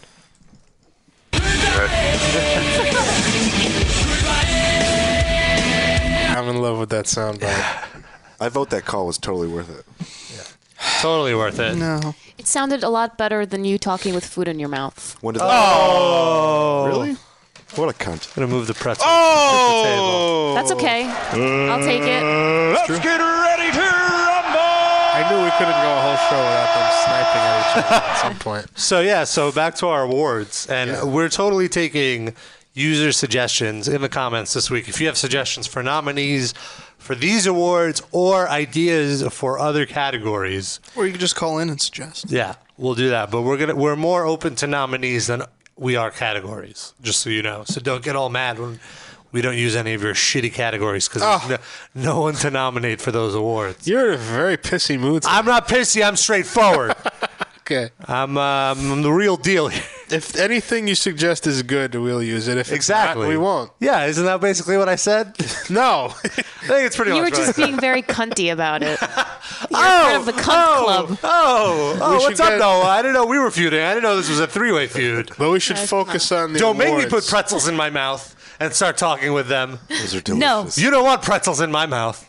Speaker 7: I'm in love with that sound bite.
Speaker 8: I vote that call was totally worth it.
Speaker 3: Totally worth it.
Speaker 4: No.
Speaker 5: It sounded a lot better than you talking with food in your mouth.
Speaker 8: When did
Speaker 3: Oh,
Speaker 8: really? What a cunt.
Speaker 3: I'm going to move the pretzel.
Speaker 5: Oh! That's okay. I'll take it.
Speaker 7: Uh, Let's get ready to rumble! I knew we couldn't go a whole show without them sniping at each other at some point.
Speaker 3: So yeah, so back to our awards, and we're totally taking user suggestions in the comments this week. If you have suggestions for nominees for these awards or ideas for other categories,
Speaker 4: Or you can just call in and suggest.
Speaker 3: yeah, we'll do that. But we're gonna we're more open to nominees than we are categories, just so you know. So don't get all mad when we don't use any of your shitty categories because no, no one to nominate for those awards.
Speaker 7: Oh. You're in a very pissy mood.
Speaker 3: I'm not pissy. I'm straightforward.
Speaker 7: okay.
Speaker 3: I'm, um, I'm the real deal here.
Speaker 7: If anything you suggest is good, we'll use it. If exactly, we won't.
Speaker 3: Yeah, isn't that basically what I said?
Speaker 7: no, I think
Speaker 3: it's pretty
Speaker 5: You were
Speaker 3: much
Speaker 5: just
Speaker 3: right.
Speaker 5: being very cunty about it. You're part of the cunt club.
Speaker 3: Oh, oh,
Speaker 5: We
Speaker 3: what's
Speaker 5: should
Speaker 3: up,
Speaker 5: get-
Speaker 3: Noah? I didn't know we were feuding. I didn't know this was a three-way feud.
Speaker 7: But we should That's focus on the
Speaker 3: Don't make me
Speaker 7: awards.
Speaker 3: put pretzels in my mouth and start talking with them.
Speaker 8: Those are
Speaker 3: No, you don't want pretzels in my mouth.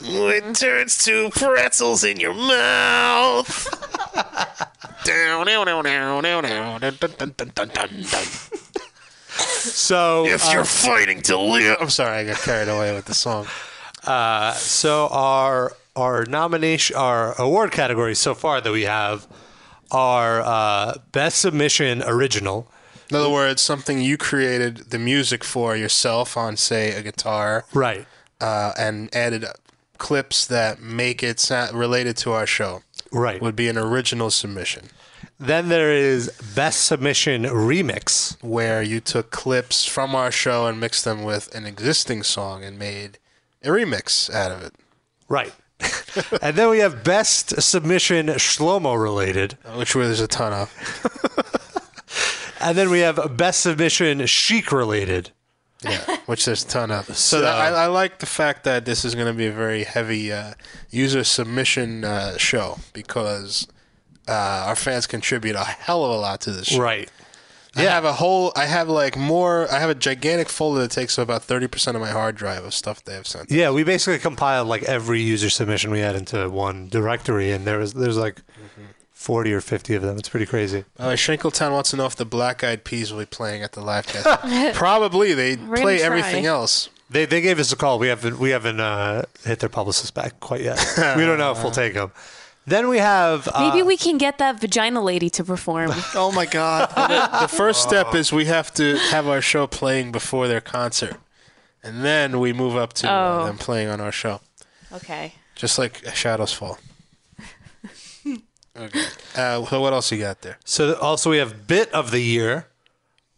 Speaker 12: It turns to pretzels in your mouth. down, down, down, down, down, down, dun, dun, dun, dun, dun, dun, dun.
Speaker 3: So
Speaker 12: If you're fighting to live-
Speaker 7: I'm sorry, I got carried away with the song.
Speaker 3: Uh, so our our nomination, our award categories so far that we have are uh, best submission original.
Speaker 7: In other words, something you created the music for yourself on, say, a guitar,
Speaker 3: right?
Speaker 7: Uh, and added clips that make it sound related to our show,
Speaker 3: right?
Speaker 7: Would be an original submission.
Speaker 3: Then there is best submission remix,
Speaker 7: where you took clips from our show and mixed them with an existing song and made a remix out of it.
Speaker 3: Right. and then we have best submission Shlomo related,
Speaker 7: which there's a ton of.
Speaker 3: and then we have best submission chic related.
Speaker 7: Yeah, which there's a ton of. So, that, I, I like the fact that this is going to be a very heavy uh, user submission uh, show because uh, our fans contribute a hell of a lot to this show.
Speaker 3: Right.
Speaker 7: I have a whole, I have like more, I have a gigantic folder that takes up about 30% of my hard drive of stuff they have sent.
Speaker 3: Yeah, we basically compiled like every user submission we had into one directory, and there was there's like
Speaker 7: Mm-hmm.
Speaker 3: forty or fifty of them. It's pretty crazy.
Speaker 7: Uh, Shankletown wants to know if the Black Eyed Peas will be playing at the live cast. Probably they
Speaker 3: gonna
Speaker 7: play
Speaker 3: try.
Speaker 7: everything else.
Speaker 3: They they gave us a call. We haven't we haven't uh, hit their publicist back quite yet. we don't know if we'll take them. Then we have uh,
Speaker 5: Maybe we can get that vagina lady to perform.
Speaker 4: oh my god.
Speaker 7: The first step is we have to have our show playing before their concert, and then we move up to uh,
Speaker 5: Oh.
Speaker 7: them playing on our show,
Speaker 5: Okay.
Speaker 7: just like Shadows Fall. okay. Uh, so what else you got there?
Speaker 3: So th- also we have bit of the year,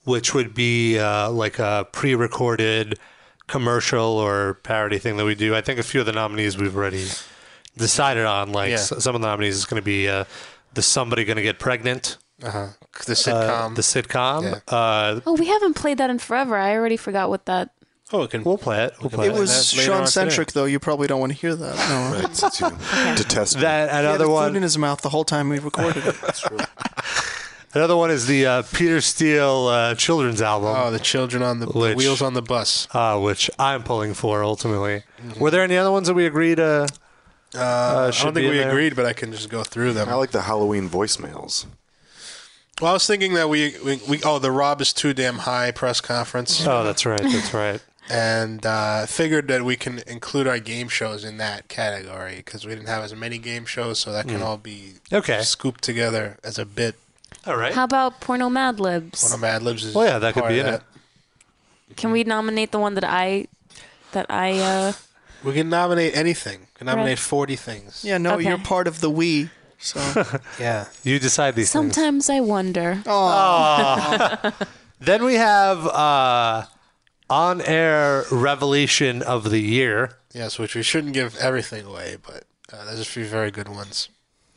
Speaker 3: which would be uh, like a pre-recorded commercial or parody thing that we do. I think a few of the nominees we've already decided on. Like
Speaker 7: Yeah.
Speaker 3: s- some of the nominees is going to be uh, the somebody going to get pregnant. Uh,
Speaker 7: Uh-huh. The sitcom.
Speaker 3: the sitcom. Uh,
Speaker 5: Oh, we haven't played that in forever. I already forgot what that.
Speaker 7: oh, it can,
Speaker 3: we'll play it. We'll play
Speaker 4: It was Sean centric, though. You probably don't want to hear that. No.
Speaker 8: Detest
Speaker 3: that
Speaker 4: He had
Speaker 3: another
Speaker 4: the
Speaker 3: one.
Speaker 4: Food in his mouth the whole time we recorded it.
Speaker 3: Another one is the uh, Peter Steele uh, children's album. Oh,
Speaker 7: the children on the Wheels on the bus, Mm-hmm.
Speaker 3: uh, which I'm pulling for ultimately. Were there any other ones that we agreed? Uh,
Speaker 7: Uh, I
Speaker 3: should
Speaker 7: don't
Speaker 3: be
Speaker 7: think
Speaker 3: in
Speaker 7: we
Speaker 3: there?
Speaker 7: agreed, but I can just go through them.
Speaker 8: I like the Halloween voicemails.
Speaker 7: Well, I was thinking that we, we, we oh the Rob is too damn high press conference.
Speaker 3: Oh, that's right. That's right.
Speaker 7: and uh, figured that we can include our game shows in that category because we didn't have as many game shows, so that can
Speaker 3: Mm.
Speaker 7: all be
Speaker 3: Okay.
Speaker 7: scooped together as a bit.
Speaker 3: All right.
Speaker 5: How about porno Mad Libs?
Speaker 7: One of Mad Libs is.
Speaker 3: Well, yeah, that could
Speaker 7: part
Speaker 3: be
Speaker 7: of
Speaker 3: in it.
Speaker 5: Can we nominate the one that I that I uh
Speaker 7: We can nominate anything. We can nominate
Speaker 5: Right.
Speaker 7: forty things.
Speaker 4: Yeah, no,
Speaker 5: Okay.
Speaker 4: you're part of the we. So
Speaker 7: yeah,
Speaker 3: you decide these things.
Speaker 5: Sometimes I wonder.
Speaker 8: Oh,
Speaker 3: Aw. Then we have uh, on air revelation of the year.
Speaker 7: Yes, which we shouldn't give everything away, but uh, there's a few very good ones.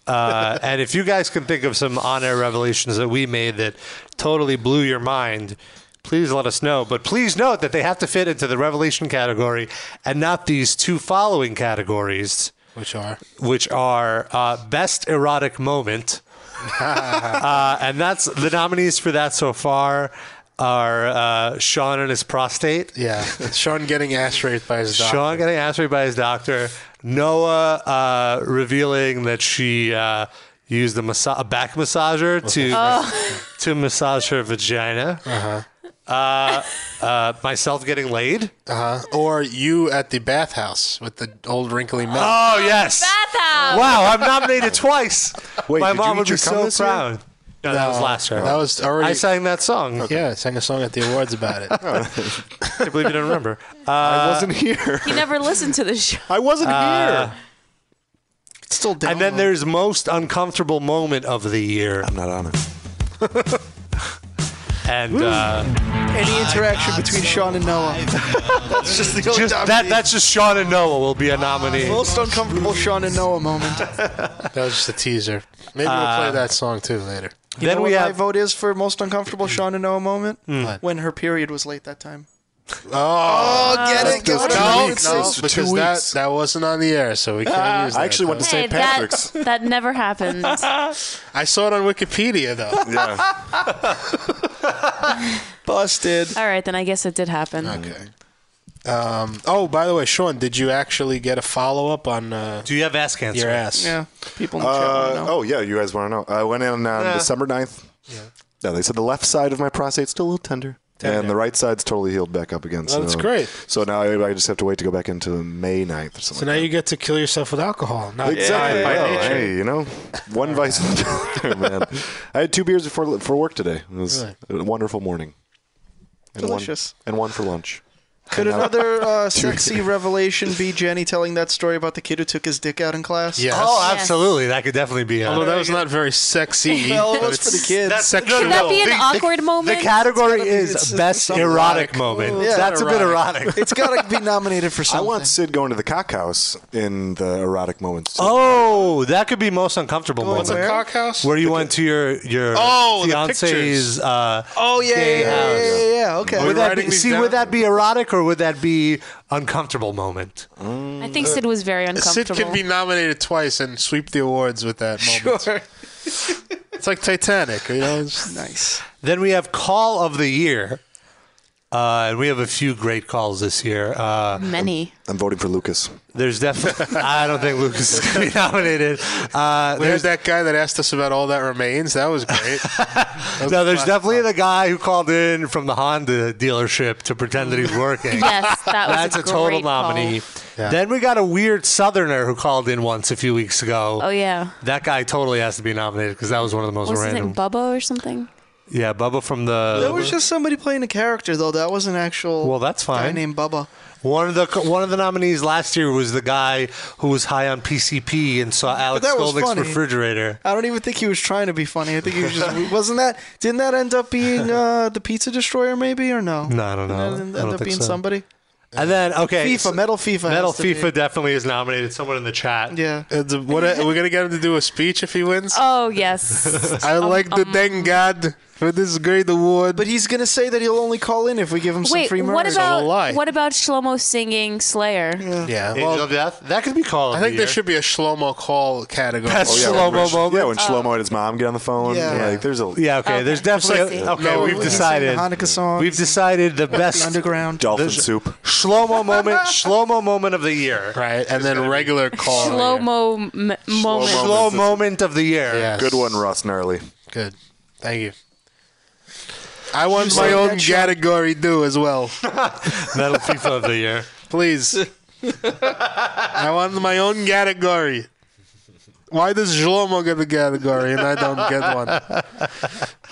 Speaker 3: Uh, and if you guys can think of some on air revelations that we made that totally blew your mind, please let us know. But please note that they have to fit into the revelation category and not these two following categories,
Speaker 7: which are
Speaker 3: which are uh, best erotic moment. uh, and that's the nominees for that so far are uh, Sean and his prostate.
Speaker 7: Yeah, Sean getting ass raped by his doctor.
Speaker 3: Sean getting asked by his doctor. Noah uh, revealing that she uh, used a, massa- a back massager to
Speaker 5: Oh.
Speaker 3: to massage her vagina. Uh-huh. Uh, uh, myself getting laid.
Speaker 7: Uh-huh. Or you at the bathhouse with the old wrinkly man.
Speaker 3: Oh yes.
Speaker 5: Bathhouse.
Speaker 3: Wow, I'm nominated twice.
Speaker 7: Wait,
Speaker 3: my
Speaker 7: did you
Speaker 3: mom
Speaker 7: eat
Speaker 3: would
Speaker 7: your
Speaker 3: be
Speaker 7: cum
Speaker 3: so
Speaker 7: this year?
Speaker 3: proud. No, that was
Speaker 7: No,
Speaker 3: last year.
Speaker 7: That was already.
Speaker 3: I sang that song. Oh.
Speaker 7: Yeah, I sang a song at the awards about it.
Speaker 3: I believe you don't remember. Uh, I
Speaker 8: wasn't here.
Speaker 5: He never listened to the show.
Speaker 8: I wasn't
Speaker 3: Uh,
Speaker 4: Still down.
Speaker 3: And then there's most uncomfortable moment of the year. I'm
Speaker 8: not on it.
Speaker 3: and uh,
Speaker 4: Any interaction between Sean and Noah. that's just the only
Speaker 3: just
Speaker 4: time
Speaker 3: that,
Speaker 4: he-
Speaker 3: that's just Sean and Noah will be a nominee.
Speaker 4: most uncomfortable Sean and Noah moment.
Speaker 7: that was just a teaser. Maybe we'll
Speaker 3: Uh,
Speaker 7: play that song too later.
Speaker 4: You know what my vote is for most uncomfortable Sean and Noah moment?
Speaker 7: Hmm. What?
Speaker 4: When her period was late that time.
Speaker 7: Oh,
Speaker 4: Oh, get it,
Speaker 7: Those
Speaker 4: get it.
Speaker 7: two
Speaker 4: No,
Speaker 7: weeks.
Speaker 4: no,
Speaker 7: Those
Speaker 4: two
Speaker 7: because
Speaker 4: weeks.
Speaker 7: that that wasn't on the air, so we can't
Speaker 8: Ah,
Speaker 7: use
Speaker 8: I
Speaker 7: that.
Speaker 8: actually went to
Speaker 5: Hey, that, that never happened.
Speaker 7: I saw it on Wikipedia though.
Speaker 8: yeah.
Speaker 4: Busted.
Speaker 5: All right, then I guess it did happen.
Speaker 3: Ah,
Speaker 7: Okay. Um, oh, by the way, Sean, did you actually get a follow up on? Uh,
Speaker 3: Do you have ass cancer?
Speaker 7: Your ass.
Speaker 4: Yeah. People in the chat want to
Speaker 8: Uh,
Speaker 4: know.
Speaker 8: oh yeah, you guys want to know? I went in on
Speaker 4: Yeah.
Speaker 8: December 9th. Yeah. No, they said the left side of my prostate's still a little tender. And the right side's totally healed back up again.
Speaker 7: Oh,
Speaker 8: so
Speaker 7: that's great.
Speaker 8: So now I, I just have to wait to go back into May 9th
Speaker 4: oh.
Speaker 8: or something.
Speaker 7: So now you get to kill yourself with alcohol. Not
Speaker 8: Exactly.
Speaker 7: die by
Speaker 8: Well,
Speaker 7: nature.
Speaker 8: hey, you know, one vice after another, man. I had two beers before for work today. It was a wonderful morning. And one-
Speaker 4: Delicious.
Speaker 8: and one for lunch.
Speaker 4: Could
Speaker 8: And now-
Speaker 4: another uh,
Speaker 8: Two-
Speaker 4: sexy revelation be Jenny telling that story about the kid who took his dick out in class?
Speaker 3: Yes. Oh, absolutely. That could definitely be. A,
Speaker 7: Although that was not very sexy.
Speaker 4: Well, it
Speaker 7: but
Speaker 4: was for
Speaker 7: it's
Speaker 4: the kids.
Speaker 7: that's Sexual.
Speaker 5: Could that be an
Speaker 3: The- the-
Speaker 5: awkward
Speaker 3: the
Speaker 5: moment?
Speaker 3: category is best erotic, moment.
Speaker 4: Yeah.
Speaker 3: That's a bit
Speaker 4: Erotic.
Speaker 3: erotic.
Speaker 4: it's got to be nominated for
Speaker 8: I
Speaker 4: something.
Speaker 8: want Sid going to the cock house in the erotic moments. too.
Speaker 3: Oh, that could be most uncomfortable
Speaker 8: What's
Speaker 3: moment.
Speaker 8: a
Speaker 7: cock house?
Speaker 3: Where you went to your your
Speaker 7: Oh, the
Speaker 3: fiance's
Speaker 7: pictures.
Speaker 3: uh,
Speaker 4: Oh yeah,
Speaker 3: gay
Speaker 4: yeah, yeah,
Speaker 3: house.
Speaker 4: yeah, yeah, yeah. Okay.
Speaker 3: Would that be,
Speaker 7: these
Speaker 3: see,
Speaker 7: down?
Speaker 3: would that be erotic or would that be uncomfortable moment?
Speaker 4: Mm.
Speaker 5: I think Sid was very
Speaker 7: Sid
Speaker 5: uncomfortable.
Speaker 7: can be nominated twice and sweep the awards with that moment. Sure. it's like Titanic, you know. It's
Speaker 4: nice.
Speaker 3: Then we have call of the year, uh, and we have a few great calls this year. Uh,
Speaker 5: Many.
Speaker 8: I'm voting for Lucas.
Speaker 3: there's definitely. I don't think Lucas is going to be nominated. Uh,
Speaker 7: There's that guy that asked us about all that remains. That was great.
Speaker 3: no, there's definitely the guy who called in from the Honda dealership to pretend that he's working.
Speaker 5: yes, that was
Speaker 3: That's a,
Speaker 5: a,
Speaker 3: total
Speaker 5: great call.
Speaker 3: nominee. Then we got a weird Southerner who called in once a few weeks ago.
Speaker 5: Oh yeah.
Speaker 3: That guy totally has to be nominated because that was one of the most
Speaker 5: What was his
Speaker 3: random.
Speaker 5: name? Bubba or something?
Speaker 3: yeah, Bubba from the.
Speaker 4: That was just somebody playing a character, though. That was an actual
Speaker 3: Well, that's
Speaker 4: guy
Speaker 3: fine.
Speaker 4: named Bubba.
Speaker 3: One of the one of the nominees last year was the guy who was high on PCP and saw Alex
Speaker 4: that was
Speaker 3: Golnick's
Speaker 4: funny.
Speaker 3: refrigerator.
Speaker 4: I don't even think he was trying to be funny. I think he was just wasn't that. Didn't that end up being uh, the Pizza Destroyer, maybe, or no?
Speaker 3: No, I don't know.
Speaker 4: Didn't that end,
Speaker 3: I don't
Speaker 4: up
Speaker 3: think
Speaker 4: being
Speaker 3: so.
Speaker 4: somebody.
Speaker 3: And then okay,
Speaker 4: FIFA, Metal FIFA.
Speaker 3: Metal
Speaker 4: has to be.
Speaker 3: FIFA definitely is nominated. Someone in the chat.
Speaker 4: Yeah.
Speaker 7: It's a- what we're gonna get him to do a speech if he wins.
Speaker 5: Oh yes.
Speaker 7: I like
Speaker 4: um,
Speaker 7: to thank God for this great award.
Speaker 4: But he's gonna say that he'll only call in if we give him some
Speaker 5: Wait,
Speaker 4: free merch.
Speaker 5: what about
Speaker 7: lie.
Speaker 5: what about Shlomo singing Slayer?
Speaker 7: yeah,
Speaker 3: Angel
Speaker 7: well,
Speaker 3: of Death. That could be called.
Speaker 7: I think there should be a Shlomo call category.
Speaker 3: Best
Speaker 8: Oh, yeah,
Speaker 3: Shlomo
Speaker 8: when, Sh-
Speaker 3: moment. Oh.
Speaker 8: Yeah, when Shlomo and his mom get on the phone.
Speaker 4: Yeah.
Speaker 8: Like, there's a
Speaker 3: Yeah. Okay. There's definitely.
Speaker 5: Just
Speaker 3: okay.
Speaker 7: no,
Speaker 3: we've
Speaker 7: we can
Speaker 3: decided.
Speaker 4: The Hanukkah song.
Speaker 3: We've decided the
Speaker 4: the
Speaker 3: best
Speaker 4: underground.
Speaker 8: dolphin
Speaker 3: There's-
Speaker 8: soup.
Speaker 3: Shlomo moment. Shlomo moment of the year.
Speaker 7: right, and then regular call.
Speaker 5: Shlomo m- moment.
Speaker 3: Shlomo moment of the year.
Speaker 7: Yes.
Speaker 8: Good one, Ross Gnarly.
Speaker 7: Good. Thank you. I want my
Speaker 4: said
Speaker 7: own
Speaker 4: that, Sean.
Speaker 7: category due as well.
Speaker 3: Metal FIFA of the year.
Speaker 7: Please. I want my own category. Why does Shlomo get the category and I don't get one?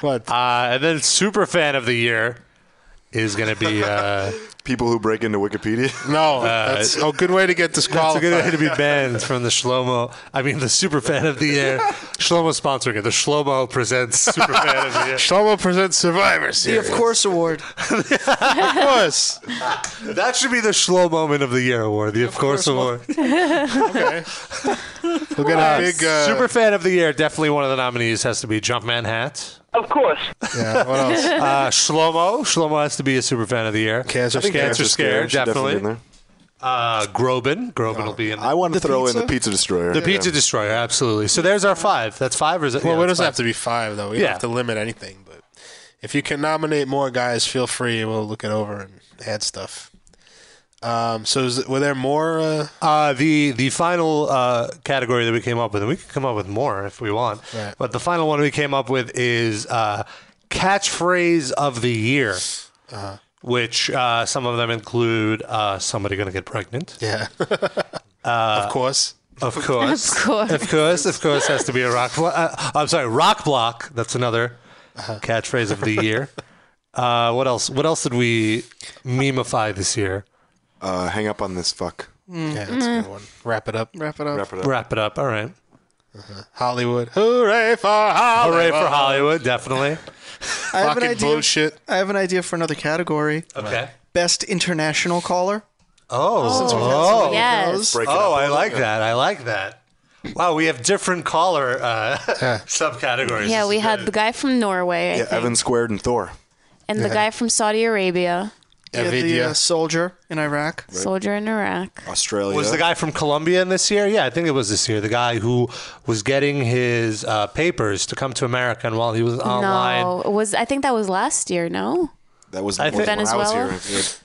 Speaker 7: What?
Speaker 3: Uh, and then super fan of the year is going to be. Uh,
Speaker 8: People who break into Wikipedia. Uh,
Speaker 7: No. that's a good way to get
Speaker 3: That's a
Speaker 7: disqualified.
Speaker 3: good way to be banned from the Shlomo. I mean, the super fan of the year. Shlomo sponsoring it. The Shlomo presents super fan of the year.
Speaker 7: Shlomo presents Survivor
Speaker 4: The
Speaker 7: Series.
Speaker 4: of course award.
Speaker 7: Of course.
Speaker 3: That should be the Shlomo moment of the year award. The of, course, award.
Speaker 7: okay. We'll get a big. Uh,
Speaker 3: super fan of the year. Definitely one of the nominees has to be Jumpman Hat.
Speaker 16: Of course.
Speaker 7: Yeah, what else?
Speaker 3: Uh, Shlomo. Shlomo has to be a super fan of the year.
Speaker 7: Cancer
Speaker 3: I think
Speaker 7: Scare.
Speaker 3: Cancer Scare,
Speaker 8: should
Speaker 3: definitely.
Speaker 8: be in there.
Speaker 3: Uh, Groban. Groban will be in.
Speaker 8: I want to throw in
Speaker 4: pizza?
Speaker 8: the Pizza Destroyer.
Speaker 3: the Pizza Destroyer, absolutely. So there's our five. That's five, or is it?
Speaker 7: Well,
Speaker 3: yeah,
Speaker 7: it
Speaker 3: that's
Speaker 7: doesn't
Speaker 3: five.
Speaker 7: have to be five, though. We don't
Speaker 3: Yeah.
Speaker 7: have to limit anything. But if you can nominate more guys, feel free. We'll look it over and add stuff. Um, so, is, were there more? Uh,
Speaker 3: Uh, the the final uh, category that we came up with, and we could come up with more if we want,
Speaker 7: Right.
Speaker 3: but the final one we came up with is uh, catchphrase of the year,
Speaker 7: Uh-huh.
Speaker 3: which uh, some of them include uh, somebody going to get pregnant.
Speaker 7: Yeah.
Speaker 3: Uh, of
Speaker 7: course.
Speaker 3: Of course.
Speaker 7: Of course.
Speaker 3: Of course. Of course has to be a rock. Blo- uh, I'm sorry, rock block. That's another
Speaker 7: Uh-huh.
Speaker 3: catchphrase of the year. Uh, what else? What else did we memeify this year?
Speaker 8: Uh, hang up on this fuck.
Speaker 7: Yeah, that's
Speaker 5: Mm.
Speaker 7: a good one. Wrap it up.
Speaker 4: Hmm.
Speaker 7: Uh-huh.
Speaker 4: Wrap it up.
Speaker 8: Wrap it up.
Speaker 3: Wrap it up. All right.
Speaker 7: Hollywood. Hooray for Hollywood.
Speaker 3: Hooray for Hollywood. Definitely.
Speaker 4: I have an
Speaker 3: Fucking
Speaker 4: idea.
Speaker 3: bullshit.
Speaker 4: I have an idea for another category.
Speaker 3: Okay.
Speaker 4: Best international caller.
Speaker 3: Oh,
Speaker 4: Since we've had so
Speaker 3: oh,
Speaker 4: many of Yes. those. Break it
Speaker 3: oh,
Speaker 4: up a
Speaker 3: I
Speaker 4: little
Speaker 3: like
Speaker 4: bit.
Speaker 3: that. I like that. Wow, we have different caller uh, subcategories.
Speaker 5: Yeah, we had the guy from Norway, I think,
Speaker 8: Evan Squared and Thor.
Speaker 5: and the
Speaker 8: Yeah.
Speaker 5: guy from Saudi Arabia,
Speaker 4: Yeah, the uh, soldier in Iraq.
Speaker 5: soldier in Iraq.
Speaker 8: Australia.
Speaker 3: Was the guy from Colombia in this year? Yeah, I think it was this year. The guy who was getting his uh, papers to come to America, and while he was online,
Speaker 5: No, it was I think that was last year? No,
Speaker 8: that was
Speaker 3: I
Speaker 5: when
Speaker 3: think
Speaker 5: I was Venezuela?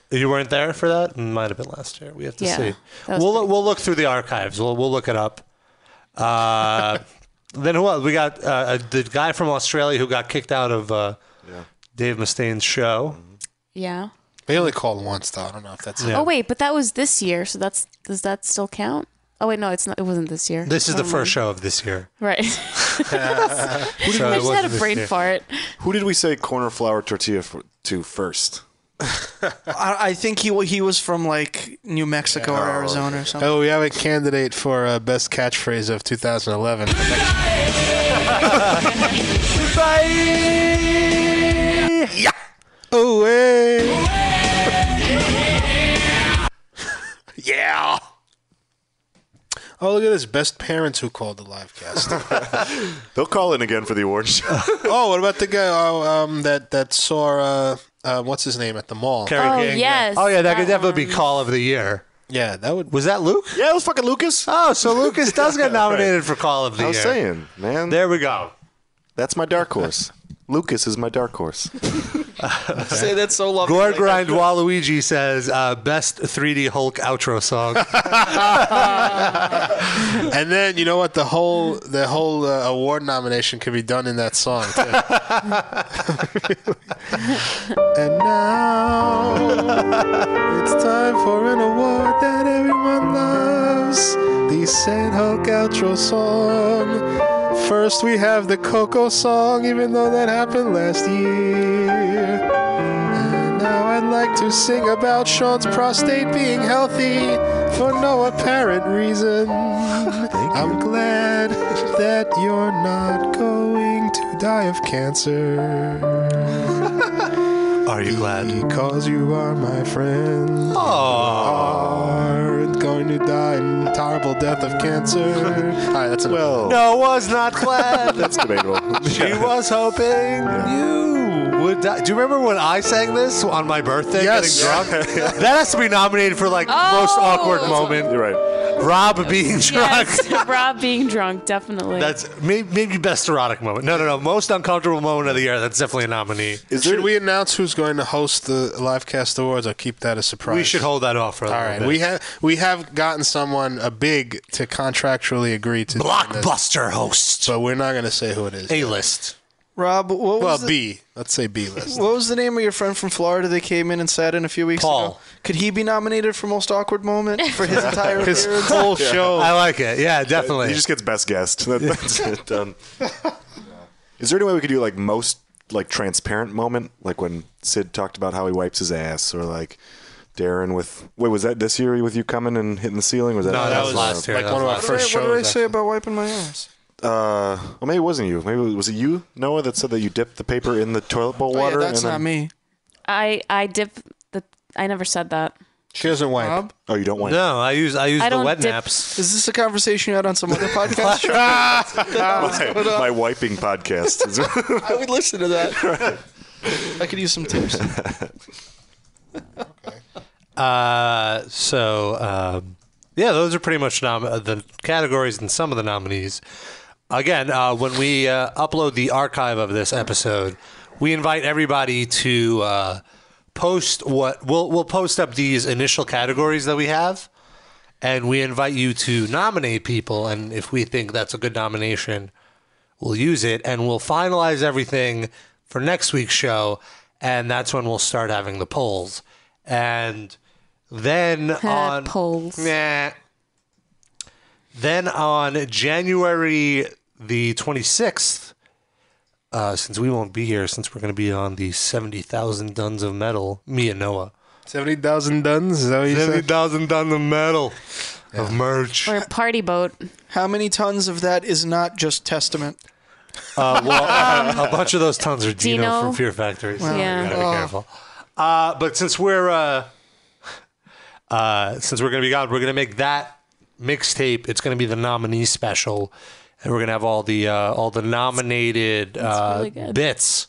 Speaker 3: You weren't there for that. It Might have been last year. We have to
Speaker 5: Yeah,
Speaker 3: see.
Speaker 5: that was
Speaker 3: We'll we'll look through the archives. We'll we'll look it up. Uh, then who else? We got uh, uh, the guy from Australia who got kicked out of uh, Dave Mustaine's show.
Speaker 5: yeah.
Speaker 7: They only called once, though. I don't know if that's
Speaker 5: Oh wait, but that was this year, so that's does that still count? Oh wait, no, it's not. It wasn't this year.
Speaker 3: This is the
Speaker 5: Never
Speaker 3: first show of this year.
Speaker 5: mind. Right.
Speaker 8: So
Speaker 5: I
Speaker 8: it
Speaker 5: just had a
Speaker 8: wasn't this
Speaker 5: brain
Speaker 8: year.
Speaker 5: fart.
Speaker 8: Who did we say corner flour tortilla for, to first?
Speaker 4: I, I think he wa- he was from like New Mexico or Arizona or something.
Speaker 7: Oh, we have a candidate for uh, best catchphrase of 2011.
Speaker 6: Bye.
Speaker 7: yeah. Away. yeah. Oh, look at this. Best parents who called the live cast.
Speaker 8: They'll call in again for the award show.
Speaker 7: oh, what about the guy oh, um, that, that saw, uh, uh, what's his name, at the mall?
Speaker 3: Carrie King. Oh yeah, that,
Speaker 5: Um,
Speaker 3: could definitely be call of the year.
Speaker 7: Yeah, that would.
Speaker 3: Was that Luke?
Speaker 8: Yeah, it was fucking Lucas.
Speaker 3: Oh, so Lucas does get nominated for call of the
Speaker 8: I
Speaker 3: year.
Speaker 8: was saying, man.
Speaker 3: There we go.
Speaker 8: That's my dark horse. Lucas is my dark horse.
Speaker 4: Say that so lovely.
Speaker 3: Gore Grind Waluigi says uh, best 3D Hulk outro song.
Speaker 7: and then you know what? The whole the whole uh, award nomination could be done in that song. Too. and now it's time for an award that everyone loves. The Saint Hulk outro song. First, we have the Coco song, even though that happened last year. Now I'd like to sing about Sean's prostate being healthy for no apparent reason. I'm glad that you're not going to die of cancer.
Speaker 3: Are you glad?
Speaker 7: Because you are my friend. You Aren't going to die in terrible death of cancer. All right, that's enough.
Speaker 8: Well,
Speaker 3: no, was not glad.
Speaker 8: That's debatable.
Speaker 3: She was hoping you would. Die. Do you remember when I sang this on my birthday?
Speaker 8: Yes.
Speaker 3: Getting drunk. That has to be nominated for like most awkward moment.
Speaker 8: You're right.
Speaker 3: Rob being drunk.
Speaker 5: Yes, Rob being drunk, definitely.
Speaker 3: That's maybe, maybe best erotic moment. No, no, no. Most uncomfortable moment of the year. That's definitely a nominee.
Speaker 7: should we announce who's going to host the Livecast Awards or keep that a surprise?
Speaker 3: We should hold that off for a
Speaker 7: All
Speaker 3: little
Speaker 7: right,
Speaker 3: bit.
Speaker 7: we have we have gotten someone a big to contractually agree to doing this.
Speaker 3: Blockbuster host.
Speaker 7: but we're not going to say who it is.
Speaker 3: A list.
Speaker 4: Rob, what was
Speaker 7: Well,
Speaker 4: the,
Speaker 7: B. Let's say B list.
Speaker 4: What was the name of your friend from Florida that came in and sat in a few weeks ago? Could he be nominated for most awkward moment for his entire
Speaker 7: His
Speaker 4: appearance?
Speaker 7: whole show.
Speaker 3: I like it. Yeah, definitely.
Speaker 8: He just gets best guessed. That, that's it. Done. Is there any way we could do like most like transparent moment, like when Sid talked about how he wipes his ass, or like Darren with wait was that this year with you coming and hitting the ceiling? Was that
Speaker 3: No, that was last year. That was last
Speaker 4: What did I- what did I say about wiping my ass?
Speaker 8: Uh, well, maybe it wasn't you. Maybe it was- was it you, Noah, that said that you dipped the paper in the toilet bowl
Speaker 4: Oh, yeah,
Speaker 8: water.
Speaker 4: that's
Speaker 8: and
Speaker 4: not me.
Speaker 5: I I dip the. I never said that.
Speaker 7: She doesn't wipe.
Speaker 8: Oh, you don't wipe.
Speaker 3: No, I use I use
Speaker 5: I
Speaker 3: the
Speaker 5: don't
Speaker 3: wet
Speaker 5: dip-
Speaker 3: naps.
Speaker 4: Is this a conversation you had on some other podcast? Oh,
Speaker 8: my, my wiping podcast. is-
Speaker 4: I would listen to that. I could use some tips.
Speaker 3: Uh, so um, yeah, those are pretty much nom- uh, the categories and some of the nominees. Again, uh, when we uh, upload the archive of this episode, we invite everybody to uh, post what we'll we'll post up these initial categories that we have, and we invite you to nominate people. And if we think that's a good nomination, we'll use it, and we'll finalize everything for next week's show, and that's when we'll start having the polls. And then on
Speaker 5: polls,
Speaker 3: nah. Then on January the twenty sixth, uh, since we won't be here, since we're going to be on the seventy thousand tons of metal, me and Noah.
Speaker 7: 70,000 tons? Is that what you said?
Speaker 3: 70,000 tons of metal. Of merch.
Speaker 5: Or a party boat.
Speaker 4: How many tons of that is not just testament?
Speaker 3: Uh, well, a bunch of those tons are Dino,
Speaker 4: Dino.
Speaker 3: from Fear Factory, so
Speaker 4: Well,
Speaker 3: you
Speaker 4: Yeah.
Speaker 3: gotta be
Speaker 4: oh.
Speaker 3: careful. Uh, but since we're uh, uh, since we're gonna be gone, we're gonna make that mixtape. It's gonna be the nominee special, and we're gonna have all the uh, all the nominated uh,
Speaker 5: really good.
Speaker 3: bits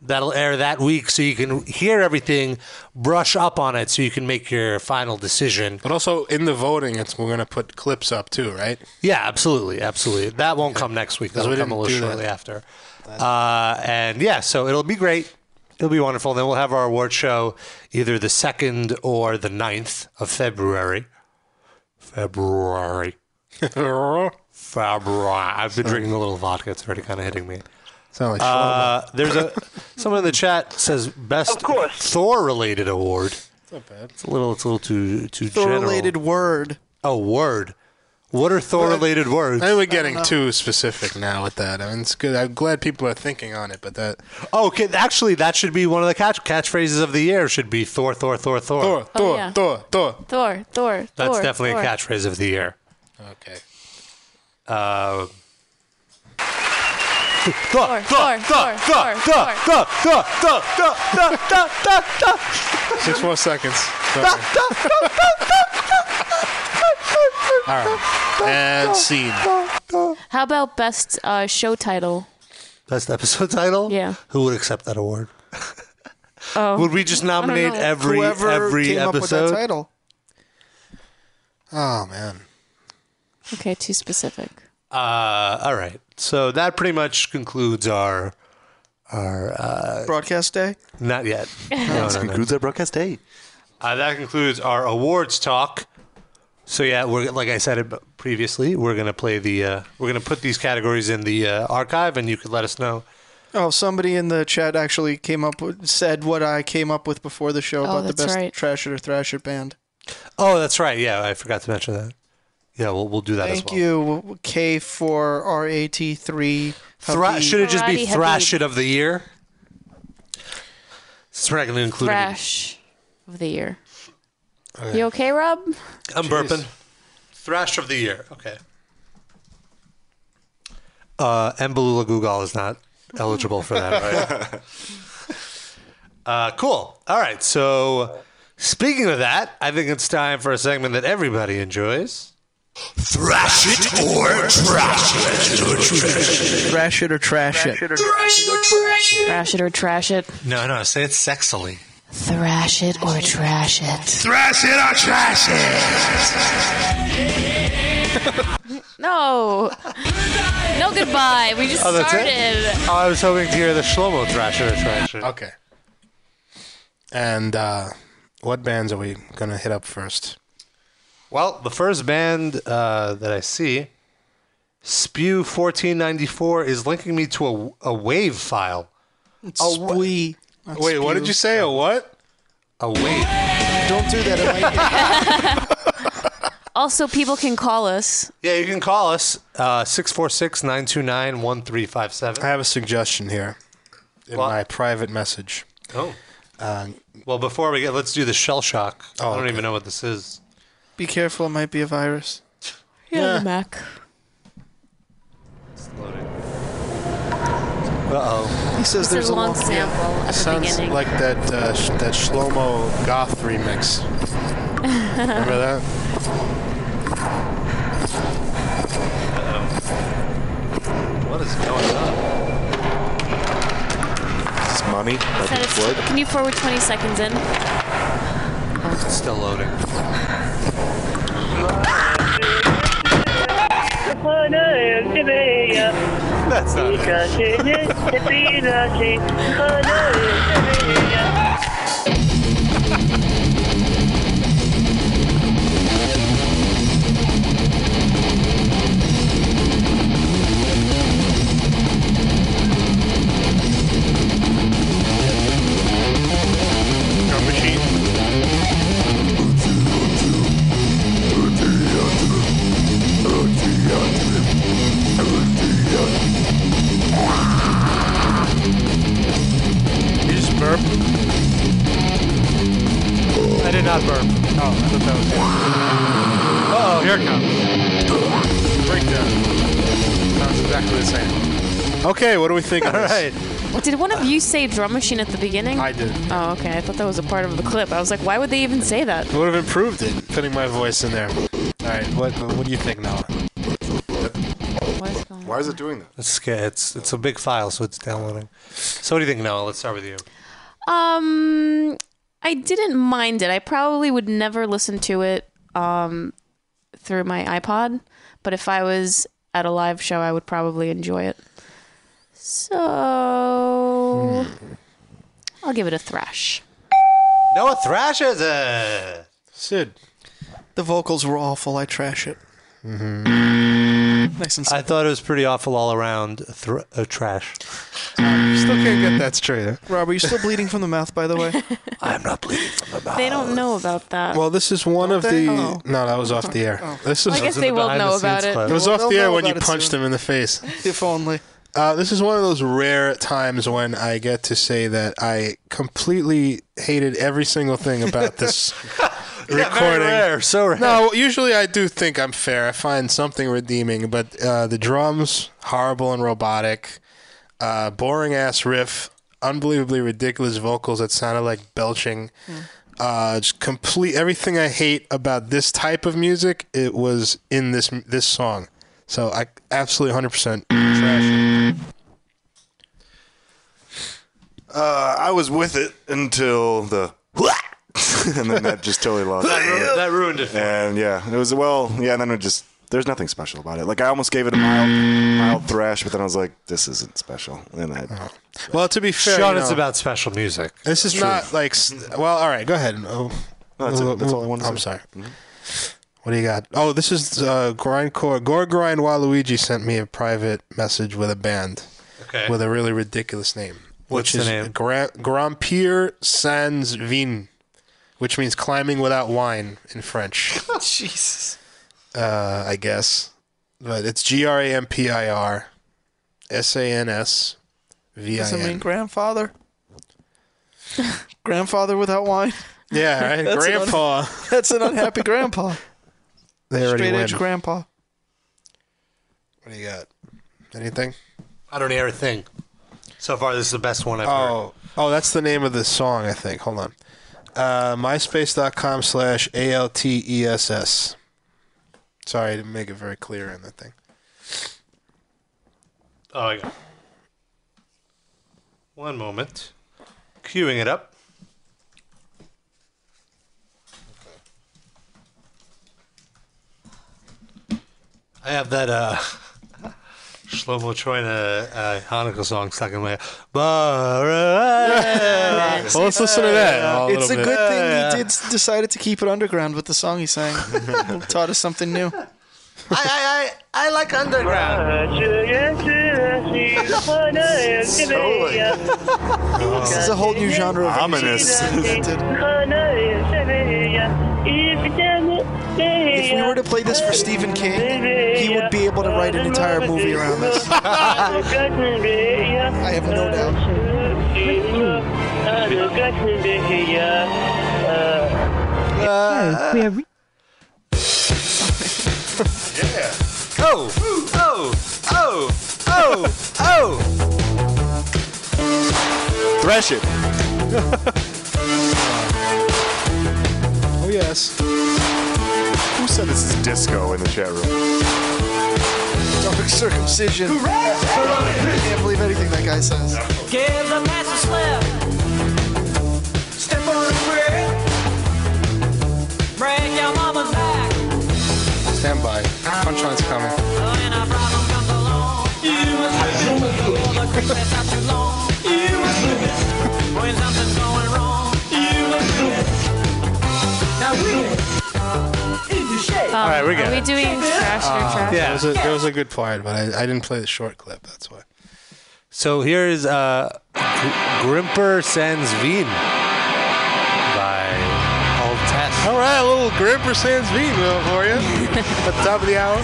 Speaker 3: that'll air that week, so you can hear everything, brush up on it, so you can make your final decision.
Speaker 7: But also in the voting, it's we're gonna put clips up too, right?
Speaker 3: Yeah, absolutely, absolutely. That won't come next week.
Speaker 7: 'Cause
Speaker 3: That'll
Speaker 7: we
Speaker 3: come a
Speaker 7: didn't
Speaker 3: little
Speaker 7: do that.
Speaker 3: shortly after. Uh, and yeah, so it'll be great. It'll be wonderful. Then we'll have our award show either the second or the 9th of February. February. February. I've been drinking a little vodka. It's already kind of hitting me.
Speaker 7: Sound like
Speaker 3: Uh, there's a someone in the chat says best Thor related award. It's
Speaker 7: not bad.
Speaker 3: It's a little. It's a little too too general.
Speaker 4: Thor-related
Speaker 3: word. Oh, word. What are Thor related words?
Speaker 7: I think we're getting too specific now with that. I mean, it's good. I'm glad people are thinking on it, but that
Speaker 3: Oh, okay, actually, that should be one of the catch catchphrases of the year. Should be Thor, Thor, Thor, Thor.
Speaker 7: Thor, Thor,
Speaker 5: Oh, yeah.
Speaker 7: Thor, Thor.
Speaker 5: Thor, Thor.
Speaker 3: That's
Speaker 5: Thor,
Speaker 3: definitely
Speaker 5: Thor.
Speaker 3: a catchphrase of the year.
Speaker 7: Okay.
Speaker 3: Uh,
Speaker 5: Thor, Thor, Thor, Thor, Thor.
Speaker 7: six more seconds. Sorry. All right, and scene.
Speaker 5: How about best uh, show title?
Speaker 3: Best episode title.
Speaker 5: Yeah.
Speaker 3: Who would accept that award?
Speaker 5: Oh.
Speaker 3: Would we just nominate every
Speaker 4: Whoever
Speaker 3: every
Speaker 4: came
Speaker 3: episode?
Speaker 4: up with that title.
Speaker 7: Oh man.
Speaker 5: Okay, too specific.
Speaker 3: Uh, all right. So that pretty much concludes our our uh,
Speaker 4: broadcast day.
Speaker 3: Not yet.
Speaker 8: This concludes
Speaker 3: our broadcast day. Uh, that concludes our awards talk. So yeah, we're like I said ab- previously, we're gonna play the uh, we're gonna put these categories in the uh, archive, and you could let us know.
Speaker 4: Oh, somebody in the chat actually came up with, said what I came up with before the show
Speaker 5: Oh,
Speaker 4: about the
Speaker 5: that's
Speaker 4: best
Speaker 5: right.
Speaker 4: trash it or thrash it band.
Speaker 3: Oh, that's right. Yeah, I forgot to mention that. Yeah, we'll we'll do that as
Speaker 4: Thank
Speaker 3: well.
Speaker 4: you, K for R A T three.
Speaker 3: Thra- should it just be thrash it of the year? Since we're not gonna include any-
Speaker 5: Thrash of the year. You okay, Rob?
Speaker 3: I'm burping. Thrash of the year. Okay. Uh, and Balula Google is not eligible for that, right? uh, cool. All right. So, speaking of that, I think it's time for a segment that everybody enjoys.
Speaker 6: Thrash it or trash it.
Speaker 4: Thrash it or trash it.
Speaker 5: Thrash it or trash it. Thrash it or trash it.
Speaker 3: No, no. Say it sexily.
Speaker 5: Thrash it or trash it.
Speaker 6: Thrash it or trash it.
Speaker 5: No. No goodbye. We just
Speaker 3: Oh, that's it?
Speaker 5: started.
Speaker 3: Oh, I was hoping to hear the Shlomo Thrasher or Thrasher.
Speaker 7: Okay. And uh, what bands are we gonna hit up first?
Speaker 3: Well, the first band uh, that I see, Spew 1494, is linking me to a, a wave file.
Speaker 19: Oh,
Speaker 4: Spwee. not
Speaker 7: Wait, what did
Speaker 4: spew.
Speaker 7: you say? A what?
Speaker 3: A wave.
Speaker 4: Don't do that. It might get-
Speaker 5: Also, people can call us.
Speaker 3: Yeah, you can call us uh, 646 929 1357.
Speaker 7: I have a suggestion here in my private message.
Speaker 3: Oh.
Speaker 7: Uh, Oh,
Speaker 3: Well, before we get, let's do the shell shock. I don't even know what this is.
Speaker 4: Be careful. It might be a virus.
Speaker 5: Yeah, the Mac.
Speaker 3: Uh oh.
Speaker 4: He says there's a long
Speaker 5: sample at the
Speaker 7: Sounds
Speaker 5: beginning.
Speaker 7: like that uh, sh- that Shlomo Goth remix. Remember that?
Speaker 3: What is going on?
Speaker 8: Is this money? Like
Speaker 5: Said
Speaker 8: Pink
Speaker 5: it's-
Speaker 8: Floyd?
Speaker 5: can you forward 20 seconds in?
Speaker 3: It's still loading.
Speaker 6: That's
Speaker 3: not
Speaker 7: not burp. Oh, I thought that was it. Uh oh, here it comes. Breakdown. Sounds exactly the same. Okay, what do we think of this?
Speaker 5: Well, Did one of you say drum machine at the beginning?
Speaker 7: I did.
Speaker 5: Oh, okay. I thought that was a part of the clip. I was like, why would they even say that?
Speaker 7: It would have improved it, putting my voice in there. All right, what what do you think, Noah?
Speaker 8: Why is it doing that?
Speaker 3: It's sca- it's it's a big file, so it's downloading. So what do you think, Noah? Let's start with you.
Speaker 5: Um, I didn't mind it. I probably would never listen to it um, through my iPod, but if I was at a live show, I would probably enjoy it. So I'll give it a thrash.
Speaker 3: Noah thrashes it.
Speaker 7: Sid.
Speaker 4: The vocals were awful. I trash it.
Speaker 7: Mm.
Speaker 4: Nice and
Speaker 3: I thought it was pretty awful all around. Thr- uh, trash.
Speaker 7: Uh, Still can't get that straight.
Speaker 4: Rob, are you still bleeding from the mouth, by the way?
Speaker 3: I'm not bleeding from the
Speaker 5: They don't know about that.
Speaker 7: Well, this is one of
Speaker 5: they?
Speaker 7: the.
Speaker 5: Oh.
Speaker 7: No, that was off the air.
Speaker 5: Oh.
Speaker 7: This
Speaker 5: Well,
Speaker 7: is.
Speaker 5: I guess they will know about it.
Speaker 7: It was
Speaker 5: They'll-
Speaker 7: off the
Speaker 5: they'll
Speaker 7: air
Speaker 5: know
Speaker 7: when you
Speaker 5: about it
Speaker 7: punched him in the face.
Speaker 4: If only.
Speaker 7: Uh, this is one of those rare times when I get to say that I completely hated every single thing about this recording.
Speaker 3: rare, so rare.
Speaker 7: No, usually I do think I'm fair. I find something redeeming, but uh, the drums horrible and robotic, uh, boring ass riff, unbelievably ridiculous vocals that sounded like belching.
Speaker 8: Hmm.
Speaker 7: Uh, just complete everything I hate about this type of music. It was in this this song, so I absolutely 100 percent trash.
Speaker 8: Uh, I was with it until the. and then that just totally lost. it.
Speaker 3: That ruined it.
Speaker 8: And yeah, it was well, yeah. And then it just there's nothing special about it. Like I almost gave it a mild, mild thrash, but then I was like, this isn't special. And I,
Speaker 4: Uh-huh.
Speaker 7: Well, to be fair,
Speaker 8: Sean,
Speaker 7: you
Speaker 8: it's
Speaker 7: know,
Speaker 8: about
Speaker 3: special music.
Speaker 7: This is
Speaker 8: True.
Speaker 7: not like. s- Well, all right, go ahead. Oh,
Speaker 8: that's it. That's all I wanted to
Speaker 7: I'm
Speaker 8: say.
Speaker 7: sorry. Mm-hmm. What do you got? Oh, this is uh, grindcore. Gore Grind Waluigi sent me a private message with a band,
Speaker 3: Okay.
Speaker 7: with a really ridiculous name, which
Speaker 3: What's the
Speaker 7: is
Speaker 3: name?
Speaker 7: Gra- Grampier Sans Vin, which means climbing without wine in French.
Speaker 4: Jesus.
Speaker 7: uh, I guess. But it's G R A M P I R S A N S V I
Speaker 4: Does it mean
Speaker 7: N.
Speaker 4: grandfather? grandfather without wine?
Speaker 7: Yeah, right?
Speaker 4: That's an un-
Speaker 7: Grandpa.
Speaker 4: that's an unhappy grandpa.
Speaker 7: They already
Speaker 4: Straight
Speaker 7: win.
Speaker 4: edge grandpa.
Speaker 7: What do you got? Anything?
Speaker 3: I don't hear a thing. So far, this is the best one I've
Speaker 7: Oh, oh, that's the name of the song, I think. Hold on. Uh, MySpace.com slash A L T E S S. Sorry, I didn't make it very clear in the thing.
Speaker 3: heard. Oh, I got. it. One moment. Queuing it up. I have that uh, Shlomo Troy uh, uh, Hanukkah song stuck in my head.
Speaker 7: Well, let's listen to that a little
Speaker 4: it's a
Speaker 7: bit.
Speaker 4: good thing
Speaker 3: Yeah.
Speaker 4: he did decided to keep it underground with the song he sang. Taught us something new.
Speaker 3: I, I, I like underground.
Speaker 4: This is a whole new genre of
Speaker 8: Ominous.
Speaker 4: If we were to play this for Stephen King, he would be able to write an entire movie around this. I have no uh,
Speaker 3: doubt.
Speaker 6: we are
Speaker 3: Yeah. Oh, oh, oh, oh, oh.
Speaker 8: Thrash it.
Speaker 7: Oh, yes.
Speaker 8: Who said this is disco in the chat room?
Speaker 4: Dark circumcision. I can't believe anything that guy says.
Speaker 6: Give the past a slip. Step on the grill. Break your mama's back.
Speaker 7: Stand by. Punchline's coming.
Speaker 5: Um,
Speaker 7: All right, we got
Speaker 5: are we
Speaker 7: it.
Speaker 5: doing
Speaker 7: Uh,
Speaker 5: thrash or trash?
Speaker 7: There Ah, was a, there was a good part, but I, I didn't play the short clip. That's why.
Speaker 3: So here is uh, Gr- Grimper Sans Veen by Old Tess.
Speaker 7: All right, a little Grimper Sans Vino for you at the top of the hour.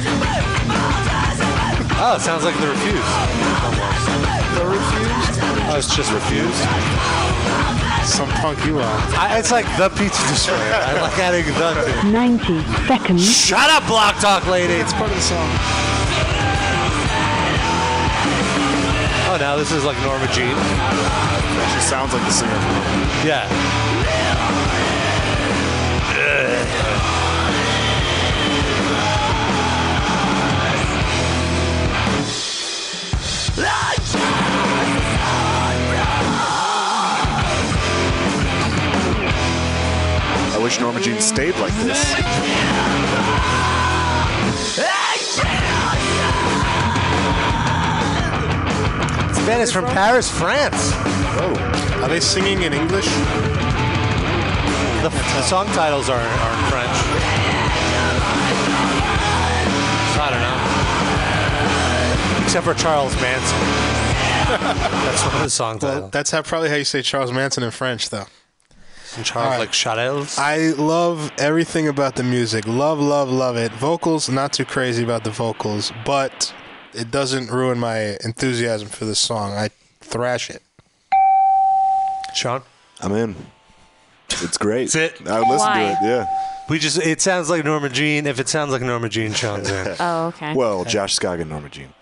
Speaker 3: Oh, it sounds like the refused. The refused? Oh, it's just refused.
Speaker 7: Some punk you are.
Speaker 3: I, it's like the pizza destroyer. I like adding the. to it.
Speaker 19: 90 seconds.
Speaker 3: Shut up, Block Talk lady. It's
Speaker 4: part of the song.
Speaker 3: Oh, now this is like Norma Jean.
Speaker 8: She sounds like the singer.
Speaker 3: Yeah.
Speaker 8: I wish Norma Jean stayed like this.
Speaker 3: This band is from Paris, France.
Speaker 7: Oh. Are they singing in English?
Speaker 3: The, the song titles are, are in French. I don't know. Except for Charles Manson. That's one of the song titles.
Speaker 7: That's how probably how you say Charles Manson in French, though.
Speaker 3: And Charles
Speaker 7: All right.
Speaker 3: like Charles.
Speaker 7: I love everything about the music. Love, love, love it. Vocals, not too crazy about the vocals, but it doesn't ruin my enthusiasm for this song. I thrash it.
Speaker 3: Sean?
Speaker 8: I'm in. It's great.
Speaker 3: That's it.
Speaker 8: I would listen to it. Yeah.
Speaker 3: We just it sounds like Norma Jean. If it sounds like Norma Jean, Sean's in.
Speaker 5: Oh, okay.
Speaker 8: Well, Josh Scoggin, Norma Jean.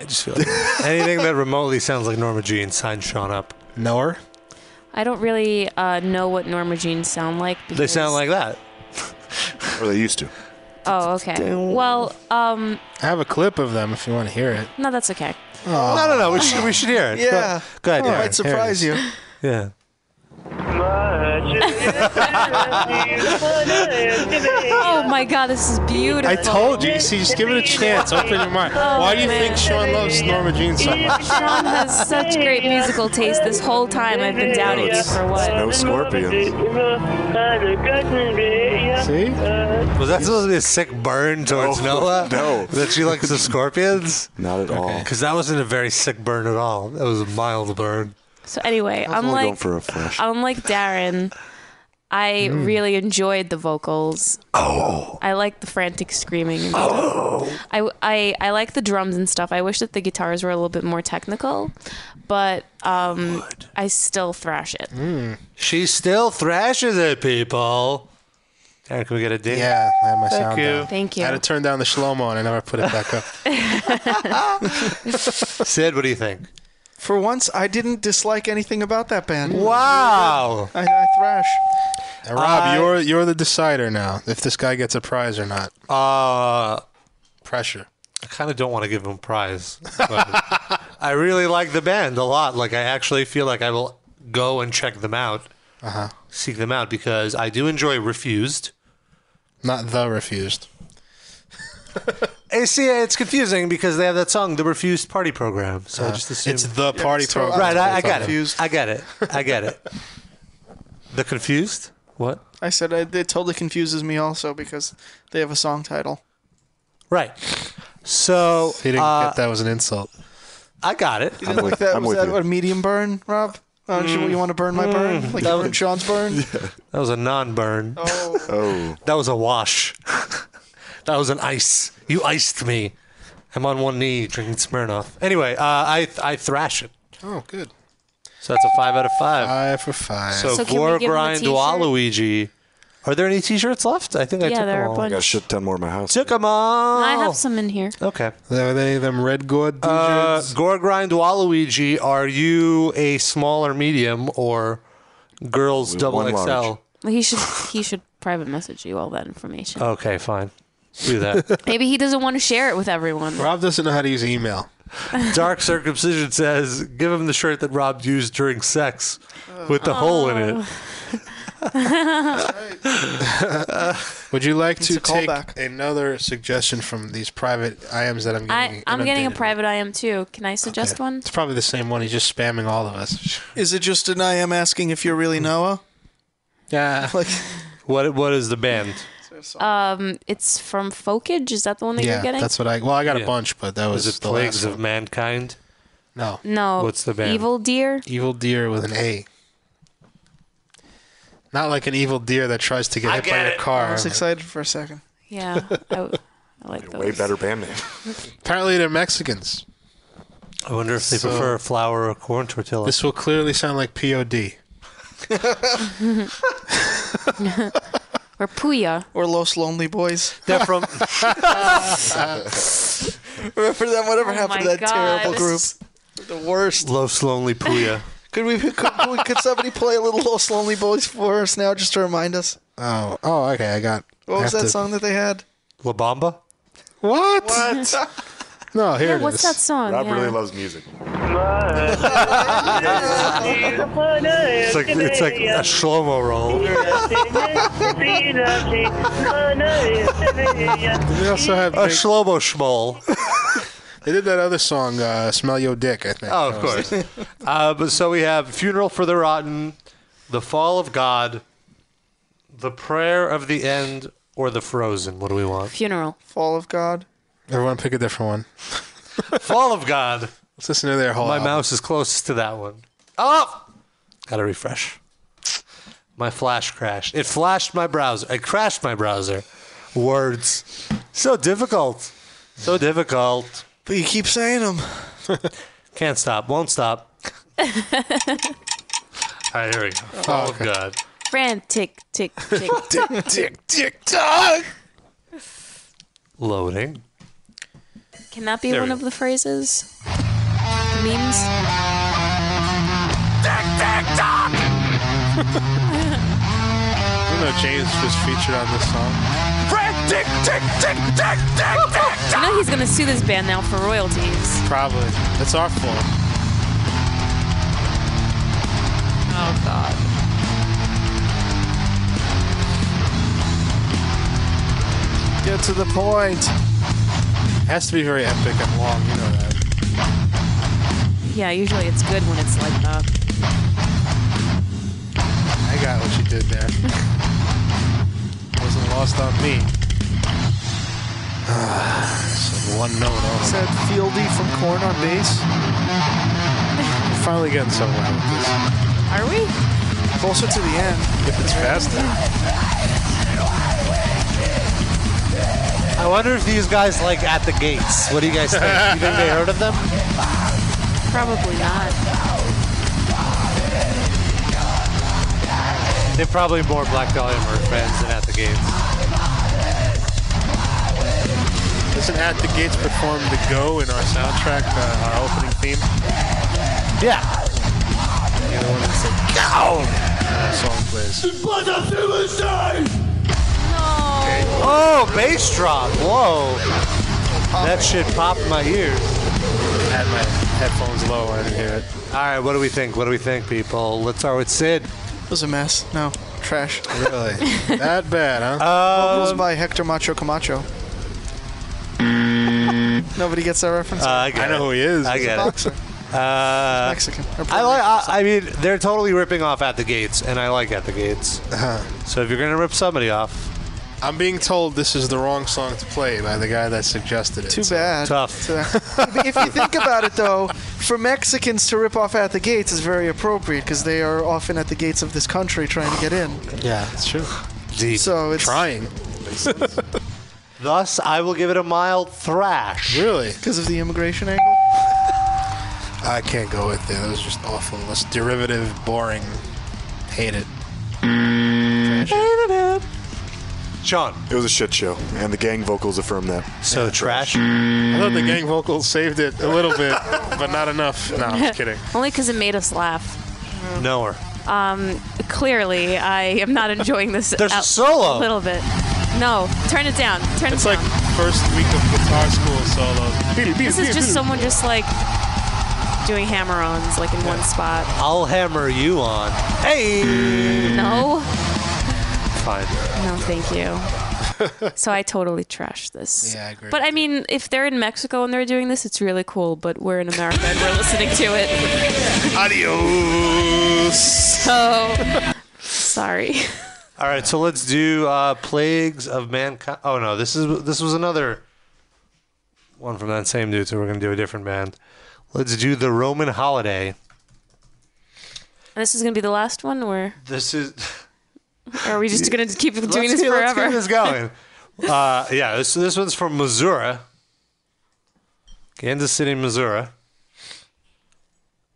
Speaker 3: I just feel like anything that remotely sounds like Norma Jean, sign Sean up.
Speaker 7: Know her?
Speaker 5: I don't really uh, know what Norma Jeans sound like. Because,
Speaker 3: They sound like that.
Speaker 8: or they used to.
Speaker 5: Oh, okay. Well, um,
Speaker 7: I have a clip of them if you want to hear it. Oh.
Speaker 5: no, that's okay.
Speaker 3: No, no, no. We should, we should hear it. Go-
Speaker 7: Yeah.
Speaker 3: Go, ahead.
Speaker 7: Oh,
Speaker 3: Aaron.
Speaker 7: might surprise
Speaker 3: Here it is.
Speaker 7: you.
Speaker 3: Yeah.
Speaker 5: oh my God, this is beautiful.
Speaker 7: I told you. See, just give it a chance. Open your mind.
Speaker 5: Oh,
Speaker 7: Why do you
Speaker 5: man.
Speaker 7: think Sean loves Norma Jean so much?
Speaker 5: Sean has such great musical taste. This whole time I've been doubting you for what?
Speaker 8: No scorpions.
Speaker 7: See?
Speaker 3: Was that supposed to be a sick burn towards
Speaker 8: No.
Speaker 3: Noah?
Speaker 8: No.
Speaker 3: That she likes the Scorpions?
Speaker 8: Not at all.
Speaker 3: Because that wasn't a very sick burn at all. That was a mild burn.
Speaker 5: So anyway,
Speaker 8: I'm only going
Speaker 5: unlike
Speaker 8: for a flash.
Speaker 5: unlike Darren, I
Speaker 7: Mm.
Speaker 5: really enjoyed the vocals. Oh. I like the frantic screaming. And
Speaker 8: Oh.
Speaker 5: stuff. I, I I like the drums and stuff. I wish that the guitars were a little bit more technical, but um, I still thrash it.
Speaker 3: Hmm. She still thrashes it, people. Aaron, can we get a ding?
Speaker 7: Yeah, I had my
Speaker 3: Thank
Speaker 7: sound
Speaker 3: you.
Speaker 7: down.
Speaker 5: Thank you.
Speaker 7: I had to turn down the shlomo and I never put it back up.
Speaker 3: Sid, what do you think?
Speaker 4: For once, I didn't dislike anything about that band.
Speaker 3: Wow.
Speaker 4: I, I thrash.
Speaker 7: Now, Uh, Rob,
Speaker 3: I-
Speaker 7: you're you're the decider now. If this guy gets a prize or not.
Speaker 3: Uh,
Speaker 7: Pressure.
Speaker 3: I kind of don't want to give him a prize. but I really like the band a lot. Like I actually feel like I will go and check them out,
Speaker 7: Uh huh.
Speaker 3: seek them out because I do enjoy Refused.
Speaker 7: Not the refused.
Speaker 3: I Eh, see, it's confusing because they have that song, the Refused Party Program. So I just assume
Speaker 7: Uh, It's the party
Speaker 4: it's totally-
Speaker 7: program.
Speaker 3: right. I, I got
Speaker 4: Confused.
Speaker 3: it. I got it. I got it. the confused. What?
Speaker 4: I said I, it totally confuses me also because they have a song title.
Speaker 3: Right. So
Speaker 7: He didn't
Speaker 3: uh,
Speaker 7: get that was an insult.
Speaker 3: I got it.
Speaker 4: You didn't
Speaker 8: I'm
Speaker 4: like
Speaker 8: with-
Speaker 4: that?
Speaker 8: I'm
Speaker 4: was
Speaker 8: with
Speaker 4: that
Speaker 8: you.
Speaker 4: what, a medium burn, Rob? Oh, you, want to burn
Speaker 3: Mm,
Speaker 4: my burn? Like you burned Sean's burn?
Speaker 3: That was a non-burn.
Speaker 4: Oh,
Speaker 8: Oh,
Speaker 3: That was a wash. that was an ice. You iced me. I'm on one knee drinking Smirnoff. Anyway, uh, I I thrash it.
Speaker 7: Oh, good.
Speaker 3: So that's a five out of five.
Speaker 7: Five for five.
Speaker 3: so
Speaker 5: So can we
Speaker 3: Gore
Speaker 5: give him a
Speaker 3: Grind
Speaker 5: t-shirt?
Speaker 3: Waluigi. Are there any T-shirts left? I think I
Speaker 5: Yeah,
Speaker 3: took
Speaker 5: there
Speaker 3: them
Speaker 5: are a
Speaker 3: all.
Speaker 8: I
Speaker 5: bunch.
Speaker 8: got a shit ton more in my house.
Speaker 3: Took them all.
Speaker 5: I have some in here.
Speaker 3: Okay.
Speaker 7: Are they them red gourd
Speaker 3: Uh,
Speaker 7: t-shirts?
Speaker 3: Gore Grind Waluigi, are you a small or medium or girls
Speaker 8: With
Speaker 3: double
Speaker 8: one
Speaker 3: XL?
Speaker 8: large.
Speaker 5: Well, he should he should private message you all that information.
Speaker 3: Okay, fine. Do that.
Speaker 5: Maybe he doesn't want to share it with everyone.
Speaker 7: Rob doesn't know how to use email.
Speaker 3: Dark Circumcision says, give him the shirt that Rob used during sex with the hole in
Speaker 4: Oh.
Speaker 3: it.
Speaker 7: Would you like to
Speaker 4: a
Speaker 7: take
Speaker 4: callback.
Speaker 7: another suggestion from these private IMs that I'm getting?
Speaker 5: I, I'm getting a
Speaker 7: inundated
Speaker 5: private IM too. Can I suggest
Speaker 7: with?
Speaker 5: one?
Speaker 7: It's probably the same one. He's just spamming all of us.
Speaker 4: is it just an I am asking if you're really Noah?
Speaker 7: Yeah.
Speaker 4: Like,
Speaker 3: What What is the band?
Speaker 5: Um, it's from Folkage. Is that the one that
Speaker 7: Yeah,
Speaker 5: you're getting?
Speaker 7: that's what I. Well, I got
Speaker 3: Yeah.
Speaker 7: a bunch, but that was
Speaker 3: Is it
Speaker 7: the
Speaker 3: Plagues
Speaker 7: last
Speaker 3: of
Speaker 7: one.
Speaker 3: Mankind?
Speaker 7: No,
Speaker 5: no.
Speaker 3: What's the band?
Speaker 5: Evil Deer.
Speaker 7: evil deer with an A. Not like an evil deer that tries to get hit by
Speaker 3: get
Speaker 7: your
Speaker 3: it.
Speaker 7: car.
Speaker 4: I was excited for a second.
Speaker 5: Yeah. I, I like
Speaker 8: Way
Speaker 5: those.
Speaker 8: better band name.
Speaker 7: Apparently they're Mexicans.
Speaker 3: I wonder if they
Speaker 7: So-
Speaker 3: prefer flour or corn tortilla.
Speaker 7: This will clearly sound like POD.
Speaker 5: or Puya.
Speaker 4: Or Los Lonely Boys.
Speaker 3: They're from.
Speaker 4: Remember that? Whatever
Speaker 5: Oh
Speaker 4: happened to
Speaker 5: my
Speaker 4: that
Speaker 5: God.
Speaker 4: terrible group? The worst.
Speaker 3: Los Lonely Puya.
Speaker 4: Could we? Could, could could somebody play a little Los Lonely Boys for us now, just to remind us?
Speaker 7: Oh, oh, okay, I got.
Speaker 4: What
Speaker 7: I
Speaker 4: was
Speaker 7: have
Speaker 4: that
Speaker 7: to-
Speaker 4: song that they had?
Speaker 3: La Bamba?
Speaker 7: What?
Speaker 4: What?
Speaker 7: No,
Speaker 4: here Yeah, it what's is. that song?
Speaker 8: Rob
Speaker 4: Yeah.
Speaker 8: really loves music.
Speaker 3: It's like it's like a shlomo roll.
Speaker 7: They also have
Speaker 3: a shlomo schmoll.
Speaker 7: They did that other song, uh, "Smell Your Dick," I think.
Speaker 3: Oh, of course. uh, but so we have Funeral for the Rotten, The Fall of God, The Prayer of the End, or The Frozen. What do we want?
Speaker 5: Funeral.
Speaker 4: Fall of God.
Speaker 7: Everyone pick a different one.
Speaker 3: Fall of God.
Speaker 7: Let's listen to their whole.
Speaker 3: My
Speaker 7: album.
Speaker 3: mouse is closest to that one. Oh! Gotta refresh. My flash crashed. It flashed my browser. It crashed my browser. Words. So difficult. So difficult.
Speaker 4: But you keep saying them.
Speaker 3: Can't stop. Won't stop. All right, here we go. Oh, God.
Speaker 5: Frantic, tick, tick,
Speaker 3: Tick, tick,
Speaker 7: tick, tock.
Speaker 3: Loading.
Speaker 5: Can that be
Speaker 3: There
Speaker 5: one
Speaker 3: we
Speaker 5: of the phrases? Memes.
Speaker 7: I didn't know James was featured on this song.
Speaker 5: Frantic, tick, tick, tick, tick, tick. You know he's gonna sue this band now for royalties.
Speaker 7: Probably. That's our fault.
Speaker 5: Oh God.
Speaker 7: Get to the point. Has to be very epic and long, you know that.
Speaker 5: Yeah, usually it's good when it's like uh, that.
Speaker 7: I got what you did there. Wasn't lost on me. Said one note only.
Speaker 4: Said Fieldy from Corn on bass.
Speaker 7: Finally getting somewhere with this.
Speaker 5: Are we?
Speaker 4: Closer to the end.
Speaker 7: If it's faster.
Speaker 3: I wonder if these guys like at the gates. What do you guys think? you think they heard of them?
Speaker 5: Probably not.
Speaker 3: They're probably more Black Dahlia Murder fans than at the gates.
Speaker 7: Doesn't At the Gates perform the Go in our soundtrack, uh, our opening theme?
Speaker 3: Yeah.
Speaker 7: The other one is the Go! Uh, song plays.
Speaker 3: Oh, bass drop! Whoa, that shit popped my ears.
Speaker 7: Had my headphones low, I didn't hear it.
Speaker 3: All right, what do we think? What do we think, people? Let's start with Sid.
Speaker 4: It was a mess. No, trash.
Speaker 7: Really? that bad, huh?
Speaker 4: It was
Speaker 3: Um,
Speaker 4: by Hector Macho Camacho. Nobody gets that reference.
Speaker 3: Uh, I, get
Speaker 7: I know
Speaker 3: it.
Speaker 7: who he is.
Speaker 3: I
Speaker 7: He's a
Speaker 3: get
Speaker 4: boxer.
Speaker 3: it. Uh,
Speaker 4: Mexican. Or
Speaker 3: I
Speaker 4: Puerto
Speaker 3: like.
Speaker 4: Rican.
Speaker 3: I, I mean, they're totally ripping off at the gates, and I like at the gates.
Speaker 7: Uh-huh.
Speaker 3: So if you're gonna rip somebody off,
Speaker 7: I'm being told this is the wrong song to play by the guy that suggested it.
Speaker 4: Too
Speaker 7: so-
Speaker 4: bad.
Speaker 3: tough.
Speaker 4: if if you think about it, though, for Mexicans to rip off at the gates is very appropriate because they are often at the gates of this country trying to get in.
Speaker 3: Yeah.
Speaker 7: That's true.
Speaker 3: Deep.
Speaker 4: So it's
Speaker 7: Trying.
Speaker 3: Thus, I will give it a mild thrash.
Speaker 7: Really?
Speaker 4: because of the immigration angle.
Speaker 7: I can't go with it. That was just awful. That's derivative, boring. Hate it.
Speaker 3: Sean.
Speaker 8: It was a shit show, and the gang vocals affirm that.
Speaker 3: So trash.
Speaker 7: I thought the gang vocals saved it a little bit, but not enough. No, I'm just kidding.
Speaker 5: Only because it made us laugh.
Speaker 3: No her.
Speaker 5: Um, clearly, I am not enjoying this.
Speaker 3: There's a
Speaker 5: out-
Speaker 3: solo.
Speaker 5: A little bit. No, turn it down. Turn
Speaker 7: It's
Speaker 5: it
Speaker 7: like
Speaker 5: down.
Speaker 7: first week of guitar school solos.
Speaker 5: this is just someone just like doing hammer-ons like in one spot.
Speaker 3: I'll hammer you on. Hey.
Speaker 5: No,
Speaker 3: Fine.
Speaker 5: no, thank you. so I totally trashed this.
Speaker 7: Yeah, I agree
Speaker 5: But I mean, if they're in Mexico and they're doing this, it's really cool. But we're in America and we're listening to it.
Speaker 7: Adios.
Speaker 5: So sorry.
Speaker 3: All right, so let's do uh, plagues of mankind. Oh no, this is this was another one from that same dude. So we're gonna do a different band. Let's do the Roman holiday.
Speaker 5: And this is gonna be the last one, or,
Speaker 3: This is
Speaker 5: or are we just gonna keep doing
Speaker 3: let's
Speaker 5: this
Speaker 3: keep- let's
Speaker 5: forever?
Speaker 3: keep this going. Uh, yeah, this, this one's from Missouri, Kansas City, Missouri.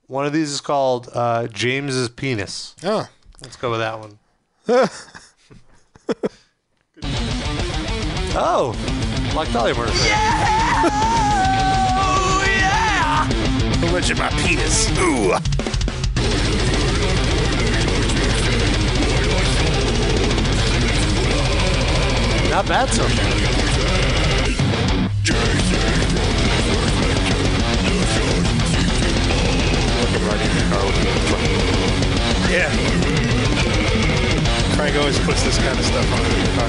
Speaker 3: One of these is called uh, James's Penis.
Speaker 7: Oh.
Speaker 3: Let's go with that one. Oh, like Dolly Murder.
Speaker 5: Oh,
Speaker 7: Religion, my penis. Ooh.
Speaker 3: Not bad so far.
Speaker 7: Yeah. Frank always puts this kind of stuff on the car.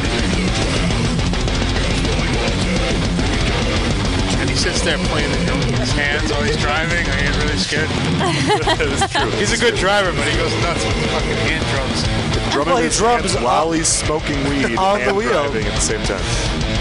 Speaker 7: And he sits there playing with his hands while he's driving. I get really scared.
Speaker 8: That's true.
Speaker 7: He's a good driver, but he goes nuts with fucking hand drums.
Speaker 8: Drumming his hands while he's smoking weed
Speaker 7: on the
Speaker 8: and
Speaker 7: wheel.
Speaker 8: driving at the same time.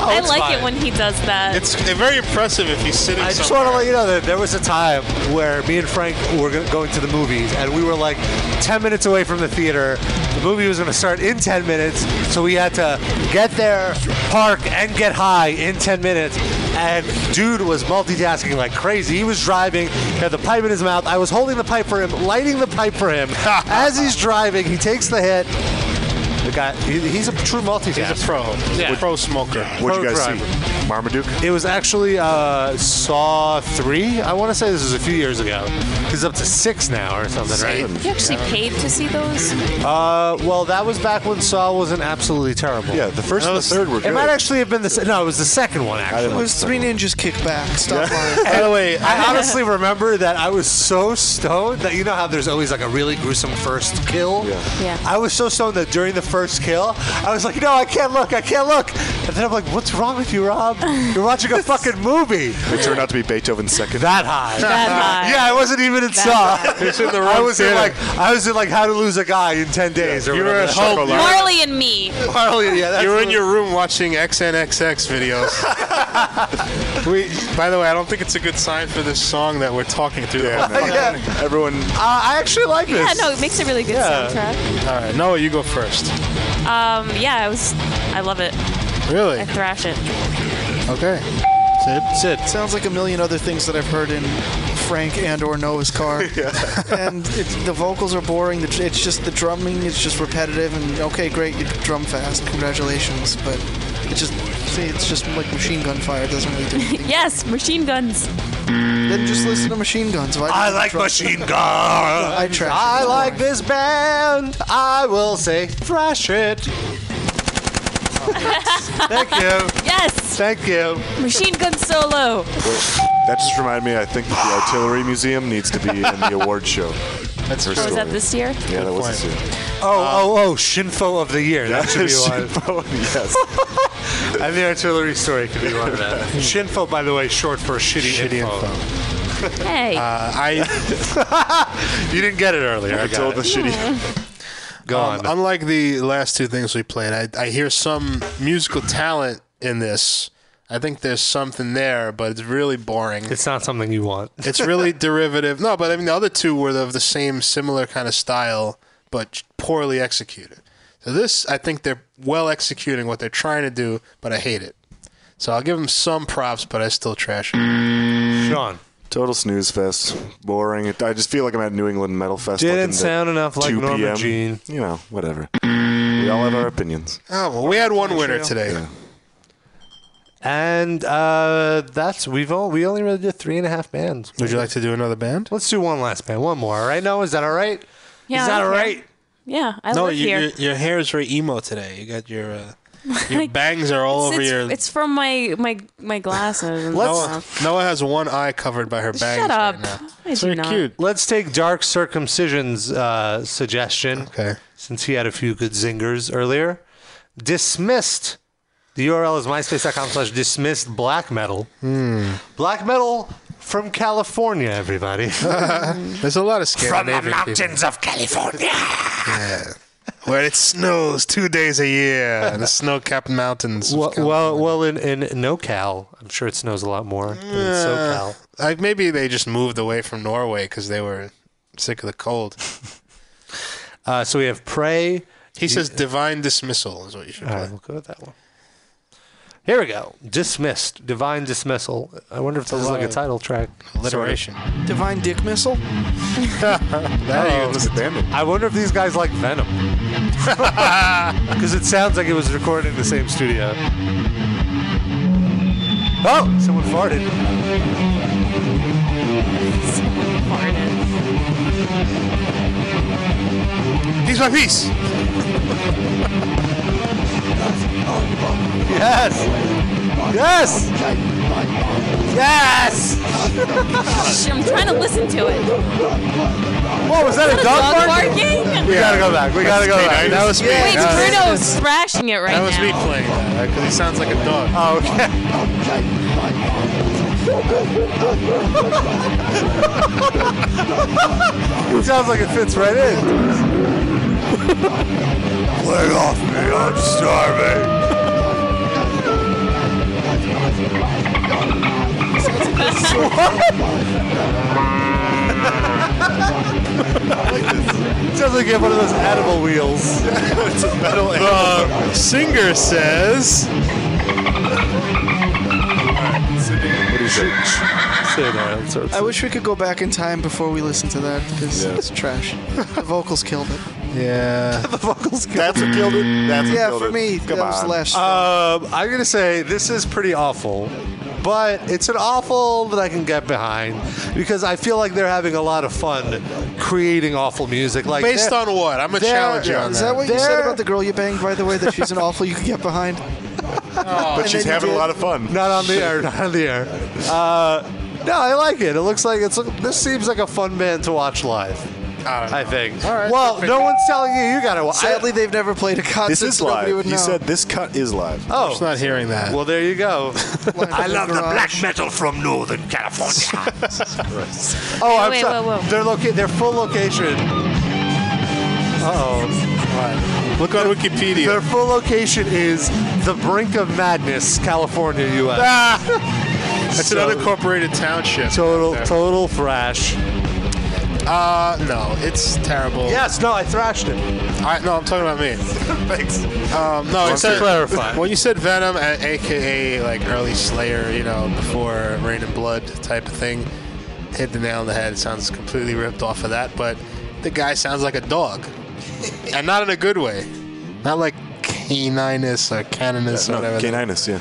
Speaker 3: Oh,
Speaker 5: I like it when he does that.
Speaker 7: It's very impressive if he's sitting
Speaker 3: I just want to let you know that there was a time where me and Frank were go- going to the movies, and we were like 10 minutes away from the theater. The movie was going to start in 10 minutes, so we had to get there, park, and get high in 10 minutes. And dude was multitasking like crazy. He was driving, had the pipe in his mouth. I was holding the pipe for him, lighting the pipe for him. As he's driving, he takes the hit. The guy, he, he's a true multitasker.
Speaker 7: He's a pro.
Speaker 3: Yeah.
Speaker 7: pro smoker.
Speaker 8: What'd you
Speaker 3: Pro
Speaker 8: guys
Speaker 3: driver.
Speaker 8: see? Marmaduke?
Speaker 3: It was actually uh, Saw 3. I want to say this was a few years ago. He's up to 6 now or something, right?
Speaker 5: You actually paid to see those?
Speaker 3: Uh, well, that was back when Saw wasn't absolutely terrible. Yeah,
Speaker 8: the first and the third were
Speaker 3: It
Speaker 8: good.
Speaker 3: might actually have been the se- no, it was the second one actually.
Speaker 4: It was Three Ninjas Kickback. Stop lying.
Speaker 3: By the way, I honestly remember that I was so stoned that you know how there's always like a really gruesome first kill. Yeah.
Speaker 5: Yeah.
Speaker 3: I was so stoned that during the first kill, I was like, "No, I can't look, I can't look." And then I'm like, "What's wrong with you, Rob? You're watching a fucking movie."
Speaker 8: It turned out to be Beethoven's second.
Speaker 3: That high.
Speaker 8: That
Speaker 5: high.
Speaker 3: Yeah, I wasn't even in
Speaker 8: That
Speaker 3: Saw.
Speaker 8: high. It's in the
Speaker 3: I
Speaker 8: wrong
Speaker 3: was in
Speaker 8: theater.
Speaker 3: like I was in like How to Lose a Guy in Ten Days or
Speaker 7: You were
Speaker 3: whatever.
Speaker 7: at home.
Speaker 3: that-
Speaker 5: Marley and me.
Speaker 3: Harley, yeah, that's
Speaker 7: you were in your room watching XNXX videos. we, by the way, I don't think it's a good sign for this song that we're talking through.
Speaker 8: Yeah,
Speaker 7: the whole
Speaker 8: no.
Speaker 7: thing.
Speaker 8: Everyone.
Speaker 3: Uh, I actually like this.
Speaker 5: Yeah, no, it makes a really good soundtrack.
Speaker 7: All right, Noah, you go first.
Speaker 5: Um, yeah, I was, I love it.
Speaker 7: Really?
Speaker 5: I thrash it.
Speaker 7: Okay. Sid?
Speaker 3: Sid.
Speaker 4: Sounds like a million other things that I've heard in Frank and or Noah's car. And it's, the vocals are boring. The, dr- it's just the drumming is just repetitive. And okay, great, you drum fast. Congratulations. But it just see, it's just like machine gun fire. It doesn't really do anything.
Speaker 5: yes, machine guns.
Speaker 4: then just listen to machine guns. Why do
Speaker 3: I
Speaker 4: you
Speaker 3: like
Speaker 4: drum-
Speaker 3: machine guns. I
Speaker 4: trash it.
Speaker 3: I like this band. I will say thrash it. Thank you.
Speaker 5: Yes,
Speaker 3: Thank you.
Speaker 5: machine gun solo.
Speaker 8: That just reminded me. I think that the artillery museum needs to be in the award show. That's
Speaker 5: Oh, was that this year?
Speaker 8: Yeah, that was this year.
Speaker 3: Oh, oh, oh! Shinfo of the year. That should be one.
Speaker 8: Shinfo, yes.
Speaker 3: And the artillery story could be one of that. Shinfo, by the way, short for shitty,
Speaker 7: Shitty
Speaker 3: info.
Speaker 5: Hey,
Speaker 7: Uh, I,
Speaker 3: You didn't get it earlier. I,
Speaker 8: I
Speaker 3: got
Speaker 8: told
Speaker 3: it.
Speaker 8: the shitty.
Speaker 3: Go
Speaker 7: um,
Speaker 3: on.
Speaker 7: unlike the last two things we played, I, I hear some musical talent in this. I think there's something there, but it's really boring.
Speaker 3: It's not something you want.
Speaker 7: It's really derivative. No, but I mean the other two were of the same similar kind of style, but poorly executed. So this, I think they're well executing what they're trying to do, but I hate it. So I'll give them some props, but I still trash it.
Speaker 3: Sean.
Speaker 8: Total snooze fest. Boring. It, I just feel like I'm at New England Metal Fest.
Speaker 3: Didn't
Speaker 8: like in the
Speaker 3: sound enough like
Speaker 8: 2
Speaker 3: Norma
Speaker 8: p.m.
Speaker 3: Jean.
Speaker 8: You know, whatever. We all have our opinions.
Speaker 7: Oh well, we had one winner today.
Speaker 8: Yeah.
Speaker 3: And uh, that's we've all, we only really did three and a half bands.
Speaker 7: Would you like to do another band?
Speaker 3: Let's do one last band, one more. All right, Noah, is that all right?
Speaker 5: Yeah,
Speaker 3: is that
Speaker 5: I
Speaker 3: all
Speaker 5: like
Speaker 3: right?
Speaker 5: yeah, I
Speaker 7: no,
Speaker 5: live
Speaker 7: you,
Speaker 5: here.
Speaker 7: Your, your hair is very emo today. You got your uh, your bangs are all
Speaker 5: it's,
Speaker 7: over
Speaker 5: it's-
Speaker 7: your.
Speaker 5: it's from my my my glasses. and
Speaker 7: Noah,
Speaker 5: stuff.
Speaker 7: Noah has one eye covered by her bangs
Speaker 5: Shut up.
Speaker 7: right now.
Speaker 5: I
Speaker 7: It's
Speaker 5: do
Speaker 7: very
Speaker 5: not.
Speaker 7: cute.
Speaker 3: Let's take Dark Circumcision's uh, suggestion.
Speaker 7: Okay.
Speaker 3: Since he had a few good zingers earlier. Dismissed. The URL is myspace.com slash dismissed black metal.
Speaker 7: Hmm.
Speaker 3: Black metal from California, everybody.
Speaker 7: There's a lot of Scandinavian people.
Speaker 3: of California.
Speaker 7: Yeah. Where it snows two days a year in the snow capped mountains. of
Speaker 3: Well,
Speaker 7: California.
Speaker 3: well, well in, in NoCal, I'm sure it snows a lot more than in SoCal.
Speaker 7: I, maybe they just moved away from Norway because they were sick of the cold.
Speaker 3: Uh, so we have Prey.
Speaker 7: He says divine dismissal is what you should
Speaker 3: All
Speaker 7: play.
Speaker 3: right, we'll go with that one. Here we go. Dismissed. Divine dismissal. I wonder if this is like a title track.
Speaker 7: Alliteration.
Speaker 4: Divine Dick Missile?
Speaker 3: Oh, I wonder if these guys like Venom. Because it sounds like it was recorded in the same studio. Oh, someone farted.
Speaker 7: He's my piece.
Speaker 3: Yes. Yes. Yes.
Speaker 5: Shh, I'm trying to listen to it.
Speaker 3: What was that? A dog,
Speaker 5: dog
Speaker 3: bark?
Speaker 5: barking?
Speaker 3: We gotta go back. We gotta go back. That was me.
Speaker 5: Wait,
Speaker 3: That was-
Speaker 5: Bruno is thrashing it right
Speaker 7: That was
Speaker 5: now.
Speaker 7: me playing that because he sounds like a dog.
Speaker 3: Oh, okay. It sounds like it fits right in. Lay off me, I'm starving. Sounds like you have one of those animal wheels.
Speaker 7: it's a metal The singer says.
Speaker 8: What do you say?
Speaker 4: I wish we could go back in time before we listen to that because
Speaker 8: Yeah.
Speaker 4: it's trash. the vocals killed it.
Speaker 7: Yeah.
Speaker 4: the vocals killed
Speaker 8: That's what killed it. That's what
Speaker 4: yeah,
Speaker 8: killed
Speaker 4: for
Speaker 8: it.
Speaker 4: me,
Speaker 8: Come
Speaker 4: that was
Speaker 8: on.
Speaker 4: the last.
Speaker 3: Um, I'm gonna say this is pretty awful, but it's an awful that I can get behind because I feel like they're having a lot of fun creating awful music. Like
Speaker 7: Based
Speaker 3: they're-
Speaker 7: on what? I'm a
Speaker 3: they're-
Speaker 7: challenger on
Speaker 4: Is that what you said
Speaker 3: they're-
Speaker 4: about the girl you banged, by the way, that she's an awful you could get behind?
Speaker 8: But she's
Speaker 4: then you
Speaker 8: having a
Speaker 4: did-
Speaker 8: lot of fun.
Speaker 3: Not on the air. Not on the air. Uh, no, I like it. It looks like it's. This seems like a fun band to watch live. I, think.
Speaker 7: All right,
Speaker 3: well,
Speaker 7: perfect.
Speaker 3: no one's telling you. You gotta watch.
Speaker 4: Sadly, they've never played a concert.
Speaker 8: This is
Speaker 4: so nobody
Speaker 8: live.
Speaker 4: would
Speaker 8: He
Speaker 4: know.
Speaker 8: said this cut is live.
Speaker 3: oh,
Speaker 7: I'm just not hearing that.
Speaker 3: well, there you go.
Speaker 4: I love the black.
Speaker 3: metal from Northern California. oh, I'm
Speaker 5: Wait,
Speaker 3: sorry.
Speaker 5: whoa, whoa.
Speaker 3: Their loca- their full location. Uh-oh.
Speaker 7: Look on Wikipedia.
Speaker 3: Their full location is the Brink of Madness, California, U.S.
Speaker 7: That's
Speaker 3: So-
Speaker 7: an unincorporated township.
Speaker 3: Total,
Speaker 7: out there.
Speaker 3: total thrash.
Speaker 7: Uh, no, it's terrible.
Speaker 3: Yes, no, I thrashed it.
Speaker 7: I, no, I'm talking about me.
Speaker 8: Thanks.
Speaker 7: Um, no,
Speaker 3: to
Speaker 7: it's said,
Speaker 3: clarify.
Speaker 7: When you said Venom, a- aka like early Slayer, you know, before Rain and Blood type of thing, hit the nail on the head. It sounds completely ripped off of that, but the guy sounds like a dog, and not in a good way. Not like caninus or caninus or
Speaker 8: No,
Speaker 7: whatever.
Speaker 8: caninus, yeah.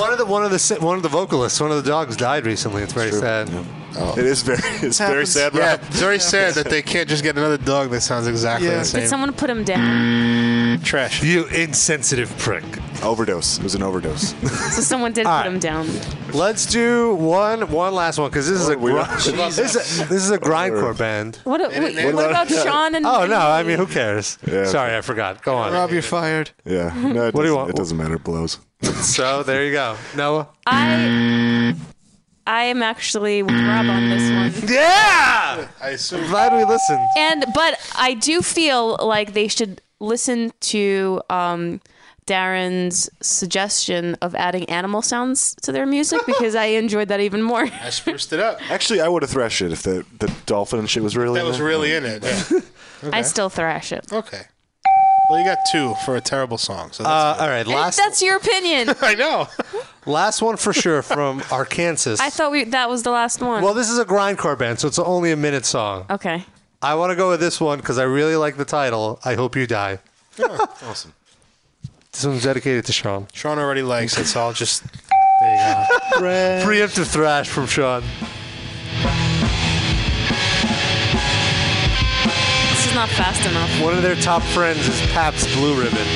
Speaker 3: One of the one of the si- one of the vocalists, one of the dogs died recently. It's very sad. Oh.
Speaker 8: It is very, it's very
Speaker 4: Happens.
Speaker 8: sad.
Speaker 7: Yeah,
Speaker 8: Rob.
Speaker 7: it's very sad that they can't just get another dog that sounds exactly
Speaker 4: Yeah.
Speaker 7: the
Speaker 5: Did
Speaker 7: same.
Speaker 5: someone put him down?
Speaker 7: Trash.
Speaker 3: You insensitive prick.
Speaker 8: Overdose. It was an overdose.
Speaker 5: So someone did
Speaker 3: All
Speaker 5: put him
Speaker 3: right.
Speaker 5: down.
Speaker 3: Let's do one one last one because this is a
Speaker 8: Oh, We
Speaker 3: gri-
Speaker 8: don't-
Speaker 3: this is a, this is a grindcore band.
Speaker 5: What, a, wait, what about Sean and
Speaker 3: Oh no, I mean who cares?
Speaker 8: Yeah.
Speaker 3: Sorry, I forgot. Go on.
Speaker 4: Rob, you're fired.
Speaker 8: yeah. No, it
Speaker 3: What do you
Speaker 8: doesn't-
Speaker 3: want?
Speaker 8: It doesn't matter. It blows.
Speaker 3: So there you go, Noah.
Speaker 5: I I am actually with Rob on this one.
Speaker 3: Yeah,
Speaker 7: I assume.
Speaker 3: glad we listened.
Speaker 5: And but I do feel like they should listen to um, Darren's suggestion of adding animal sounds to their music because I enjoyed that even more.
Speaker 7: I spruced it up.
Speaker 8: Actually, I would have thrashed it if the, the dolphin and shit was really.
Speaker 7: That
Speaker 8: in
Speaker 7: was
Speaker 8: there.
Speaker 7: really in it. yeah.
Speaker 5: I still thrash it.
Speaker 7: Okay. Well, you got two for a terrible song. So that's
Speaker 3: Uh, all right, last
Speaker 5: That's your opinion.
Speaker 7: I know.
Speaker 3: last one for sure from Arkansas.
Speaker 5: I thought we that was the last one.
Speaker 3: well, this is a grindcore band, so it's only a minute song.
Speaker 5: okay.
Speaker 3: I want to go with this one because I really like the title. I hope you die.
Speaker 7: awesome.
Speaker 3: This one's dedicated to Sean.
Speaker 7: Sean already likes it, so I'll just. There you go.
Speaker 3: Preemptive thrash from Sean.
Speaker 5: This is not fast enough.
Speaker 3: One of their top friends is Pap's Blue Ribbon.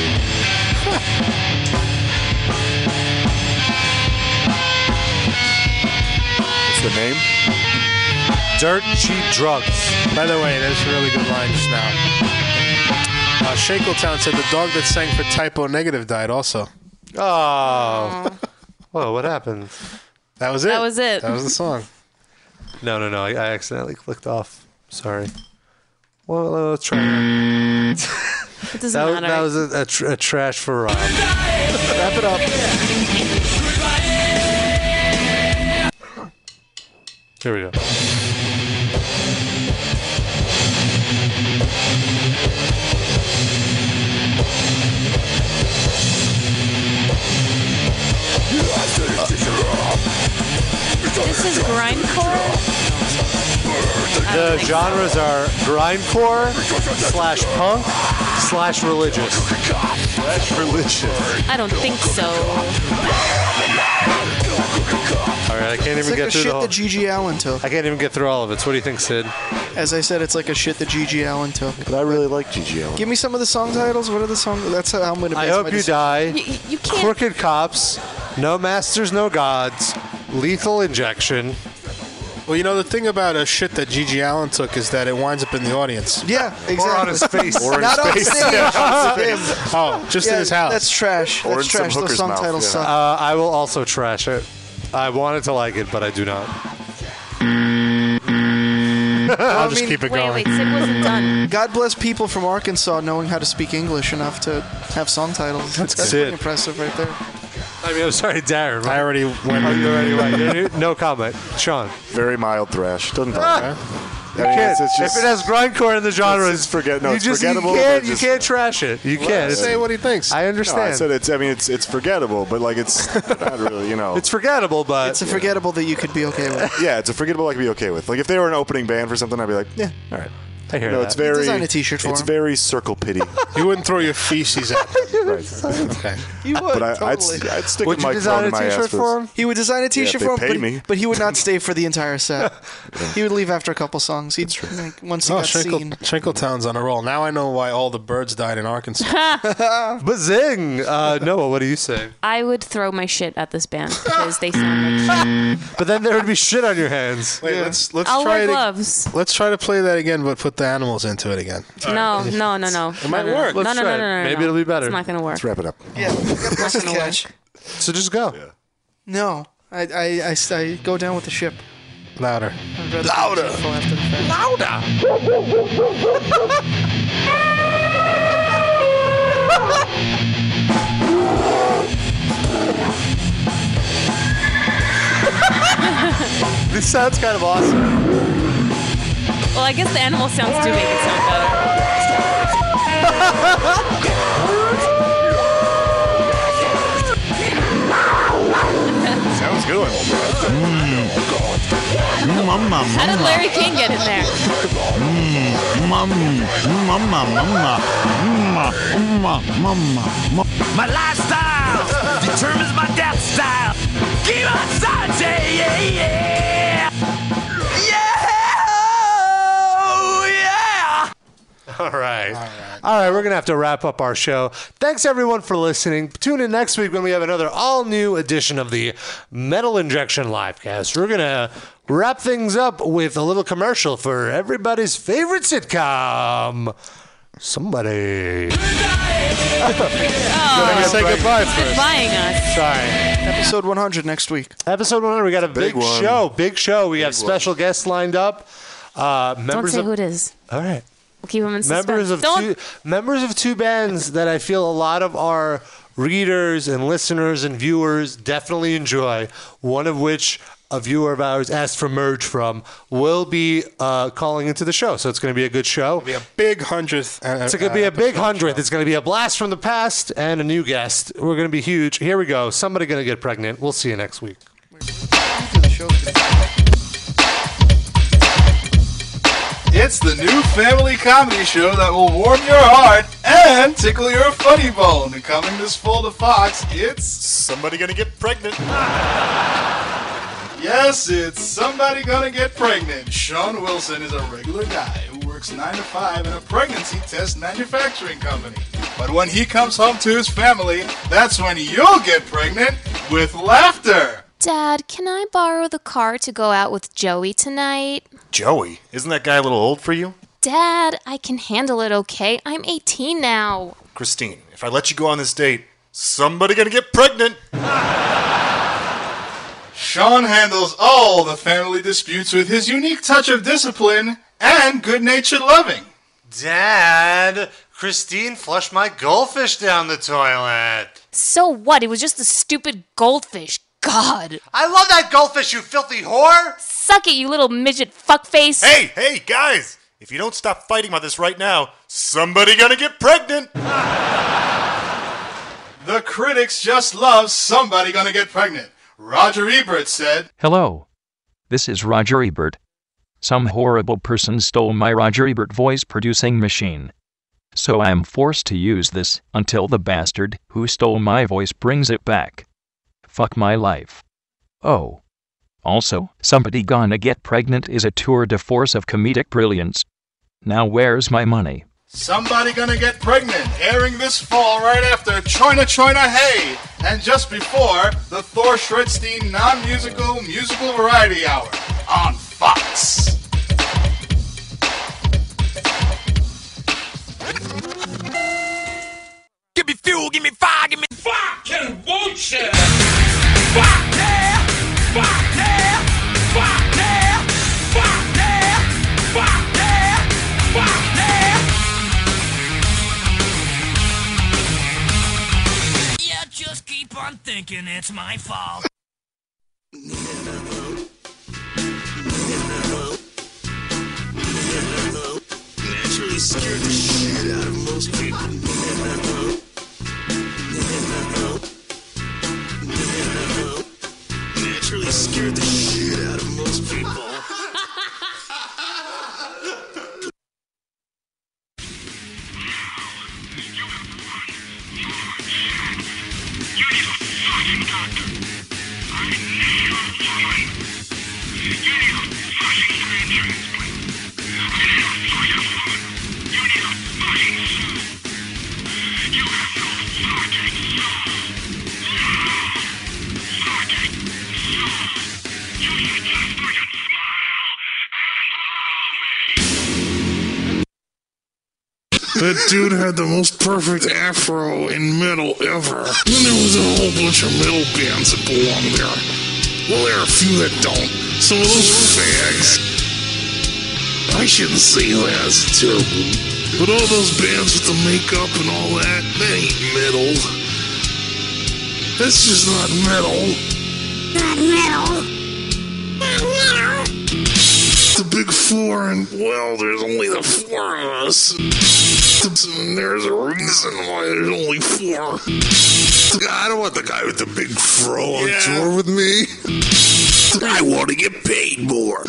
Speaker 8: That's the name.
Speaker 3: Dirt cheap drugs.
Speaker 7: By the way, that's a really good line just now. Uh, Shankletown said the dog that sang for Typo Negative died also.
Speaker 3: Oh. Whoa, what happened?
Speaker 7: That was it.
Speaker 5: That was it.
Speaker 7: That was the song.
Speaker 3: No, no, no. I, I accidentally clicked off. Sorry. Well, let's try that.
Speaker 5: It doesn't
Speaker 3: That was,
Speaker 5: matter.
Speaker 3: that was a, a, tr- a trash for Rob.
Speaker 4: Wrap it up.
Speaker 3: Here we go.
Speaker 5: is grindcore?
Speaker 3: The genres are grindcore slash punk slash religious. Slash religious.
Speaker 5: I don't think so.
Speaker 3: All right, I can't
Speaker 4: It's
Speaker 3: even
Speaker 4: like
Speaker 3: get through
Speaker 4: the shit
Speaker 3: the whole.
Speaker 4: that Gigi Allen took.
Speaker 3: I can't even get through all of it. So what do you think, Sid?
Speaker 4: As I said, it's like a shit that Gigi Allen took.
Speaker 8: But I really like Gigi Allen.
Speaker 4: Give me some of the song titles. What are the songs? That's how I'm going to
Speaker 3: I hope you die.
Speaker 5: you can't.
Speaker 3: Crooked cops, no masters, no gods, lethal injection.
Speaker 7: Well, you know the thing about a shit that Gigi Allen took is that it winds up in the audience.
Speaker 4: Yeah, exactly. Not on stage.
Speaker 7: oh, just in
Speaker 4: Yeah,
Speaker 7: his house.
Speaker 4: That's trash.
Speaker 7: Or in
Speaker 4: that's
Speaker 7: some
Speaker 4: trash. Those
Speaker 7: hooker's
Speaker 4: song
Speaker 7: mouth,
Speaker 4: titles
Speaker 7: yeah.
Speaker 4: suck.
Speaker 3: Uh, I will also trash it. I wanted to like it, but I do not.
Speaker 4: I
Speaker 3: I'll
Speaker 4: mean-
Speaker 5: wasn't done.
Speaker 4: God bless people from Arkansas knowing how to speak English enough to have song titles. That's,
Speaker 3: good.
Speaker 4: pretty impressive right there.
Speaker 3: I mean, I'm sorry, Darren. I
Speaker 7: already went.
Speaker 3: Oh, you already went. No comment, Sean.
Speaker 8: Very mild thrash. Doesn't
Speaker 3: Ah!
Speaker 8: bother me.
Speaker 3: You
Speaker 8: I mean,
Speaker 3: can't.
Speaker 8: it's- it's just-
Speaker 3: if it has grindcore in the genre,
Speaker 8: It's just forget- no,
Speaker 3: you
Speaker 8: it's
Speaker 3: just
Speaker 8: forgettable,
Speaker 3: You
Speaker 8: but
Speaker 3: can't, you
Speaker 8: just-
Speaker 3: can't trash it. You can't. It's- I understand.
Speaker 8: No, I said it's. I mean, it's it's forgettable, but like it's not really. You know,
Speaker 3: It's forgettable, but
Speaker 4: It's a forgettable that you could be okay with.
Speaker 8: yeah, it's a forgettable I could be okay with. Like if they were an opening band for something, I'd be like, yeah, all right.
Speaker 3: I hear
Speaker 8: no,
Speaker 3: that.
Speaker 8: it's very.
Speaker 4: Design a t-shirt for
Speaker 8: It's
Speaker 4: him.
Speaker 8: very circle pity.
Speaker 7: you wouldn't throw your feces at
Speaker 8: them.
Speaker 7: Okay.
Speaker 4: You would.
Speaker 8: But I, I'd,
Speaker 4: totally.
Speaker 8: I'd stick a microphone in my ass for this.
Speaker 4: He would design a
Speaker 8: Yeah,
Speaker 4: T-shirt
Speaker 8: if they
Speaker 4: for him,
Speaker 8: pay
Speaker 4: but,
Speaker 8: me.
Speaker 4: but he would not stay for the entire set. He would leave after a couple songs. He'd like, once he
Speaker 7: Oh,
Speaker 4: got seen.
Speaker 7: Shinkletown's on a roll. Now I know why all the birds died in Arkansas.
Speaker 3: Bazing! Uh, Noah, what do you say?
Speaker 5: I would throw my shit at this band because they sound like shit.
Speaker 3: But then there would be shit on your hands.
Speaker 7: Wait, let's let's
Speaker 5: I'll
Speaker 7: try
Speaker 5: wear
Speaker 7: it. ag-
Speaker 5: gloves.
Speaker 7: Let's try to play that again, but put the animals into it again.
Speaker 5: No, no, no, no.
Speaker 7: It might
Speaker 5: no, no,
Speaker 7: work.
Speaker 5: No, no,
Speaker 7: Let's
Speaker 5: no,
Speaker 7: try
Speaker 5: no, no,
Speaker 7: it.
Speaker 5: no, no.
Speaker 7: Maybe it'll be better.
Speaker 5: It's not gonna work.
Speaker 8: Let's wrap it up.
Speaker 4: That's the catch.
Speaker 3: So just go.
Speaker 4: No, I, I, I, I go down with the ship.
Speaker 7: Louder.
Speaker 4: I'd rather be truthful after the fact.
Speaker 3: This sounds kind of awesome.
Speaker 5: Well, I guess the animal sounds do make it sound better.
Speaker 8: Sounds good.
Speaker 5: How did Larry King get in there?
Speaker 6: My lifestyle determines my death style. Keep on Sanjay, yeah, yeah. oh, Yeah,
Speaker 3: All right. All right. All right, we're going to have to wrap up our show. Thanks, everyone, for listening. Tune in next week when we have another all new edition of the Metal Injection Livecast. We're going to wrap things up with a little commercial for everybody's favorite sitcom. Somebody.
Speaker 5: Oh,
Speaker 3: say goodbye first.
Speaker 5: buying us.
Speaker 3: Sorry.
Speaker 4: Episode 100 next week.
Speaker 3: Episode 100, we got a big,
Speaker 4: big one.
Speaker 3: show. Big show. We have special guests lined up. Uh,
Speaker 5: Don't
Speaker 3: members
Speaker 5: say
Speaker 3: of,
Speaker 5: who it is.
Speaker 3: All right.
Speaker 5: We'll keep him in suspense.
Speaker 3: members of
Speaker 5: Don't.
Speaker 3: two members of two bands that I feel a lot of our readers and listeners and viewers definitely enjoy. One of which a viewer of ours asked for merge from will be uh, calling into the show, so it's going to be a good show.
Speaker 7: Be a big hundredth. uh,
Speaker 3: It's going to be
Speaker 7: uh,
Speaker 3: a big hundredth. It's going to be a blast from the past and a new guest. We're going to be huge. Here we go. Somebody going to get pregnant. We'll see you next week.
Speaker 19: It's the new family comedy show that will warm your heart and tickle your funny bone. And coming this fall to Fox, it's somebody gonna get pregnant. yes, it's somebody gonna get pregnant. Sean Wilson is a regular guy who works nine to five in a pregnancy test manufacturing company. But when he comes home to his family, that's when you'll get pregnant with laughter.
Speaker 5: Dad, can I borrow the car to go out with Joey tonight?
Speaker 8: Joey, isn't that guy a little old for you?
Speaker 5: Dad, I can handle it, okay? I'm 18 now.
Speaker 8: Christine, if I let you go on this date, somebody gonna get pregnant.
Speaker 19: Sean handles all the family disputes with his unique touch of discipline and good natured loving.
Speaker 3: Dad, Christine flushed my goldfish down the toilet.
Speaker 5: So what? It was just a stupid goldfish. God.
Speaker 3: I love that goldfish, you filthy whore!
Speaker 5: Suck it, you little midget fuckface.
Speaker 8: Hey, hey, guys! If you don't stop fighting about this right now, somebody gonna get pregnant.
Speaker 19: The critics just love somebody gonna get pregnant. Roger Ebert said,
Speaker 1: Hello. This is Roger Ebert. Some horrible person stole my Roger Ebert voice producing machine. So I am forced to use this until the bastard who stole my voice brings it back. Fuck my life. Oh. Also, Somebody Gonna Get Pregnant is a tour de force of comedic brilliance. Now where's my money?
Speaker 19: Somebody Gonna Get Pregnant, airing this fall right after China China Hey, and just before the Thor Shredstein non musical musical variety hour on Fox.
Speaker 6: Give me fuel, give me fire, give me fucking bullshit. Fuck yeah, fuck yeah, fuck yeah, fuck yeah, fuck yeah, fuck yeah. Yeah, just keep on thinking it's my fault.
Speaker 13: Naturally scared the shit out of most people. Naturally scared the shit out of most people.
Speaker 20: That dude had the most perfect afro in metal ever. Then there was a whole bunch of metal bands that belong there. Well, there are a few that don't. Some of those fags. I shouldn't say that, it's terrible. But all those bands with the makeup and all that, that ain't metal. That's just not metal. Not metal. The big four, and well, there's only the four of us. And there's a reason why there's only four. I don't want the guy with the big fro on tour with me. I want to get paid more.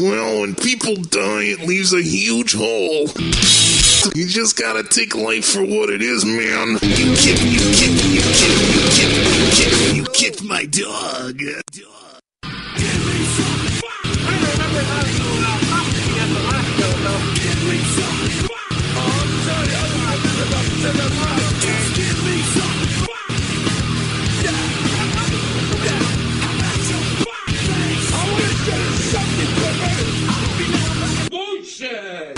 Speaker 20: Well, when people die, it leaves a huge hole. You just gotta take life for what it is, man. You kick, you kick, you kick, you kick, you kick, you kick my dog.
Speaker 6: Bullshit!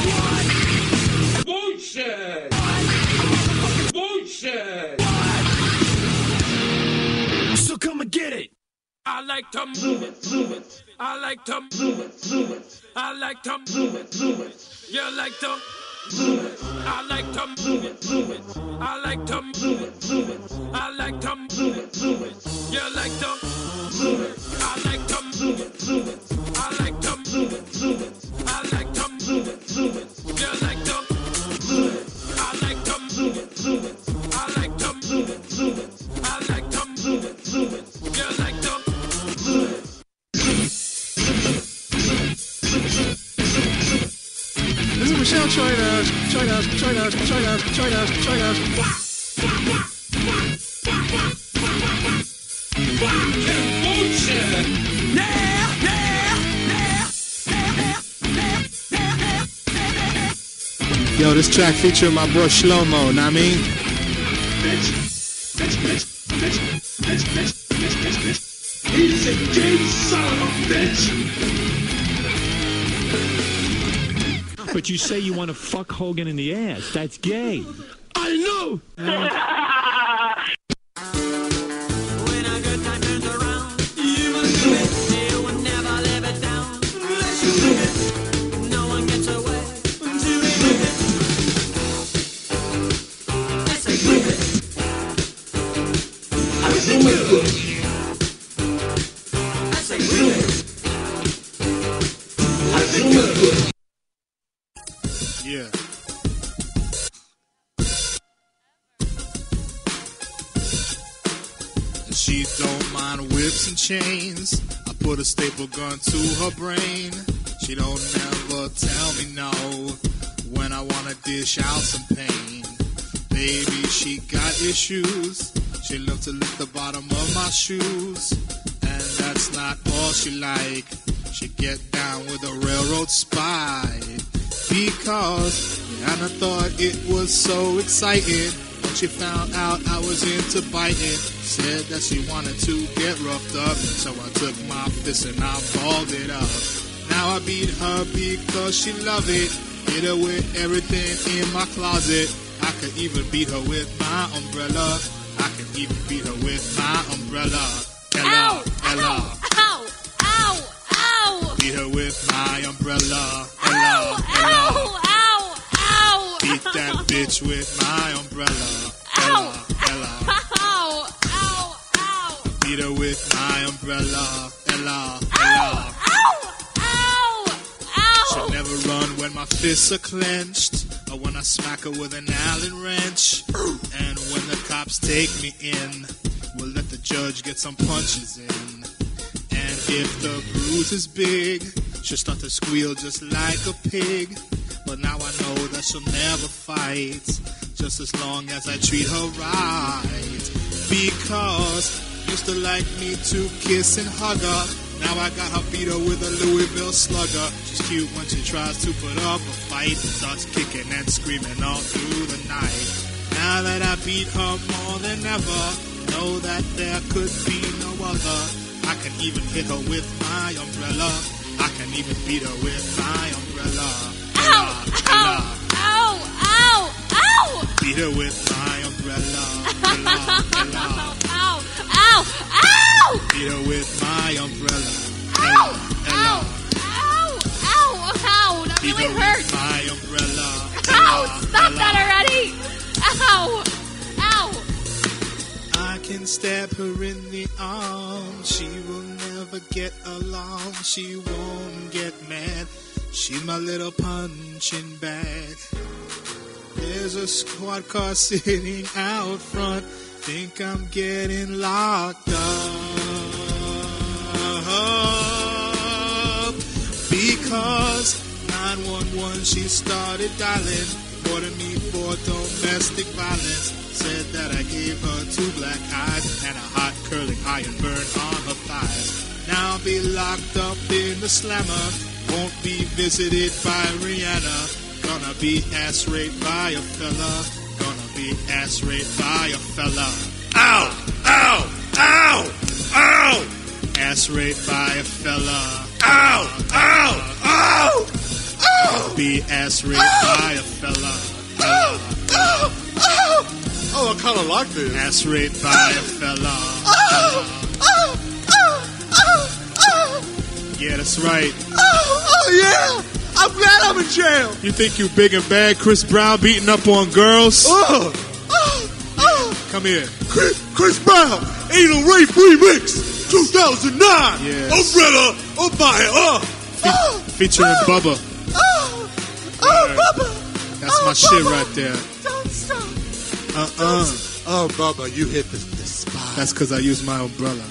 Speaker 6: Bullshit! Bullshit! So come and get it! I like to move it, move it. I like to move it, move it. I like to move it, move it. You like to move it. I like to move it, move it. I like to move it, move it. I like to move it, move it. You like to move it. I like to move it, move it. I like to move it, move it. I like to move it, move it. You like to move it. I like to move it, move it. I like to move it, move it. I like to move it, move it. You like to move it.
Speaker 19: This is Michelle China, China, China, China, China, China. Yo, this track featuring my boy Shlomo, know what I mean?
Speaker 6: He's a gay son of a bitch.
Speaker 21: But you say you want to fuck Hogan in the ass. That's gay.
Speaker 6: I know.
Speaker 19: Yeah. She don't mind whips and chains. I Put a staple gun to her brain. She don't never tell me no when I wanna dish out some pain. Baby, she got issues. She love to lick the bottom of my shoes, and that's not all she like. She get down with a railroad spy because Rihanna thought it was so exciting. When she found out I was into biting, said that she wanted to get roughed up. So I took my fist and I balled it up. Now I beat her because she loved it. Hit her with everything in my closet. I could even beat her with my umbrella. I could even beat her with my umbrella. Ella, Ella.
Speaker 6: Ow! Ow! Ow!
Speaker 19: Beat her with my umbrella.
Speaker 6: Ow! Ow! Ow! Ow!
Speaker 19: Beat that bitch with my umbrella. Ella, Ella.
Speaker 6: Ow! Ow!
Speaker 19: Beat her with my umbrella. Ella, Ella.
Speaker 6: Ow! Ow!
Speaker 19: She'll never run when my fists are clenched. Or when I smack her with an Allen wrench. And when the cops take me in, we'll let the judge get some punches in. And if the bruise is big, she'll start to squeal just like a pig. But now I know that she'll never fight, just as long as I treat her right. Because used to like me to kiss and hug her. Now I got her beat her with a Louisville slugger. She's cute when she tries to put up a fight, starts kicking and screaming all through the night. Now that I beat her more than ever, know that there could be no other. I can even hit her with my umbrella. I can even beat her with my umbrella. Ow! Ow!
Speaker 6: Ow! Ow! Ow!
Speaker 19: Beat her with my umbrella.
Speaker 6: Ow! Ow! Ow!
Speaker 19: Beat her with my umbrella.
Speaker 6: Ow! Ow! Ow! Ow! Ow! That
Speaker 19: Beat
Speaker 6: really
Speaker 19: her
Speaker 6: hurts.
Speaker 19: with my umbrella.
Speaker 6: Ow! Stop that already. Ow! Ow!
Speaker 19: I can stab her in the arm. She will never get along. She won't get mad. She's my little punching bag. There's a squad car sitting out front. Think I'm getting locked up. Because 911 she started dialing. Ordered me for domestic violence. Said that I gave her two black eyes and a hot curling iron burn on her thighs. Now I'll be locked up in the slammer. Won't be visited by Rihanna. Gonna be ass raped by a fella. Gonna be ass raped by a fella. Ow! Ow! Ow! Ow! Ass raped by a fella. Ow! Ow! Ow! Ow! Be ass raped
Speaker 6: Oh.
Speaker 19: by a fella. Ow! Ow! Ow! Oh, I kind of like this. Ass raped by a fella.
Speaker 6: Oh,
Speaker 19: Yeah, that's right.
Speaker 6: Oh, yeah! I'm glad I'm in jail!
Speaker 19: You think you big and bad, Chris Brown beating up on girls?
Speaker 6: Oh,
Speaker 19: Come here.
Speaker 6: Chris, Chris Brown, Anal Rape Remix, 2009!
Speaker 19: Yes.
Speaker 6: Umbrella, oh my, oh!
Speaker 19: Featuring Bubba.
Speaker 6: Oh, oh, Bubba!
Speaker 19: That's my shit right there.
Speaker 6: Don't stop! Uh-uh. Oh,
Speaker 19: Uh uh Oh, Bubba, you hit the, the spot. That's because I used my umbrella.